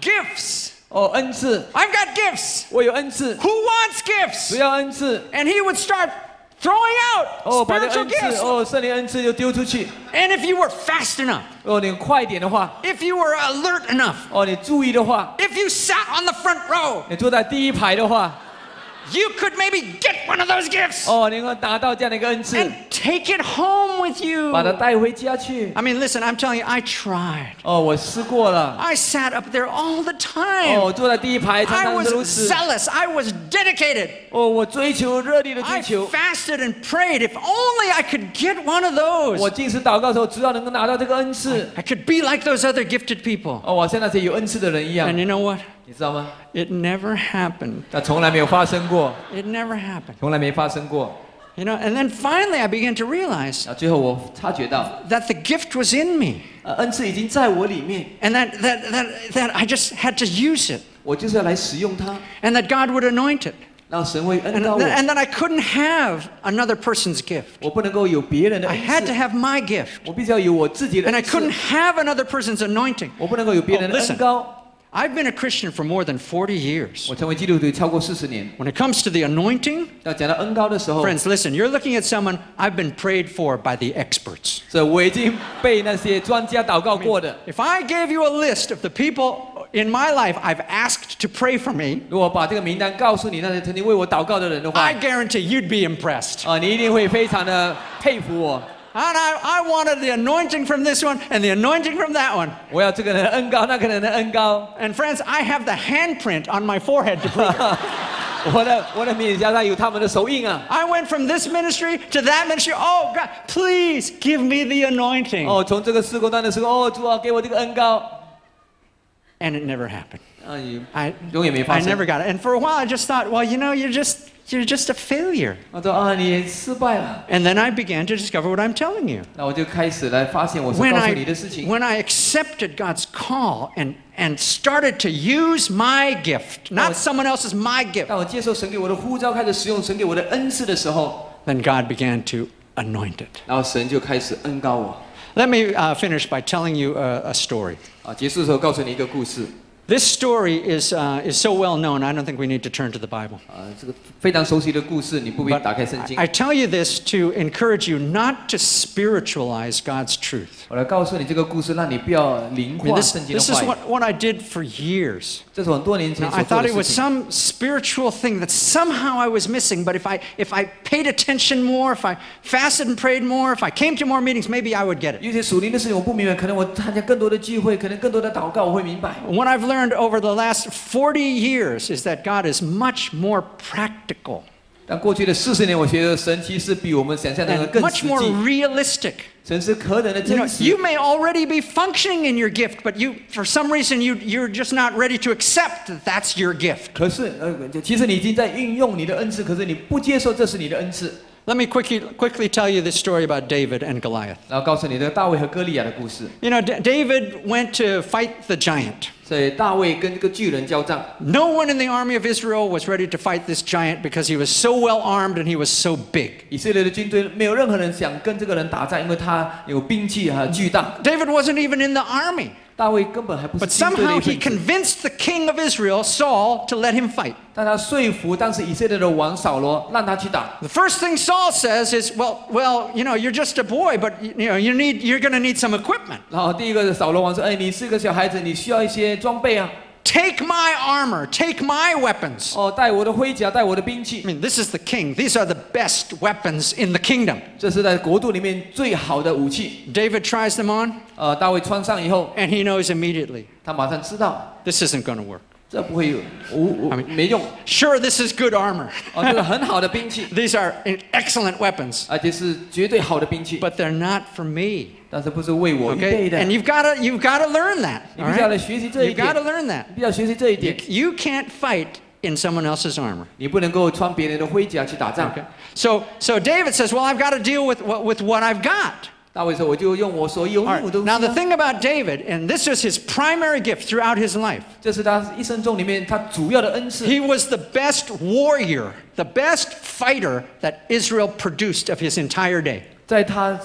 Speaker 1: gifts.
Speaker 2: 哦，恩赐，
Speaker 1: I've got gifts.
Speaker 2: 我有恩赐，
Speaker 1: Who wants
Speaker 2: 只
Speaker 1: gifts?
Speaker 2: 要恩赐。
Speaker 1: And he would start throwing out
Speaker 2: 哦，把这
Speaker 1: spiritual
Speaker 2: 恩赐，
Speaker 1: gifts.
Speaker 2: 哦，圣灵恩赐就丢出去。
Speaker 1: And if you were fast enough,
Speaker 2: 哦，你快一点的话，
Speaker 1: if you were alert enough,
Speaker 2: 哦，你注意的话，
Speaker 1: if you sat on the front row,
Speaker 2: 你坐在第一排的话，
Speaker 1: you could maybe get one of those gifts
Speaker 2: 哦，你能够达到这样的一个恩赐，
Speaker 1: and take it home with you.
Speaker 2: 把它带回家去。
Speaker 1: I mean, listen, I'm telling you, I tried.
Speaker 2: 哦，我试过了。
Speaker 1: I sat up there all the time.
Speaker 2: 哦，坐在第一排常
Speaker 1: I
Speaker 2: 常是如
Speaker 1: was
Speaker 2: 此。
Speaker 1: zealous. I was dedicated.
Speaker 2: 哦，我追求热烈的追
Speaker 1: I
Speaker 2: 求。
Speaker 1: fasted and prayed. If only I could get one of
Speaker 2: 我
Speaker 1: those,
Speaker 2: 进食祷告的时候，只要能够拿到这个恩赐，
Speaker 1: I could be like those other gifted people.
Speaker 2: 哦，我像那些有恩赐的人一样
Speaker 1: And，you know what?
Speaker 2: 你知道吗？
Speaker 1: It never happened.
Speaker 2: 那从来没有发生过，
Speaker 1: It never happened.
Speaker 2: 从来没发生过。
Speaker 1: You know, and then finally I began to realize
Speaker 2: 那最后我察觉到，
Speaker 1: that the gift was in me
Speaker 2: 呃，恩赐已经在我里面，
Speaker 1: and that, that, that, that I just had to use it
Speaker 2: 我就是要来使用它，
Speaker 1: and that God would anoint it
Speaker 2: 让神会
Speaker 1: and,
Speaker 2: 恩膏
Speaker 1: that-
Speaker 2: 我。
Speaker 1: and that I couldn't have another person's gift.
Speaker 2: 我不能够有别人的
Speaker 1: I
Speaker 2: 恩
Speaker 1: had to
Speaker 2: 赐，
Speaker 1: have my gift
Speaker 2: 我必须要有我自己的
Speaker 1: and I
Speaker 2: 恩
Speaker 1: couldn't
Speaker 2: 赐，
Speaker 1: have another person's anointing.
Speaker 2: 我不能够有别人的
Speaker 1: Oh, listen.
Speaker 2: 恩膏。
Speaker 1: I've been a Christian for more than 40 years.
Speaker 2: 我成为基督徒超过四十年，
Speaker 1: When it comes to the anointing,
Speaker 2: 要讲到恩膏的时候，
Speaker 1: Friends, listen, you're looking at someone I've been prayed for by the experts.
Speaker 2: 这我已经被那些专家祷告过的。
Speaker 1: If I gave you a list of the people in my life I've asked to pray for me,
Speaker 2: 如果把这个名单告诉你那些曾经为我祷告的人的话，
Speaker 1: I
Speaker 2: 啊、
Speaker 1: guarantee you'd be impressed.
Speaker 2: 你一定会非常的佩服我。
Speaker 1: And I, I wanted the anointing from this one and the anointing from that one.
Speaker 2: 我要这个人的恩高，那个人的恩高，
Speaker 1: And friends, I have the handprint on my forehead to prove. it.
Speaker 2: 我的我的面颊上有他们的手印啊。
Speaker 1: I went from this ministry to that ministry. Oh, God, please give me the anointing.
Speaker 2: 哦，从这个施工端的时候，哦，主啊，给我这个恩高。
Speaker 1: And it never happened.
Speaker 2: 啊，你
Speaker 1: I,
Speaker 2: 永远没
Speaker 1: I
Speaker 2: 发
Speaker 1: never
Speaker 2: 生。
Speaker 1: got it. And for a while, I just thought, well, you know, you're just, you're just a failure.
Speaker 2: 我说啊，你失败了。
Speaker 1: And then I began to discover what I'm telling you.
Speaker 2: 那我就开始来发现我所
Speaker 1: When
Speaker 2: 告诉
Speaker 1: I,
Speaker 2: 你的事情。
Speaker 1: when I accepted God's call and, and started to use my gift, not
Speaker 2: Oh.
Speaker 1: someone else's, my gift,
Speaker 2: 当我接受神给我的呼召，开始使用神给我的恩赐的时候，
Speaker 1: then God began to anoint it.
Speaker 2: 然后神就开始恩高我。
Speaker 1: Let me uh, finish by telling you a, a story.
Speaker 2: 啊，结束的时候告诉你一个故事。
Speaker 1: This story is, uh, is so well known, I don't think we need to turn to the Bible.
Speaker 2: 啊，这个非常熟悉的故事，你不必
Speaker 1: But
Speaker 2: 打开圣
Speaker 1: I,
Speaker 2: 经。
Speaker 1: I tell you this to encourage you not to spiritualize God's truth.
Speaker 2: 我来告诉你这个故事，让你不要灵
Speaker 1: I mean,
Speaker 2: 化
Speaker 1: this,
Speaker 2: 圣经的
Speaker 1: this is
Speaker 2: 话语。
Speaker 1: what, what I did for years.
Speaker 2: 这是我很多年
Speaker 1: Now,
Speaker 2: 前所
Speaker 1: I
Speaker 2: 做
Speaker 1: thought
Speaker 2: 的
Speaker 1: it
Speaker 2: 事
Speaker 1: was
Speaker 2: 情。
Speaker 1: some spiritual thing that somehow I was missing, but if I, if I paid attention more, if I fasted and prayed more, if I came to more meetings, maybe I would get it.
Speaker 2: 有些属灵的事情我不明白，可能我参加更多的聚会，可能更多的祷告，我会明白。
Speaker 1: What I've learned over the last 40 years is that God is much more practical
Speaker 2: 但过去的四十年，我觉得神其实比我们想象的
Speaker 1: and
Speaker 2: 更
Speaker 1: much
Speaker 2: 实
Speaker 1: more
Speaker 2: 际，
Speaker 1: realistic.
Speaker 2: 神是可等的
Speaker 1: You know,
Speaker 2: 真实
Speaker 1: you。may already be functioning in your gift, but you, for some reason, you, you're just not ready to accept that that's your gift.
Speaker 2: 可是，呃，就其实你已经在运用你的恩赐，可是你不接受这是你的恩赐。
Speaker 1: Let me quickly, quickly tell you this story about David and Goliath.
Speaker 2: 然后告诉你这个大卫和歌利亚的故事。
Speaker 1: You know, D- David went to fight the giant.
Speaker 2: 所以大卫跟这个巨人交战，
Speaker 1: No one in the army of Israel was ready to fight this giant because he was so well armed and he was so big.
Speaker 2: 以色列的军队没有任何人想跟这个人打仗，因为他有兵器和巨大。
Speaker 1: David wasn't even in the army,
Speaker 2: 大卫根本还不是
Speaker 1: but
Speaker 2: 军队的
Speaker 1: somehow
Speaker 2: 一
Speaker 1: he
Speaker 2: 份
Speaker 1: convinced
Speaker 2: 子，
Speaker 1: the king of Israel, Saul, to let him fight.
Speaker 2: 但他说服当时以色列的王扫罗让他去打。
Speaker 1: The first thing Saul says is, "Well, well, you know, you're just a boy, but you know, you need you're going to need some equipment.
Speaker 2: 然后第一个扫罗王说：“哎，你是个小孩子，你需要一些装备啊。
Speaker 1: Take my armor, take my weapons.
Speaker 2: 哦，带我的盔甲，带我的兵
Speaker 1: I
Speaker 2: 器，
Speaker 1: mean, this is the king. These are the best weapons in the kingdom.
Speaker 2: 这是在国度里面最好的武器。
Speaker 1: David tries them on,
Speaker 2: 呃，大卫穿上以后，
Speaker 1: and he knows immediately
Speaker 2: 他马上知道
Speaker 1: this isn't going to work.
Speaker 2: 这不会有无无没用。
Speaker 1: Sure, this is good armor.
Speaker 2: 哦，这是很好的兵器，
Speaker 1: These are excellent weapons,
Speaker 2: 而且是绝对好的兵器，
Speaker 1: but they're not for me.
Speaker 2: 但是不是为我预备
Speaker 1: Okay?
Speaker 2: 的。
Speaker 1: And
Speaker 2: 你
Speaker 1: you've got to you've got to learn that. All
Speaker 2: 必须要
Speaker 1: right?
Speaker 2: 来学习这一
Speaker 1: You've got
Speaker 2: 点
Speaker 1: to，learn that.
Speaker 2: 你必须要学习这一
Speaker 1: You,
Speaker 2: 点。
Speaker 1: you can't fight in someone else's armor.
Speaker 2: 你不能够穿别人的盔甲去打仗。
Speaker 1: Okay? So so David says, "Well, I've got to deal with what with what I've got."
Speaker 2: 大卫说：“我就用我所拥
Speaker 1: All
Speaker 2: 有
Speaker 1: right.
Speaker 2: 的东
Speaker 1: Now the
Speaker 2: 西。
Speaker 1: thing about David, and this was his primary gift throughout his life. ”
Speaker 2: 这是他一生中里面他主要的恩赐。
Speaker 1: He was the best warrior, the best fighter that Israel produced of his entire day.
Speaker 2: 在他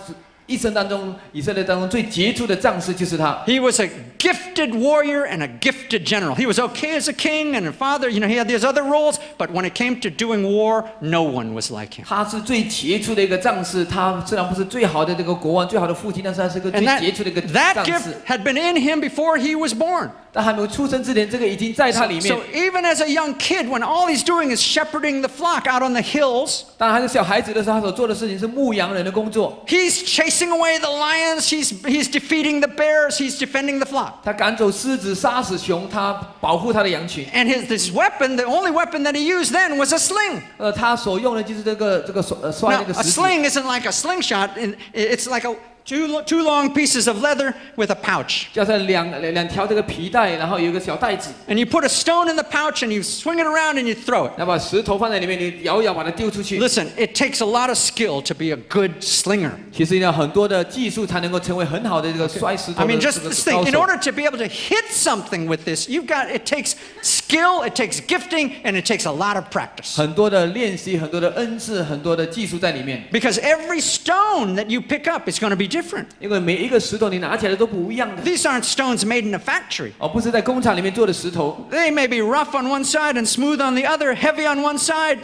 Speaker 2: 一生当中，以色列当中最杰出的战士就是他。
Speaker 1: He was a gifted warrior and a gifted general. He was okay as a king and a father, you know, he had these other roles, but when it came to doing war, no one was like him.
Speaker 2: 他是最杰出的一个战士，他虽然不是最好的这个国王、最好的父亲，但是他是个最
Speaker 1: And that,
Speaker 2: 杰出的一个
Speaker 1: that
Speaker 2: 战
Speaker 1: gift
Speaker 2: 士。
Speaker 1: had been in him before he was born.
Speaker 2: 但还没有出生之前，这个已经在他里面
Speaker 1: So。even as a young kid, when all he's doing is shepherding the flock out on the hills,
Speaker 2: 当他是小孩子的时候，他所做的事情是牧羊人的工作，
Speaker 1: he's chasing away the lions, he's, he's defeating the bears, he's defending the flock.
Speaker 2: 他赶走狮子、杀死熊，他保护他的羊群。
Speaker 1: And his, this weapon, the only weapon that he used then was a sling.
Speaker 2: 呃，他所用的就是这个这个摔呃摔
Speaker 1: Now,
Speaker 2: 那个
Speaker 1: a
Speaker 2: 石子。
Speaker 1: sling isn't like a slingshot, and it's like a, two, lo- two long pieces of leather with a pouch.
Speaker 2: 加上两两两条这个皮带，然后有一个小袋子，
Speaker 1: And you put a stone in the pouch and you swing it around and you throw it.
Speaker 2: 然后把石头放在里面，你摇一摇把它丢出去。
Speaker 1: Listen, it takes a lot of skill to be a good slinger.
Speaker 2: 其实要很多的技术才能够成为很好的这个摔石头
Speaker 1: I
Speaker 2: 的
Speaker 1: mean,
Speaker 2: 这
Speaker 1: just
Speaker 2: 个
Speaker 1: this
Speaker 2: 高
Speaker 1: thing. In
Speaker 2: 手。
Speaker 1: order to be able to hit something with this, you've got it takes skill, it takes gifting, and it takes a lot of practice.
Speaker 2: 很多的练习，很多的恩赐，很多的技术在里面。
Speaker 1: Because every stone that you pick up is going to be different.
Speaker 2: 因为每一个石头你拿起来都不一样的，
Speaker 1: These aren't stones made in a factory.
Speaker 2: 而不是在工厂里面做的石头，
Speaker 1: They may be rough on one side and smooth on the other, heavy on one side,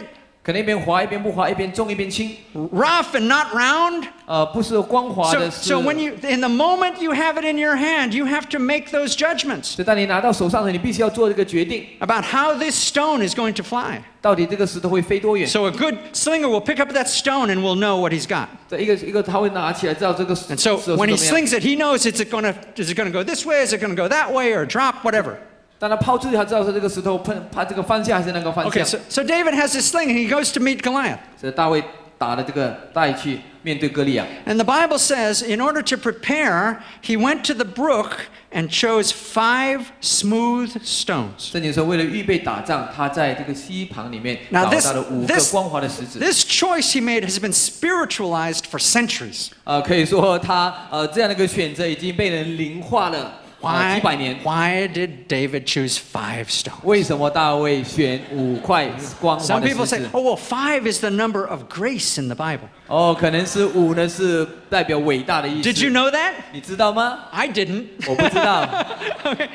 Speaker 2: 可能一边滑一边不滑，一边重一边轻，
Speaker 1: rough and not round.
Speaker 2: 呃，不是光滑
Speaker 1: So,
Speaker 2: 的是。
Speaker 1: so when you, in the moment you have it in your hand, you have to make those judgments
Speaker 2: 所以当你拿到手上的，你必须要做这个决定，
Speaker 1: about how this stone is going to fly.
Speaker 2: 到底这个石头会飞多远？
Speaker 1: So a good slinger will pick up that stone and will know what he's got.
Speaker 2: 这一个一个他会拿起来，知道这个石
Speaker 1: And
Speaker 2: 头
Speaker 1: so
Speaker 2: 是怎
Speaker 1: when
Speaker 2: 么
Speaker 1: he
Speaker 2: 样。
Speaker 1: slings it, he knows it's going to is it going to go this way, is it going to go that way, or drop, whatever.
Speaker 2: 当他抛出去，他知道是这个石头碰它这个方向还是那个方
Speaker 1: Okay,
Speaker 2: 向。
Speaker 1: so, so David has this sling and he goes to meet Goliath.
Speaker 2: 所以大卫打了这个带去面对歌利亚。
Speaker 1: And the Bible says, in order to prepare, he went to the brook and chose five smooth stones.
Speaker 2: 圣经说，为了预备打仗，他在这个溪旁里面
Speaker 1: Now
Speaker 2: 找
Speaker 1: this-
Speaker 2: 到了五个
Speaker 1: this-
Speaker 2: 光滑的石子。
Speaker 1: This choice he made has been spiritualized for centuries.
Speaker 2: 呃，可以说他呃这样的一个选择已经被人灵化了呃
Speaker 1: Why,
Speaker 2: 几百年。
Speaker 1: why did David choose five stones?
Speaker 2: 为什么大卫选五块光滑
Speaker 1: Some
Speaker 2: 的
Speaker 1: people
Speaker 2: 石
Speaker 1: say,
Speaker 2: 子？
Speaker 1: oh, well, five is the number of grace in the Bible.
Speaker 2: 哦，可能是五呢，是代表伟大的意
Speaker 1: Did you
Speaker 2: 思。
Speaker 1: know that?
Speaker 2: 你知道吗？
Speaker 1: I didn't.
Speaker 2: 我不知道。
Speaker 1: [LAUGHS] Okay.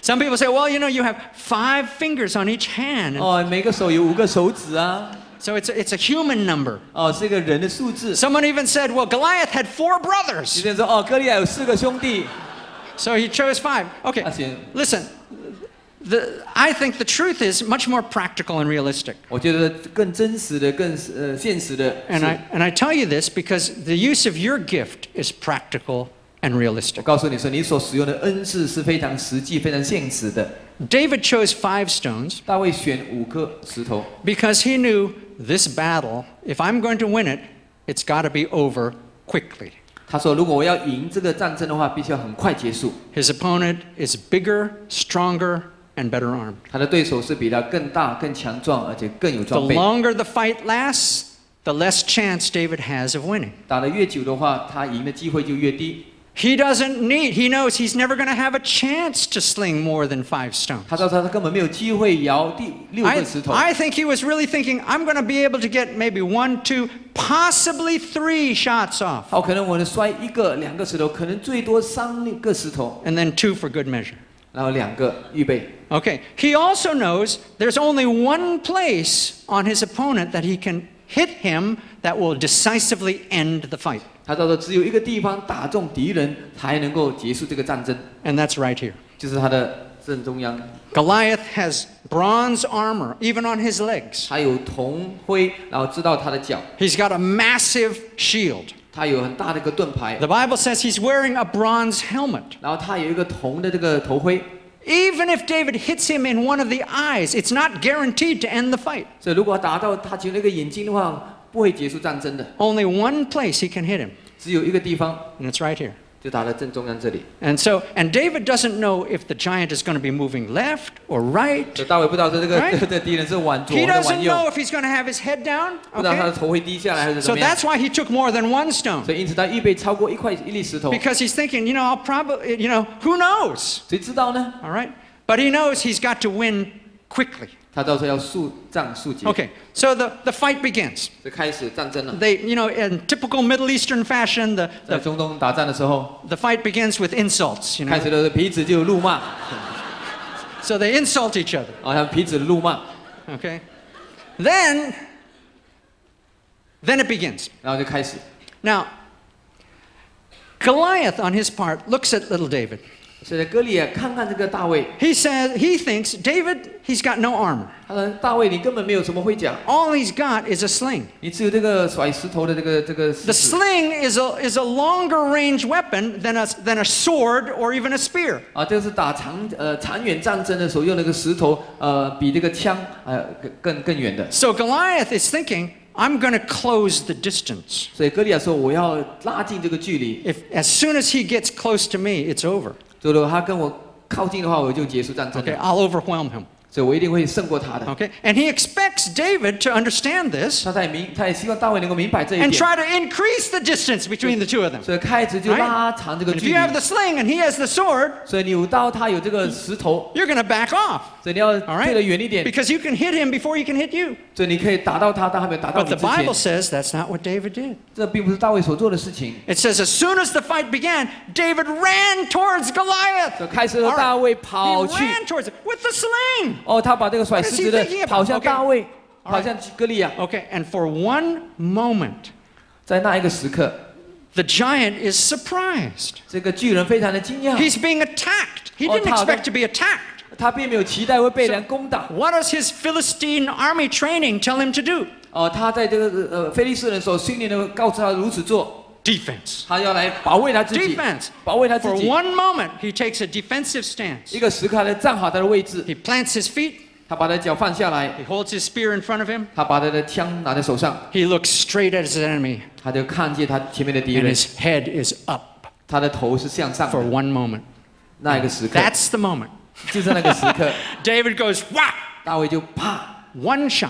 Speaker 1: Some people say, well, you know, you have five fingers on each hand.
Speaker 2: 哦，每个手有五个手指啊。
Speaker 1: So it's a, it's a human number.
Speaker 2: 哦，是一个人的数字。
Speaker 1: Someone even said, well, Goliath had four
Speaker 2: 有
Speaker 1: brothers.
Speaker 2: 些人说，哦，哥利亚有四个兄弟。
Speaker 1: So he chose five. Okay.
Speaker 2: That's it.
Speaker 1: Listen, the, I think the truth is much more practical and realistic.
Speaker 2: 我觉得更真实的、更呃现实的
Speaker 1: And
Speaker 2: 是
Speaker 1: I, and I tell you this because the use of your gift is practical and
Speaker 2: 我
Speaker 1: realistic.
Speaker 2: 告诉你说，你所使用的恩赐是非常实际、非常现实的。
Speaker 1: David chose five stones
Speaker 2: 大卫选五颗石头，
Speaker 1: because he knew this battle, if I'm going to win it, it's got to be over quickly.
Speaker 2: 他说：“如果我要赢这个战争的话，必须要很快结束。
Speaker 1: His opponent is bigger, stronger, and better armed.
Speaker 2: 他的对手是比他更大、更强壮，而且更有
Speaker 1: The
Speaker 2: 装备。
Speaker 1: longer the fight lasts, the less chance David has of winning.
Speaker 2: 打得越久的话，他赢的机会就越低。
Speaker 1: He doesn't need, he knows he's never going to have a chance to sling more than five stones.
Speaker 2: 他说他根本没有机会摇第六
Speaker 1: I,
Speaker 2: 个石头。
Speaker 1: I think he was really thinking, I'm going to be able to get maybe one, two, possibly three shots off,
Speaker 2: 好，可能我能摔一个、两个石头，可能最多三个石头，
Speaker 1: and then two for good measure.
Speaker 2: 然后两个预备。
Speaker 1: Okay. He also knows there's only one place on his opponent that he can hit him that will decisively end the fight,
Speaker 2: 他到时候只有一个地方打中敌人，才能够结束这个战争，
Speaker 1: and that's right here.
Speaker 2: 就是他的正中央，
Speaker 1: Goliath has bronze armor, even on his legs.
Speaker 2: 他有铜盔，然后知道他的脚，
Speaker 1: He's got a massive shield.
Speaker 2: 他有很大的一个盾牌，
Speaker 1: The Bible says he's wearing a bronze helmet.
Speaker 2: 然后他有一个铜的这个头盔。
Speaker 1: Even if David hits him in one of the eyes, it's not guaranteed to end the fight.
Speaker 2: 所以如果打到他其中一个眼睛的话，不会结束战争的。
Speaker 1: Only one place he can hit him,
Speaker 2: 只有一个地方，
Speaker 1: and it's right here.
Speaker 2: 就打到正中央这里。
Speaker 1: And so, and David doesn't know if the giant is going to be moving left or right.
Speaker 2: 所以大卫不知道这这个
Speaker 1: Right.
Speaker 2: [LAUGHS] 这个敌人是往左
Speaker 1: He
Speaker 2: 还是往
Speaker 1: doesn't
Speaker 2: 右
Speaker 1: know，if he's going to have his head down.
Speaker 2: 不知道他的
Speaker 1: Okay?
Speaker 2: 头会低下来还是怎
Speaker 1: So
Speaker 2: 么样。
Speaker 1: that's why he took more than one stone.
Speaker 2: 所以因此他预备超过一块一粒石头，
Speaker 1: Because he's thinking, you know, I'll probably, you know, who knows?
Speaker 2: 谁知道呢？
Speaker 1: All right? But he knows he's got to win quickly.
Speaker 2: 他到时候要速战速决。
Speaker 1: Okay, so the, the fight begins.
Speaker 2: 就开始战争了。
Speaker 1: They, you know, in typical Middle Eastern fashion, the, the,
Speaker 2: 在中东打仗的时候，
Speaker 1: the fight begins with insults, you
Speaker 2: 开
Speaker 1: know.
Speaker 2: 始的彼此就怒骂，
Speaker 1: So they insult each other,
Speaker 2: 好像彼此怒骂，
Speaker 1: okay? Then, then it begins.
Speaker 2: 然后就开始。
Speaker 1: Now, Goliath, on his part, looks at little David.
Speaker 2: 所以哥利亚看看这个大卫，
Speaker 1: He says, he thinks, David, he's got no armor.
Speaker 2: 他说：“大卫，你根本没有什么盔甲，
Speaker 1: All he's got is a sling.
Speaker 2: 你只有这个甩石头的这个这个石
Speaker 1: The
Speaker 2: 子
Speaker 1: sling is a, is a longer range weapon than a, than a sword or even a spear.
Speaker 2: 啊，这个是打长呃长远战争的时候用那个石头，呃，比这个枪呃更更更远的。
Speaker 1: So Goliath is thinking, I'm going to close the distance.
Speaker 2: 所以哥利亚说：我要拉近这个距离，
Speaker 1: If as soon as he gets close to me, it's over.
Speaker 2: 就如果他跟我靠近的话，我就结束战争
Speaker 1: Okay,
Speaker 2: 了。
Speaker 1: I'll overwhelm him.
Speaker 2: 所以我一定会胜过他的。
Speaker 1: Okay, and he expects David to understand this
Speaker 2: 他在明，他也希望大卫能够明白这一
Speaker 1: and
Speaker 2: 点，
Speaker 1: try to increase the distance between the two of them.
Speaker 2: 所以开始就
Speaker 1: Right.
Speaker 2: 拉长这个
Speaker 1: And if
Speaker 2: 距
Speaker 1: you
Speaker 2: 离。
Speaker 1: have the sling and he has the sword,
Speaker 2: 所以你有刀，他有这个石头，
Speaker 1: you're going to back off.
Speaker 2: 所以你要
Speaker 1: All
Speaker 2: 退得
Speaker 1: right,
Speaker 2: 远一点，
Speaker 1: because you can hit him before he can hit you.
Speaker 2: 所以你可以打到他，但还没有打到
Speaker 1: But
Speaker 2: 你
Speaker 1: the
Speaker 2: 之
Speaker 1: Bible
Speaker 2: 前。
Speaker 1: says that's not what David did.
Speaker 2: 这并不是大卫所做的事情。
Speaker 1: It says, as soon as the fight began, David ran towards Goliath.
Speaker 2: 所以开始和大卫跑
Speaker 1: He
Speaker 2: 去，
Speaker 1: ran towards him with the sling.
Speaker 2: 哦，他把这个甩石子
Speaker 1: What is he thinking
Speaker 2: 的
Speaker 1: about?
Speaker 2: 跑向大卫，
Speaker 1: Okay.
Speaker 2: 跑向歌利亚。
Speaker 1: Okay, and for one moment,
Speaker 2: 在那一个时刻，
Speaker 1: the giant is surprised.
Speaker 2: 这个巨人非常的惊讶，
Speaker 1: He's being attacked. He
Speaker 2: Oh,
Speaker 1: didn't
Speaker 2: Tom,
Speaker 1: expect
Speaker 2: don't-
Speaker 1: to be attacked.
Speaker 2: 他并没有期待会被人攻打。
Speaker 1: What does his Philistine army training tell him to do?
Speaker 2: 哦，他在这个呃菲利斯人所训练的，告诉他如此做，
Speaker 1: Defense.
Speaker 2: 他要来保卫他自己
Speaker 1: Defense.，
Speaker 2: 保卫他自
Speaker 1: For
Speaker 2: 己。
Speaker 1: one moment, he takes a defensive stance.
Speaker 2: 一个时刻，他站好他的位置，
Speaker 1: He plants his feet,
Speaker 2: 他把他的脚放下来，
Speaker 1: he holds his spear in front of him,
Speaker 2: 他把他的枪拿在手上，
Speaker 1: he looks straight at his enemy,
Speaker 2: 他就看见他前面的敌
Speaker 1: and
Speaker 2: 人，
Speaker 1: his head is up
Speaker 2: 他的头是向上
Speaker 1: for
Speaker 2: 的。
Speaker 1: one moment.
Speaker 2: 那一个时刻，
Speaker 1: That's the moment.
Speaker 2: 就在那个时
Speaker 1: [LAUGHS]
Speaker 2: 刻，
Speaker 1: David goes, whack,
Speaker 2: 大卫就啪，
Speaker 1: one shot.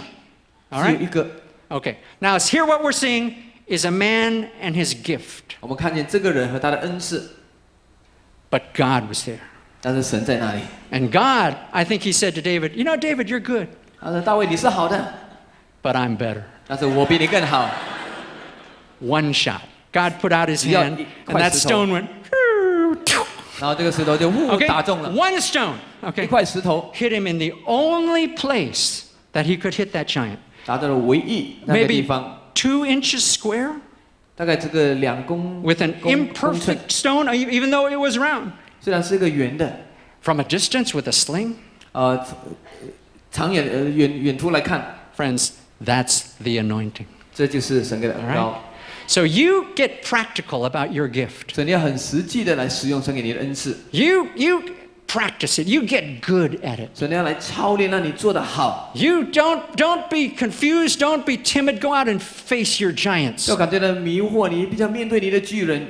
Speaker 1: All
Speaker 2: 只
Speaker 1: right?
Speaker 2: 有一个。
Speaker 1: Okay. Now, here what we're seeing is a man and his gift,
Speaker 2: 我们看见这个人和他的恩赐，
Speaker 1: but God was there.
Speaker 2: 但是神在那里。
Speaker 1: And God, I think he said to David, You know, David, you're good,
Speaker 2: 他说：“大卫，你是好的，
Speaker 1: but I'm better.
Speaker 2: 但是我比你更好。
Speaker 1: One shot. God put out his
Speaker 2: Yeah,
Speaker 1: hand,
Speaker 2: it-
Speaker 1: and that
Speaker 2: quite
Speaker 1: stone went, [LAUGHS]
Speaker 2: 然后这个石头就呼
Speaker 1: okay?
Speaker 2: 打中了，
Speaker 1: One stone,
Speaker 2: 一
Speaker 1: okay?
Speaker 2: 块石头
Speaker 1: Hit him in the only place that he could hit that giant.
Speaker 2: 打到了唯一那个地
Speaker 1: Maybe
Speaker 2: 方，
Speaker 1: two inches square
Speaker 2: 大概这个两公
Speaker 1: with an
Speaker 2: 公公寸，
Speaker 1: imperfect stone, e- even though it was round.
Speaker 2: 虽然是个圆的，
Speaker 1: From a distance with a sling,
Speaker 2: 呃，呃长远呃远远处来看，
Speaker 1: friends, that's the anointing.
Speaker 2: 这就是神给的
Speaker 1: All
Speaker 2: 恩
Speaker 1: right.
Speaker 2: 膏。
Speaker 1: So you get practical about your gift.
Speaker 2: 所以你要很实际的来使用神给你的恩赐，
Speaker 1: You you practice it. You get good at it.
Speaker 2: 所以你要来操练，让你做得好。
Speaker 1: You don't don't be confused, don't be timid. Go out and face your giants
Speaker 2: 要感觉到迷惑，你必须要面对你的巨人，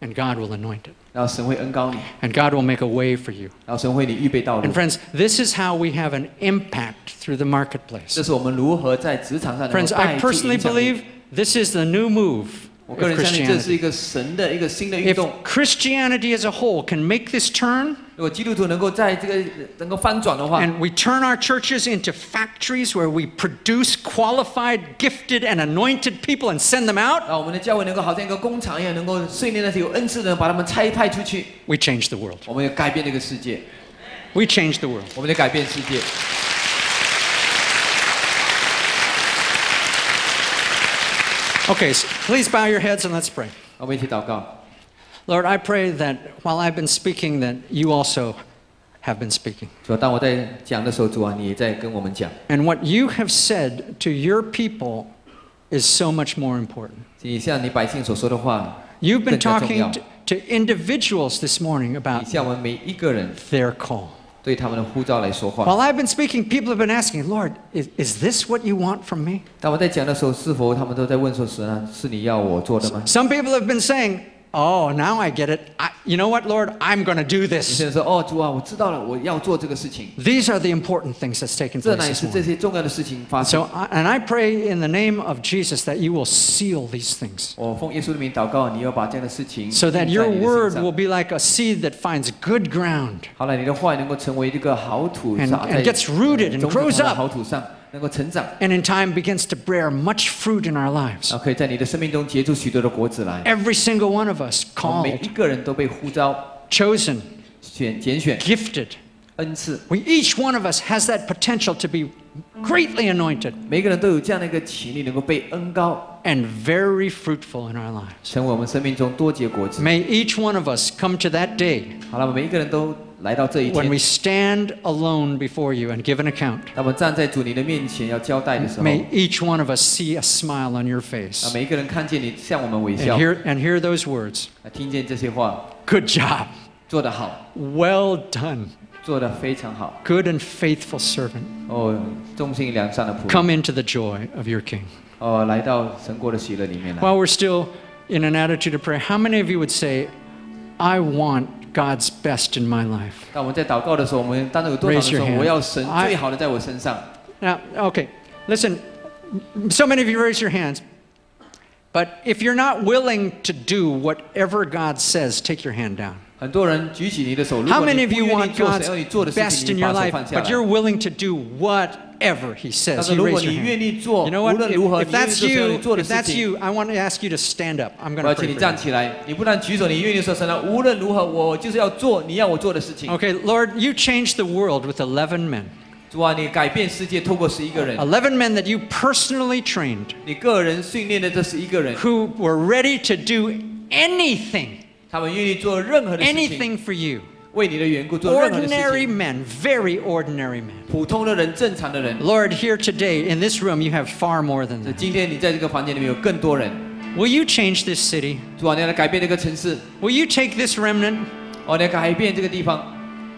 Speaker 1: and God will anoint it.
Speaker 2: 然后神会恩膏你，
Speaker 1: And God will make a way for you.
Speaker 2: 然后神为你预备道路
Speaker 1: And。friends, this is how we have an impact through the
Speaker 2: 这
Speaker 1: marketplace.
Speaker 2: 是我们如何在职场上能
Speaker 1: Friends,
Speaker 2: 够带
Speaker 1: I
Speaker 2: 去
Speaker 1: personally
Speaker 2: 影响力
Speaker 1: believe this is the new move
Speaker 2: 我
Speaker 1: of
Speaker 2: 个人相信这是
Speaker 1: Christianity.
Speaker 2: 一个神的一个新的运
Speaker 1: If
Speaker 2: 动。
Speaker 1: Christianity as a whole can make this turn
Speaker 2: 如果基督徒能够在这个能够翻转的话，
Speaker 1: and we turn our churches into factories where we produce qualified, gifted, and anointed people and send them out,
Speaker 2: 啊，我们的教会能够好像一个工厂一样，能够训练那些有恩赐的人，把他们差派出去，
Speaker 1: we change the world.
Speaker 2: 我们要改变这个世界，
Speaker 1: We change the world.
Speaker 2: 我们要改变世界。
Speaker 1: Okay, so please bow your heads and let's pray.
Speaker 2: 我们一起祷告，
Speaker 1: Lord, I pray that while I've been speaking, that you also have been speaking.
Speaker 2: 主要啊当我在讲的时候，主啊，你也在跟我们讲，
Speaker 1: And what you have said to your people is so much more important.
Speaker 2: 你像你百姓所说的话，
Speaker 1: You've been
Speaker 2: 更加重
Speaker 1: talking
Speaker 2: 要
Speaker 1: to, to individuals this morning
Speaker 2: 你
Speaker 1: about
Speaker 2: 向我们每一个人
Speaker 1: their call.
Speaker 2: 对他们的呼召来说话。
Speaker 1: While I've been speaking, people have been asking, Lord, is, is this what you want from me?
Speaker 2: 当我在讲的时候，是否他们都在问说：“神啊，是你要我做的吗
Speaker 1: Some people have been saying, Oh, now I get it. I, you know what, Lord? I'm going to do？”
Speaker 2: 你
Speaker 1: this.
Speaker 2: 现在说：“哦，主啊，我知道了，我要做这个事情。
Speaker 1: These are the important things that's taken ”
Speaker 2: 这
Speaker 1: place
Speaker 2: 乃也
Speaker 1: this
Speaker 2: 是这
Speaker 1: morning.
Speaker 2: 些重要的事情发生
Speaker 1: So,。I- and I pray in the name of Jesus that you will seal these things
Speaker 2: 我哦奉耶稣的名祷告，你要把这样的事情
Speaker 1: so
Speaker 2: 印在
Speaker 1: that
Speaker 2: 你的
Speaker 1: your
Speaker 2: 心
Speaker 1: word will
Speaker 2: 上。
Speaker 1: be like a seed that finds good ground
Speaker 2: 好了，你的话能够成为一个好土，
Speaker 1: And-
Speaker 2: 撒
Speaker 1: and
Speaker 2: 在
Speaker 1: gets rooted and
Speaker 2: 种子堂
Speaker 1: grows
Speaker 2: 的
Speaker 1: up
Speaker 2: 好土上，能够成长，
Speaker 1: and in time begins to bear much fruit in our lives.
Speaker 2: 然后可以在你的生命中结出许多的果子来。
Speaker 1: Every single one of us
Speaker 2: 我们每一
Speaker 1: called,
Speaker 2: 个人都被呼召、
Speaker 1: chosen,
Speaker 2: 选、拣选、
Speaker 1: gifted.
Speaker 2: 恩赐，
Speaker 1: We, each one of us has that potential to be greatly anointed
Speaker 2: 每个人都有这样的一个潜力，能够被恩高，
Speaker 1: and very fruitful in our lives.
Speaker 2: 成为我们生命中多结果子。
Speaker 1: May each one of us come to that day
Speaker 2: 好了，我们每一个人都来到这一
Speaker 1: when
Speaker 2: 天
Speaker 1: we。stand alone before you and give an account.
Speaker 2: 那么站在主你的面前要交代的时候，
Speaker 1: May each one of us see a smile on your
Speaker 2: 啊，
Speaker 1: face
Speaker 2: 每一个人看见你向我们微
Speaker 1: and
Speaker 2: 笑，
Speaker 1: hear, and hear those words
Speaker 2: 啊，听见这些话，
Speaker 1: Good job,
Speaker 2: 做得好，
Speaker 1: well done,
Speaker 2: 做得非常好。
Speaker 1: good and faithful servant.
Speaker 2: 哦，忠心良善的仆人，
Speaker 1: Come into the joy of your King.
Speaker 2: 哦，来到神国的喜乐里面来。
Speaker 1: While we're still in an attitude of prayer, how many of you would say, I want God's best in my life?
Speaker 2: 那我们在祷告的时候，我们当中有多少人
Speaker 1: Raise your
Speaker 2: 说
Speaker 1: hand.
Speaker 2: 我要神
Speaker 1: I-
Speaker 2: 最好的在我身上？
Speaker 1: Now, okay, listen, so many of you raise your hands, but if you're not willing to do whatever God says, take your hand down.
Speaker 2: 很多人举起你的手，如
Speaker 1: How
Speaker 2: 果
Speaker 1: many
Speaker 2: 你
Speaker 1: of
Speaker 2: 不
Speaker 1: you
Speaker 2: 愿意
Speaker 1: want
Speaker 2: 做神
Speaker 1: God's
Speaker 2: 要你做的事
Speaker 1: best
Speaker 2: 情，
Speaker 1: in
Speaker 2: 你
Speaker 1: your
Speaker 2: 把手
Speaker 1: life,
Speaker 2: 放下
Speaker 1: but you're
Speaker 2: 来。
Speaker 1: willing to do whatever He
Speaker 2: 但
Speaker 1: says?
Speaker 2: 是
Speaker 1: You
Speaker 2: 如果
Speaker 1: raise your
Speaker 2: 你
Speaker 1: hand.
Speaker 2: 愿意做，无
Speaker 1: You know what?
Speaker 2: 论如何，
Speaker 1: If,
Speaker 2: 你
Speaker 1: if
Speaker 2: 愿意
Speaker 1: that's
Speaker 2: 做神要你
Speaker 1: you,
Speaker 2: 做的
Speaker 1: if
Speaker 2: 事
Speaker 1: that's
Speaker 2: 情，
Speaker 1: you, I want to ask you to stand up. I'm
Speaker 2: 我
Speaker 1: going
Speaker 2: 要
Speaker 1: to pray
Speaker 2: 请你
Speaker 1: for
Speaker 2: 站
Speaker 1: you.
Speaker 2: 起来。你不但举手，你愿意说神啊，无论如何，我就是要做你要我做的事情。
Speaker 1: Okay, Lord, you changed the world with 11 men.
Speaker 2: 主啊，你改变世界，透过十一个人，
Speaker 1: 11 men that you personally trained
Speaker 2: 你个人训练的这十一个人，
Speaker 1: who were ready to do anything,
Speaker 2: 他们愿意做任何的事情，
Speaker 1: anything for you.
Speaker 2: 为你的缘故做任何的事
Speaker 1: Ordinary
Speaker 2: 情。
Speaker 1: men, very ordinary men.
Speaker 2: 普通的人，正常的人，
Speaker 1: Lord, here today in this room, you have far more than
Speaker 2: 这
Speaker 1: that.
Speaker 2: 今天你在这个房间里面有更多人。
Speaker 1: Will you change this city?
Speaker 2: 主啊，你要来改变这个城市，
Speaker 1: Will you take this remnant?
Speaker 2: 哦，你要改变这个地方，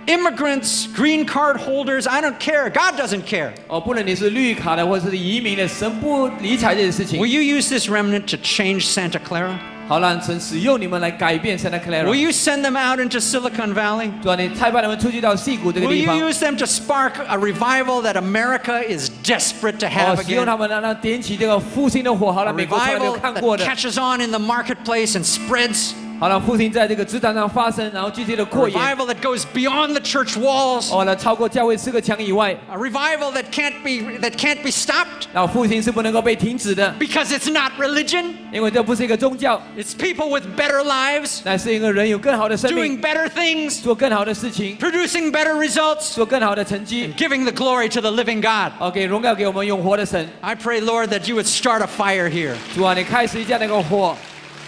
Speaker 1: Immigrants, green card holders, I don't care. God doesn't care.
Speaker 2: 哦，不论你是绿卡的或者是移民的，神不理睬这件事
Speaker 1: Will
Speaker 2: 情。
Speaker 1: you use this remnant to change Santa Clara?
Speaker 2: 好，让神使用你们来改变 Santa
Speaker 1: Will
Speaker 2: Clara。
Speaker 1: you send them out into Silicon Valley?
Speaker 2: 主啊，你差派他们出去到溪谷这个
Speaker 1: Will
Speaker 2: 地
Speaker 1: you
Speaker 2: 方，
Speaker 1: use them to spark a revival that America is desperate to
Speaker 2: 哦，
Speaker 1: have
Speaker 2: 使用他
Speaker 1: again?
Speaker 2: 们，让让点起这个复兴的火，好
Speaker 1: A
Speaker 2: 让美国从来没有
Speaker 1: revival
Speaker 2: 看
Speaker 1: that
Speaker 2: 过的，
Speaker 1: catches on in the marketplace and spreads.
Speaker 2: 好让复兴在这个职场上发生，然后继续的
Speaker 1: A
Speaker 2: 扩延。
Speaker 1: revival that goes beyond the church walls.
Speaker 2: 哦，那超过教会四个墙以外，
Speaker 1: A revival that can't be that can't be stopped
Speaker 2: 那复兴是不能够被停止的，
Speaker 1: because it's not religion.
Speaker 2: 因为这不是一个宗教，
Speaker 1: It's people with better lives
Speaker 2: 那是一个人有更好的生
Speaker 1: doing
Speaker 2: 命，
Speaker 1: better things,
Speaker 2: 做更好的事情，
Speaker 1: producing better results,
Speaker 2: 做更好的成绩。
Speaker 1: giving the glory to the living God.
Speaker 2: OK，荣耀给我们永活的神，
Speaker 1: I pray, Lord, that you would start a fire here,
Speaker 2: 主啊，你开始这样的一个火，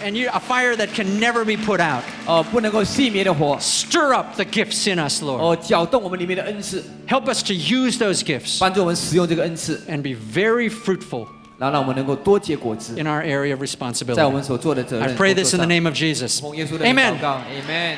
Speaker 1: and you, a fire that can never be put out.
Speaker 2: 哦，不能够熄灭的火，
Speaker 1: Stir up the gifts in us, Lord.
Speaker 2: 哦，搅动我们里面的恩赐，
Speaker 1: Help us to use those gifts
Speaker 2: 帮助我们使用这个恩赐，
Speaker 1: and be very fruitful
Speaker 2: 然后让我们能够多结果子，
Speaker 1: in our area of
Speaker 2: 在我们
Speaker 1: responsibility.
Speaker 2: 所做的责任。
Speaker 1: I pray
Speaker 2: 工
Speaker 1: this
Speaker 2: 作
Speaker 1: in
Speaker 2: 上
Speaker 1: the name of Jesus.
Speaker 2: 奉耶稣的名祷
Speaker 1: Amen.
Speaker 2: 告，Amen。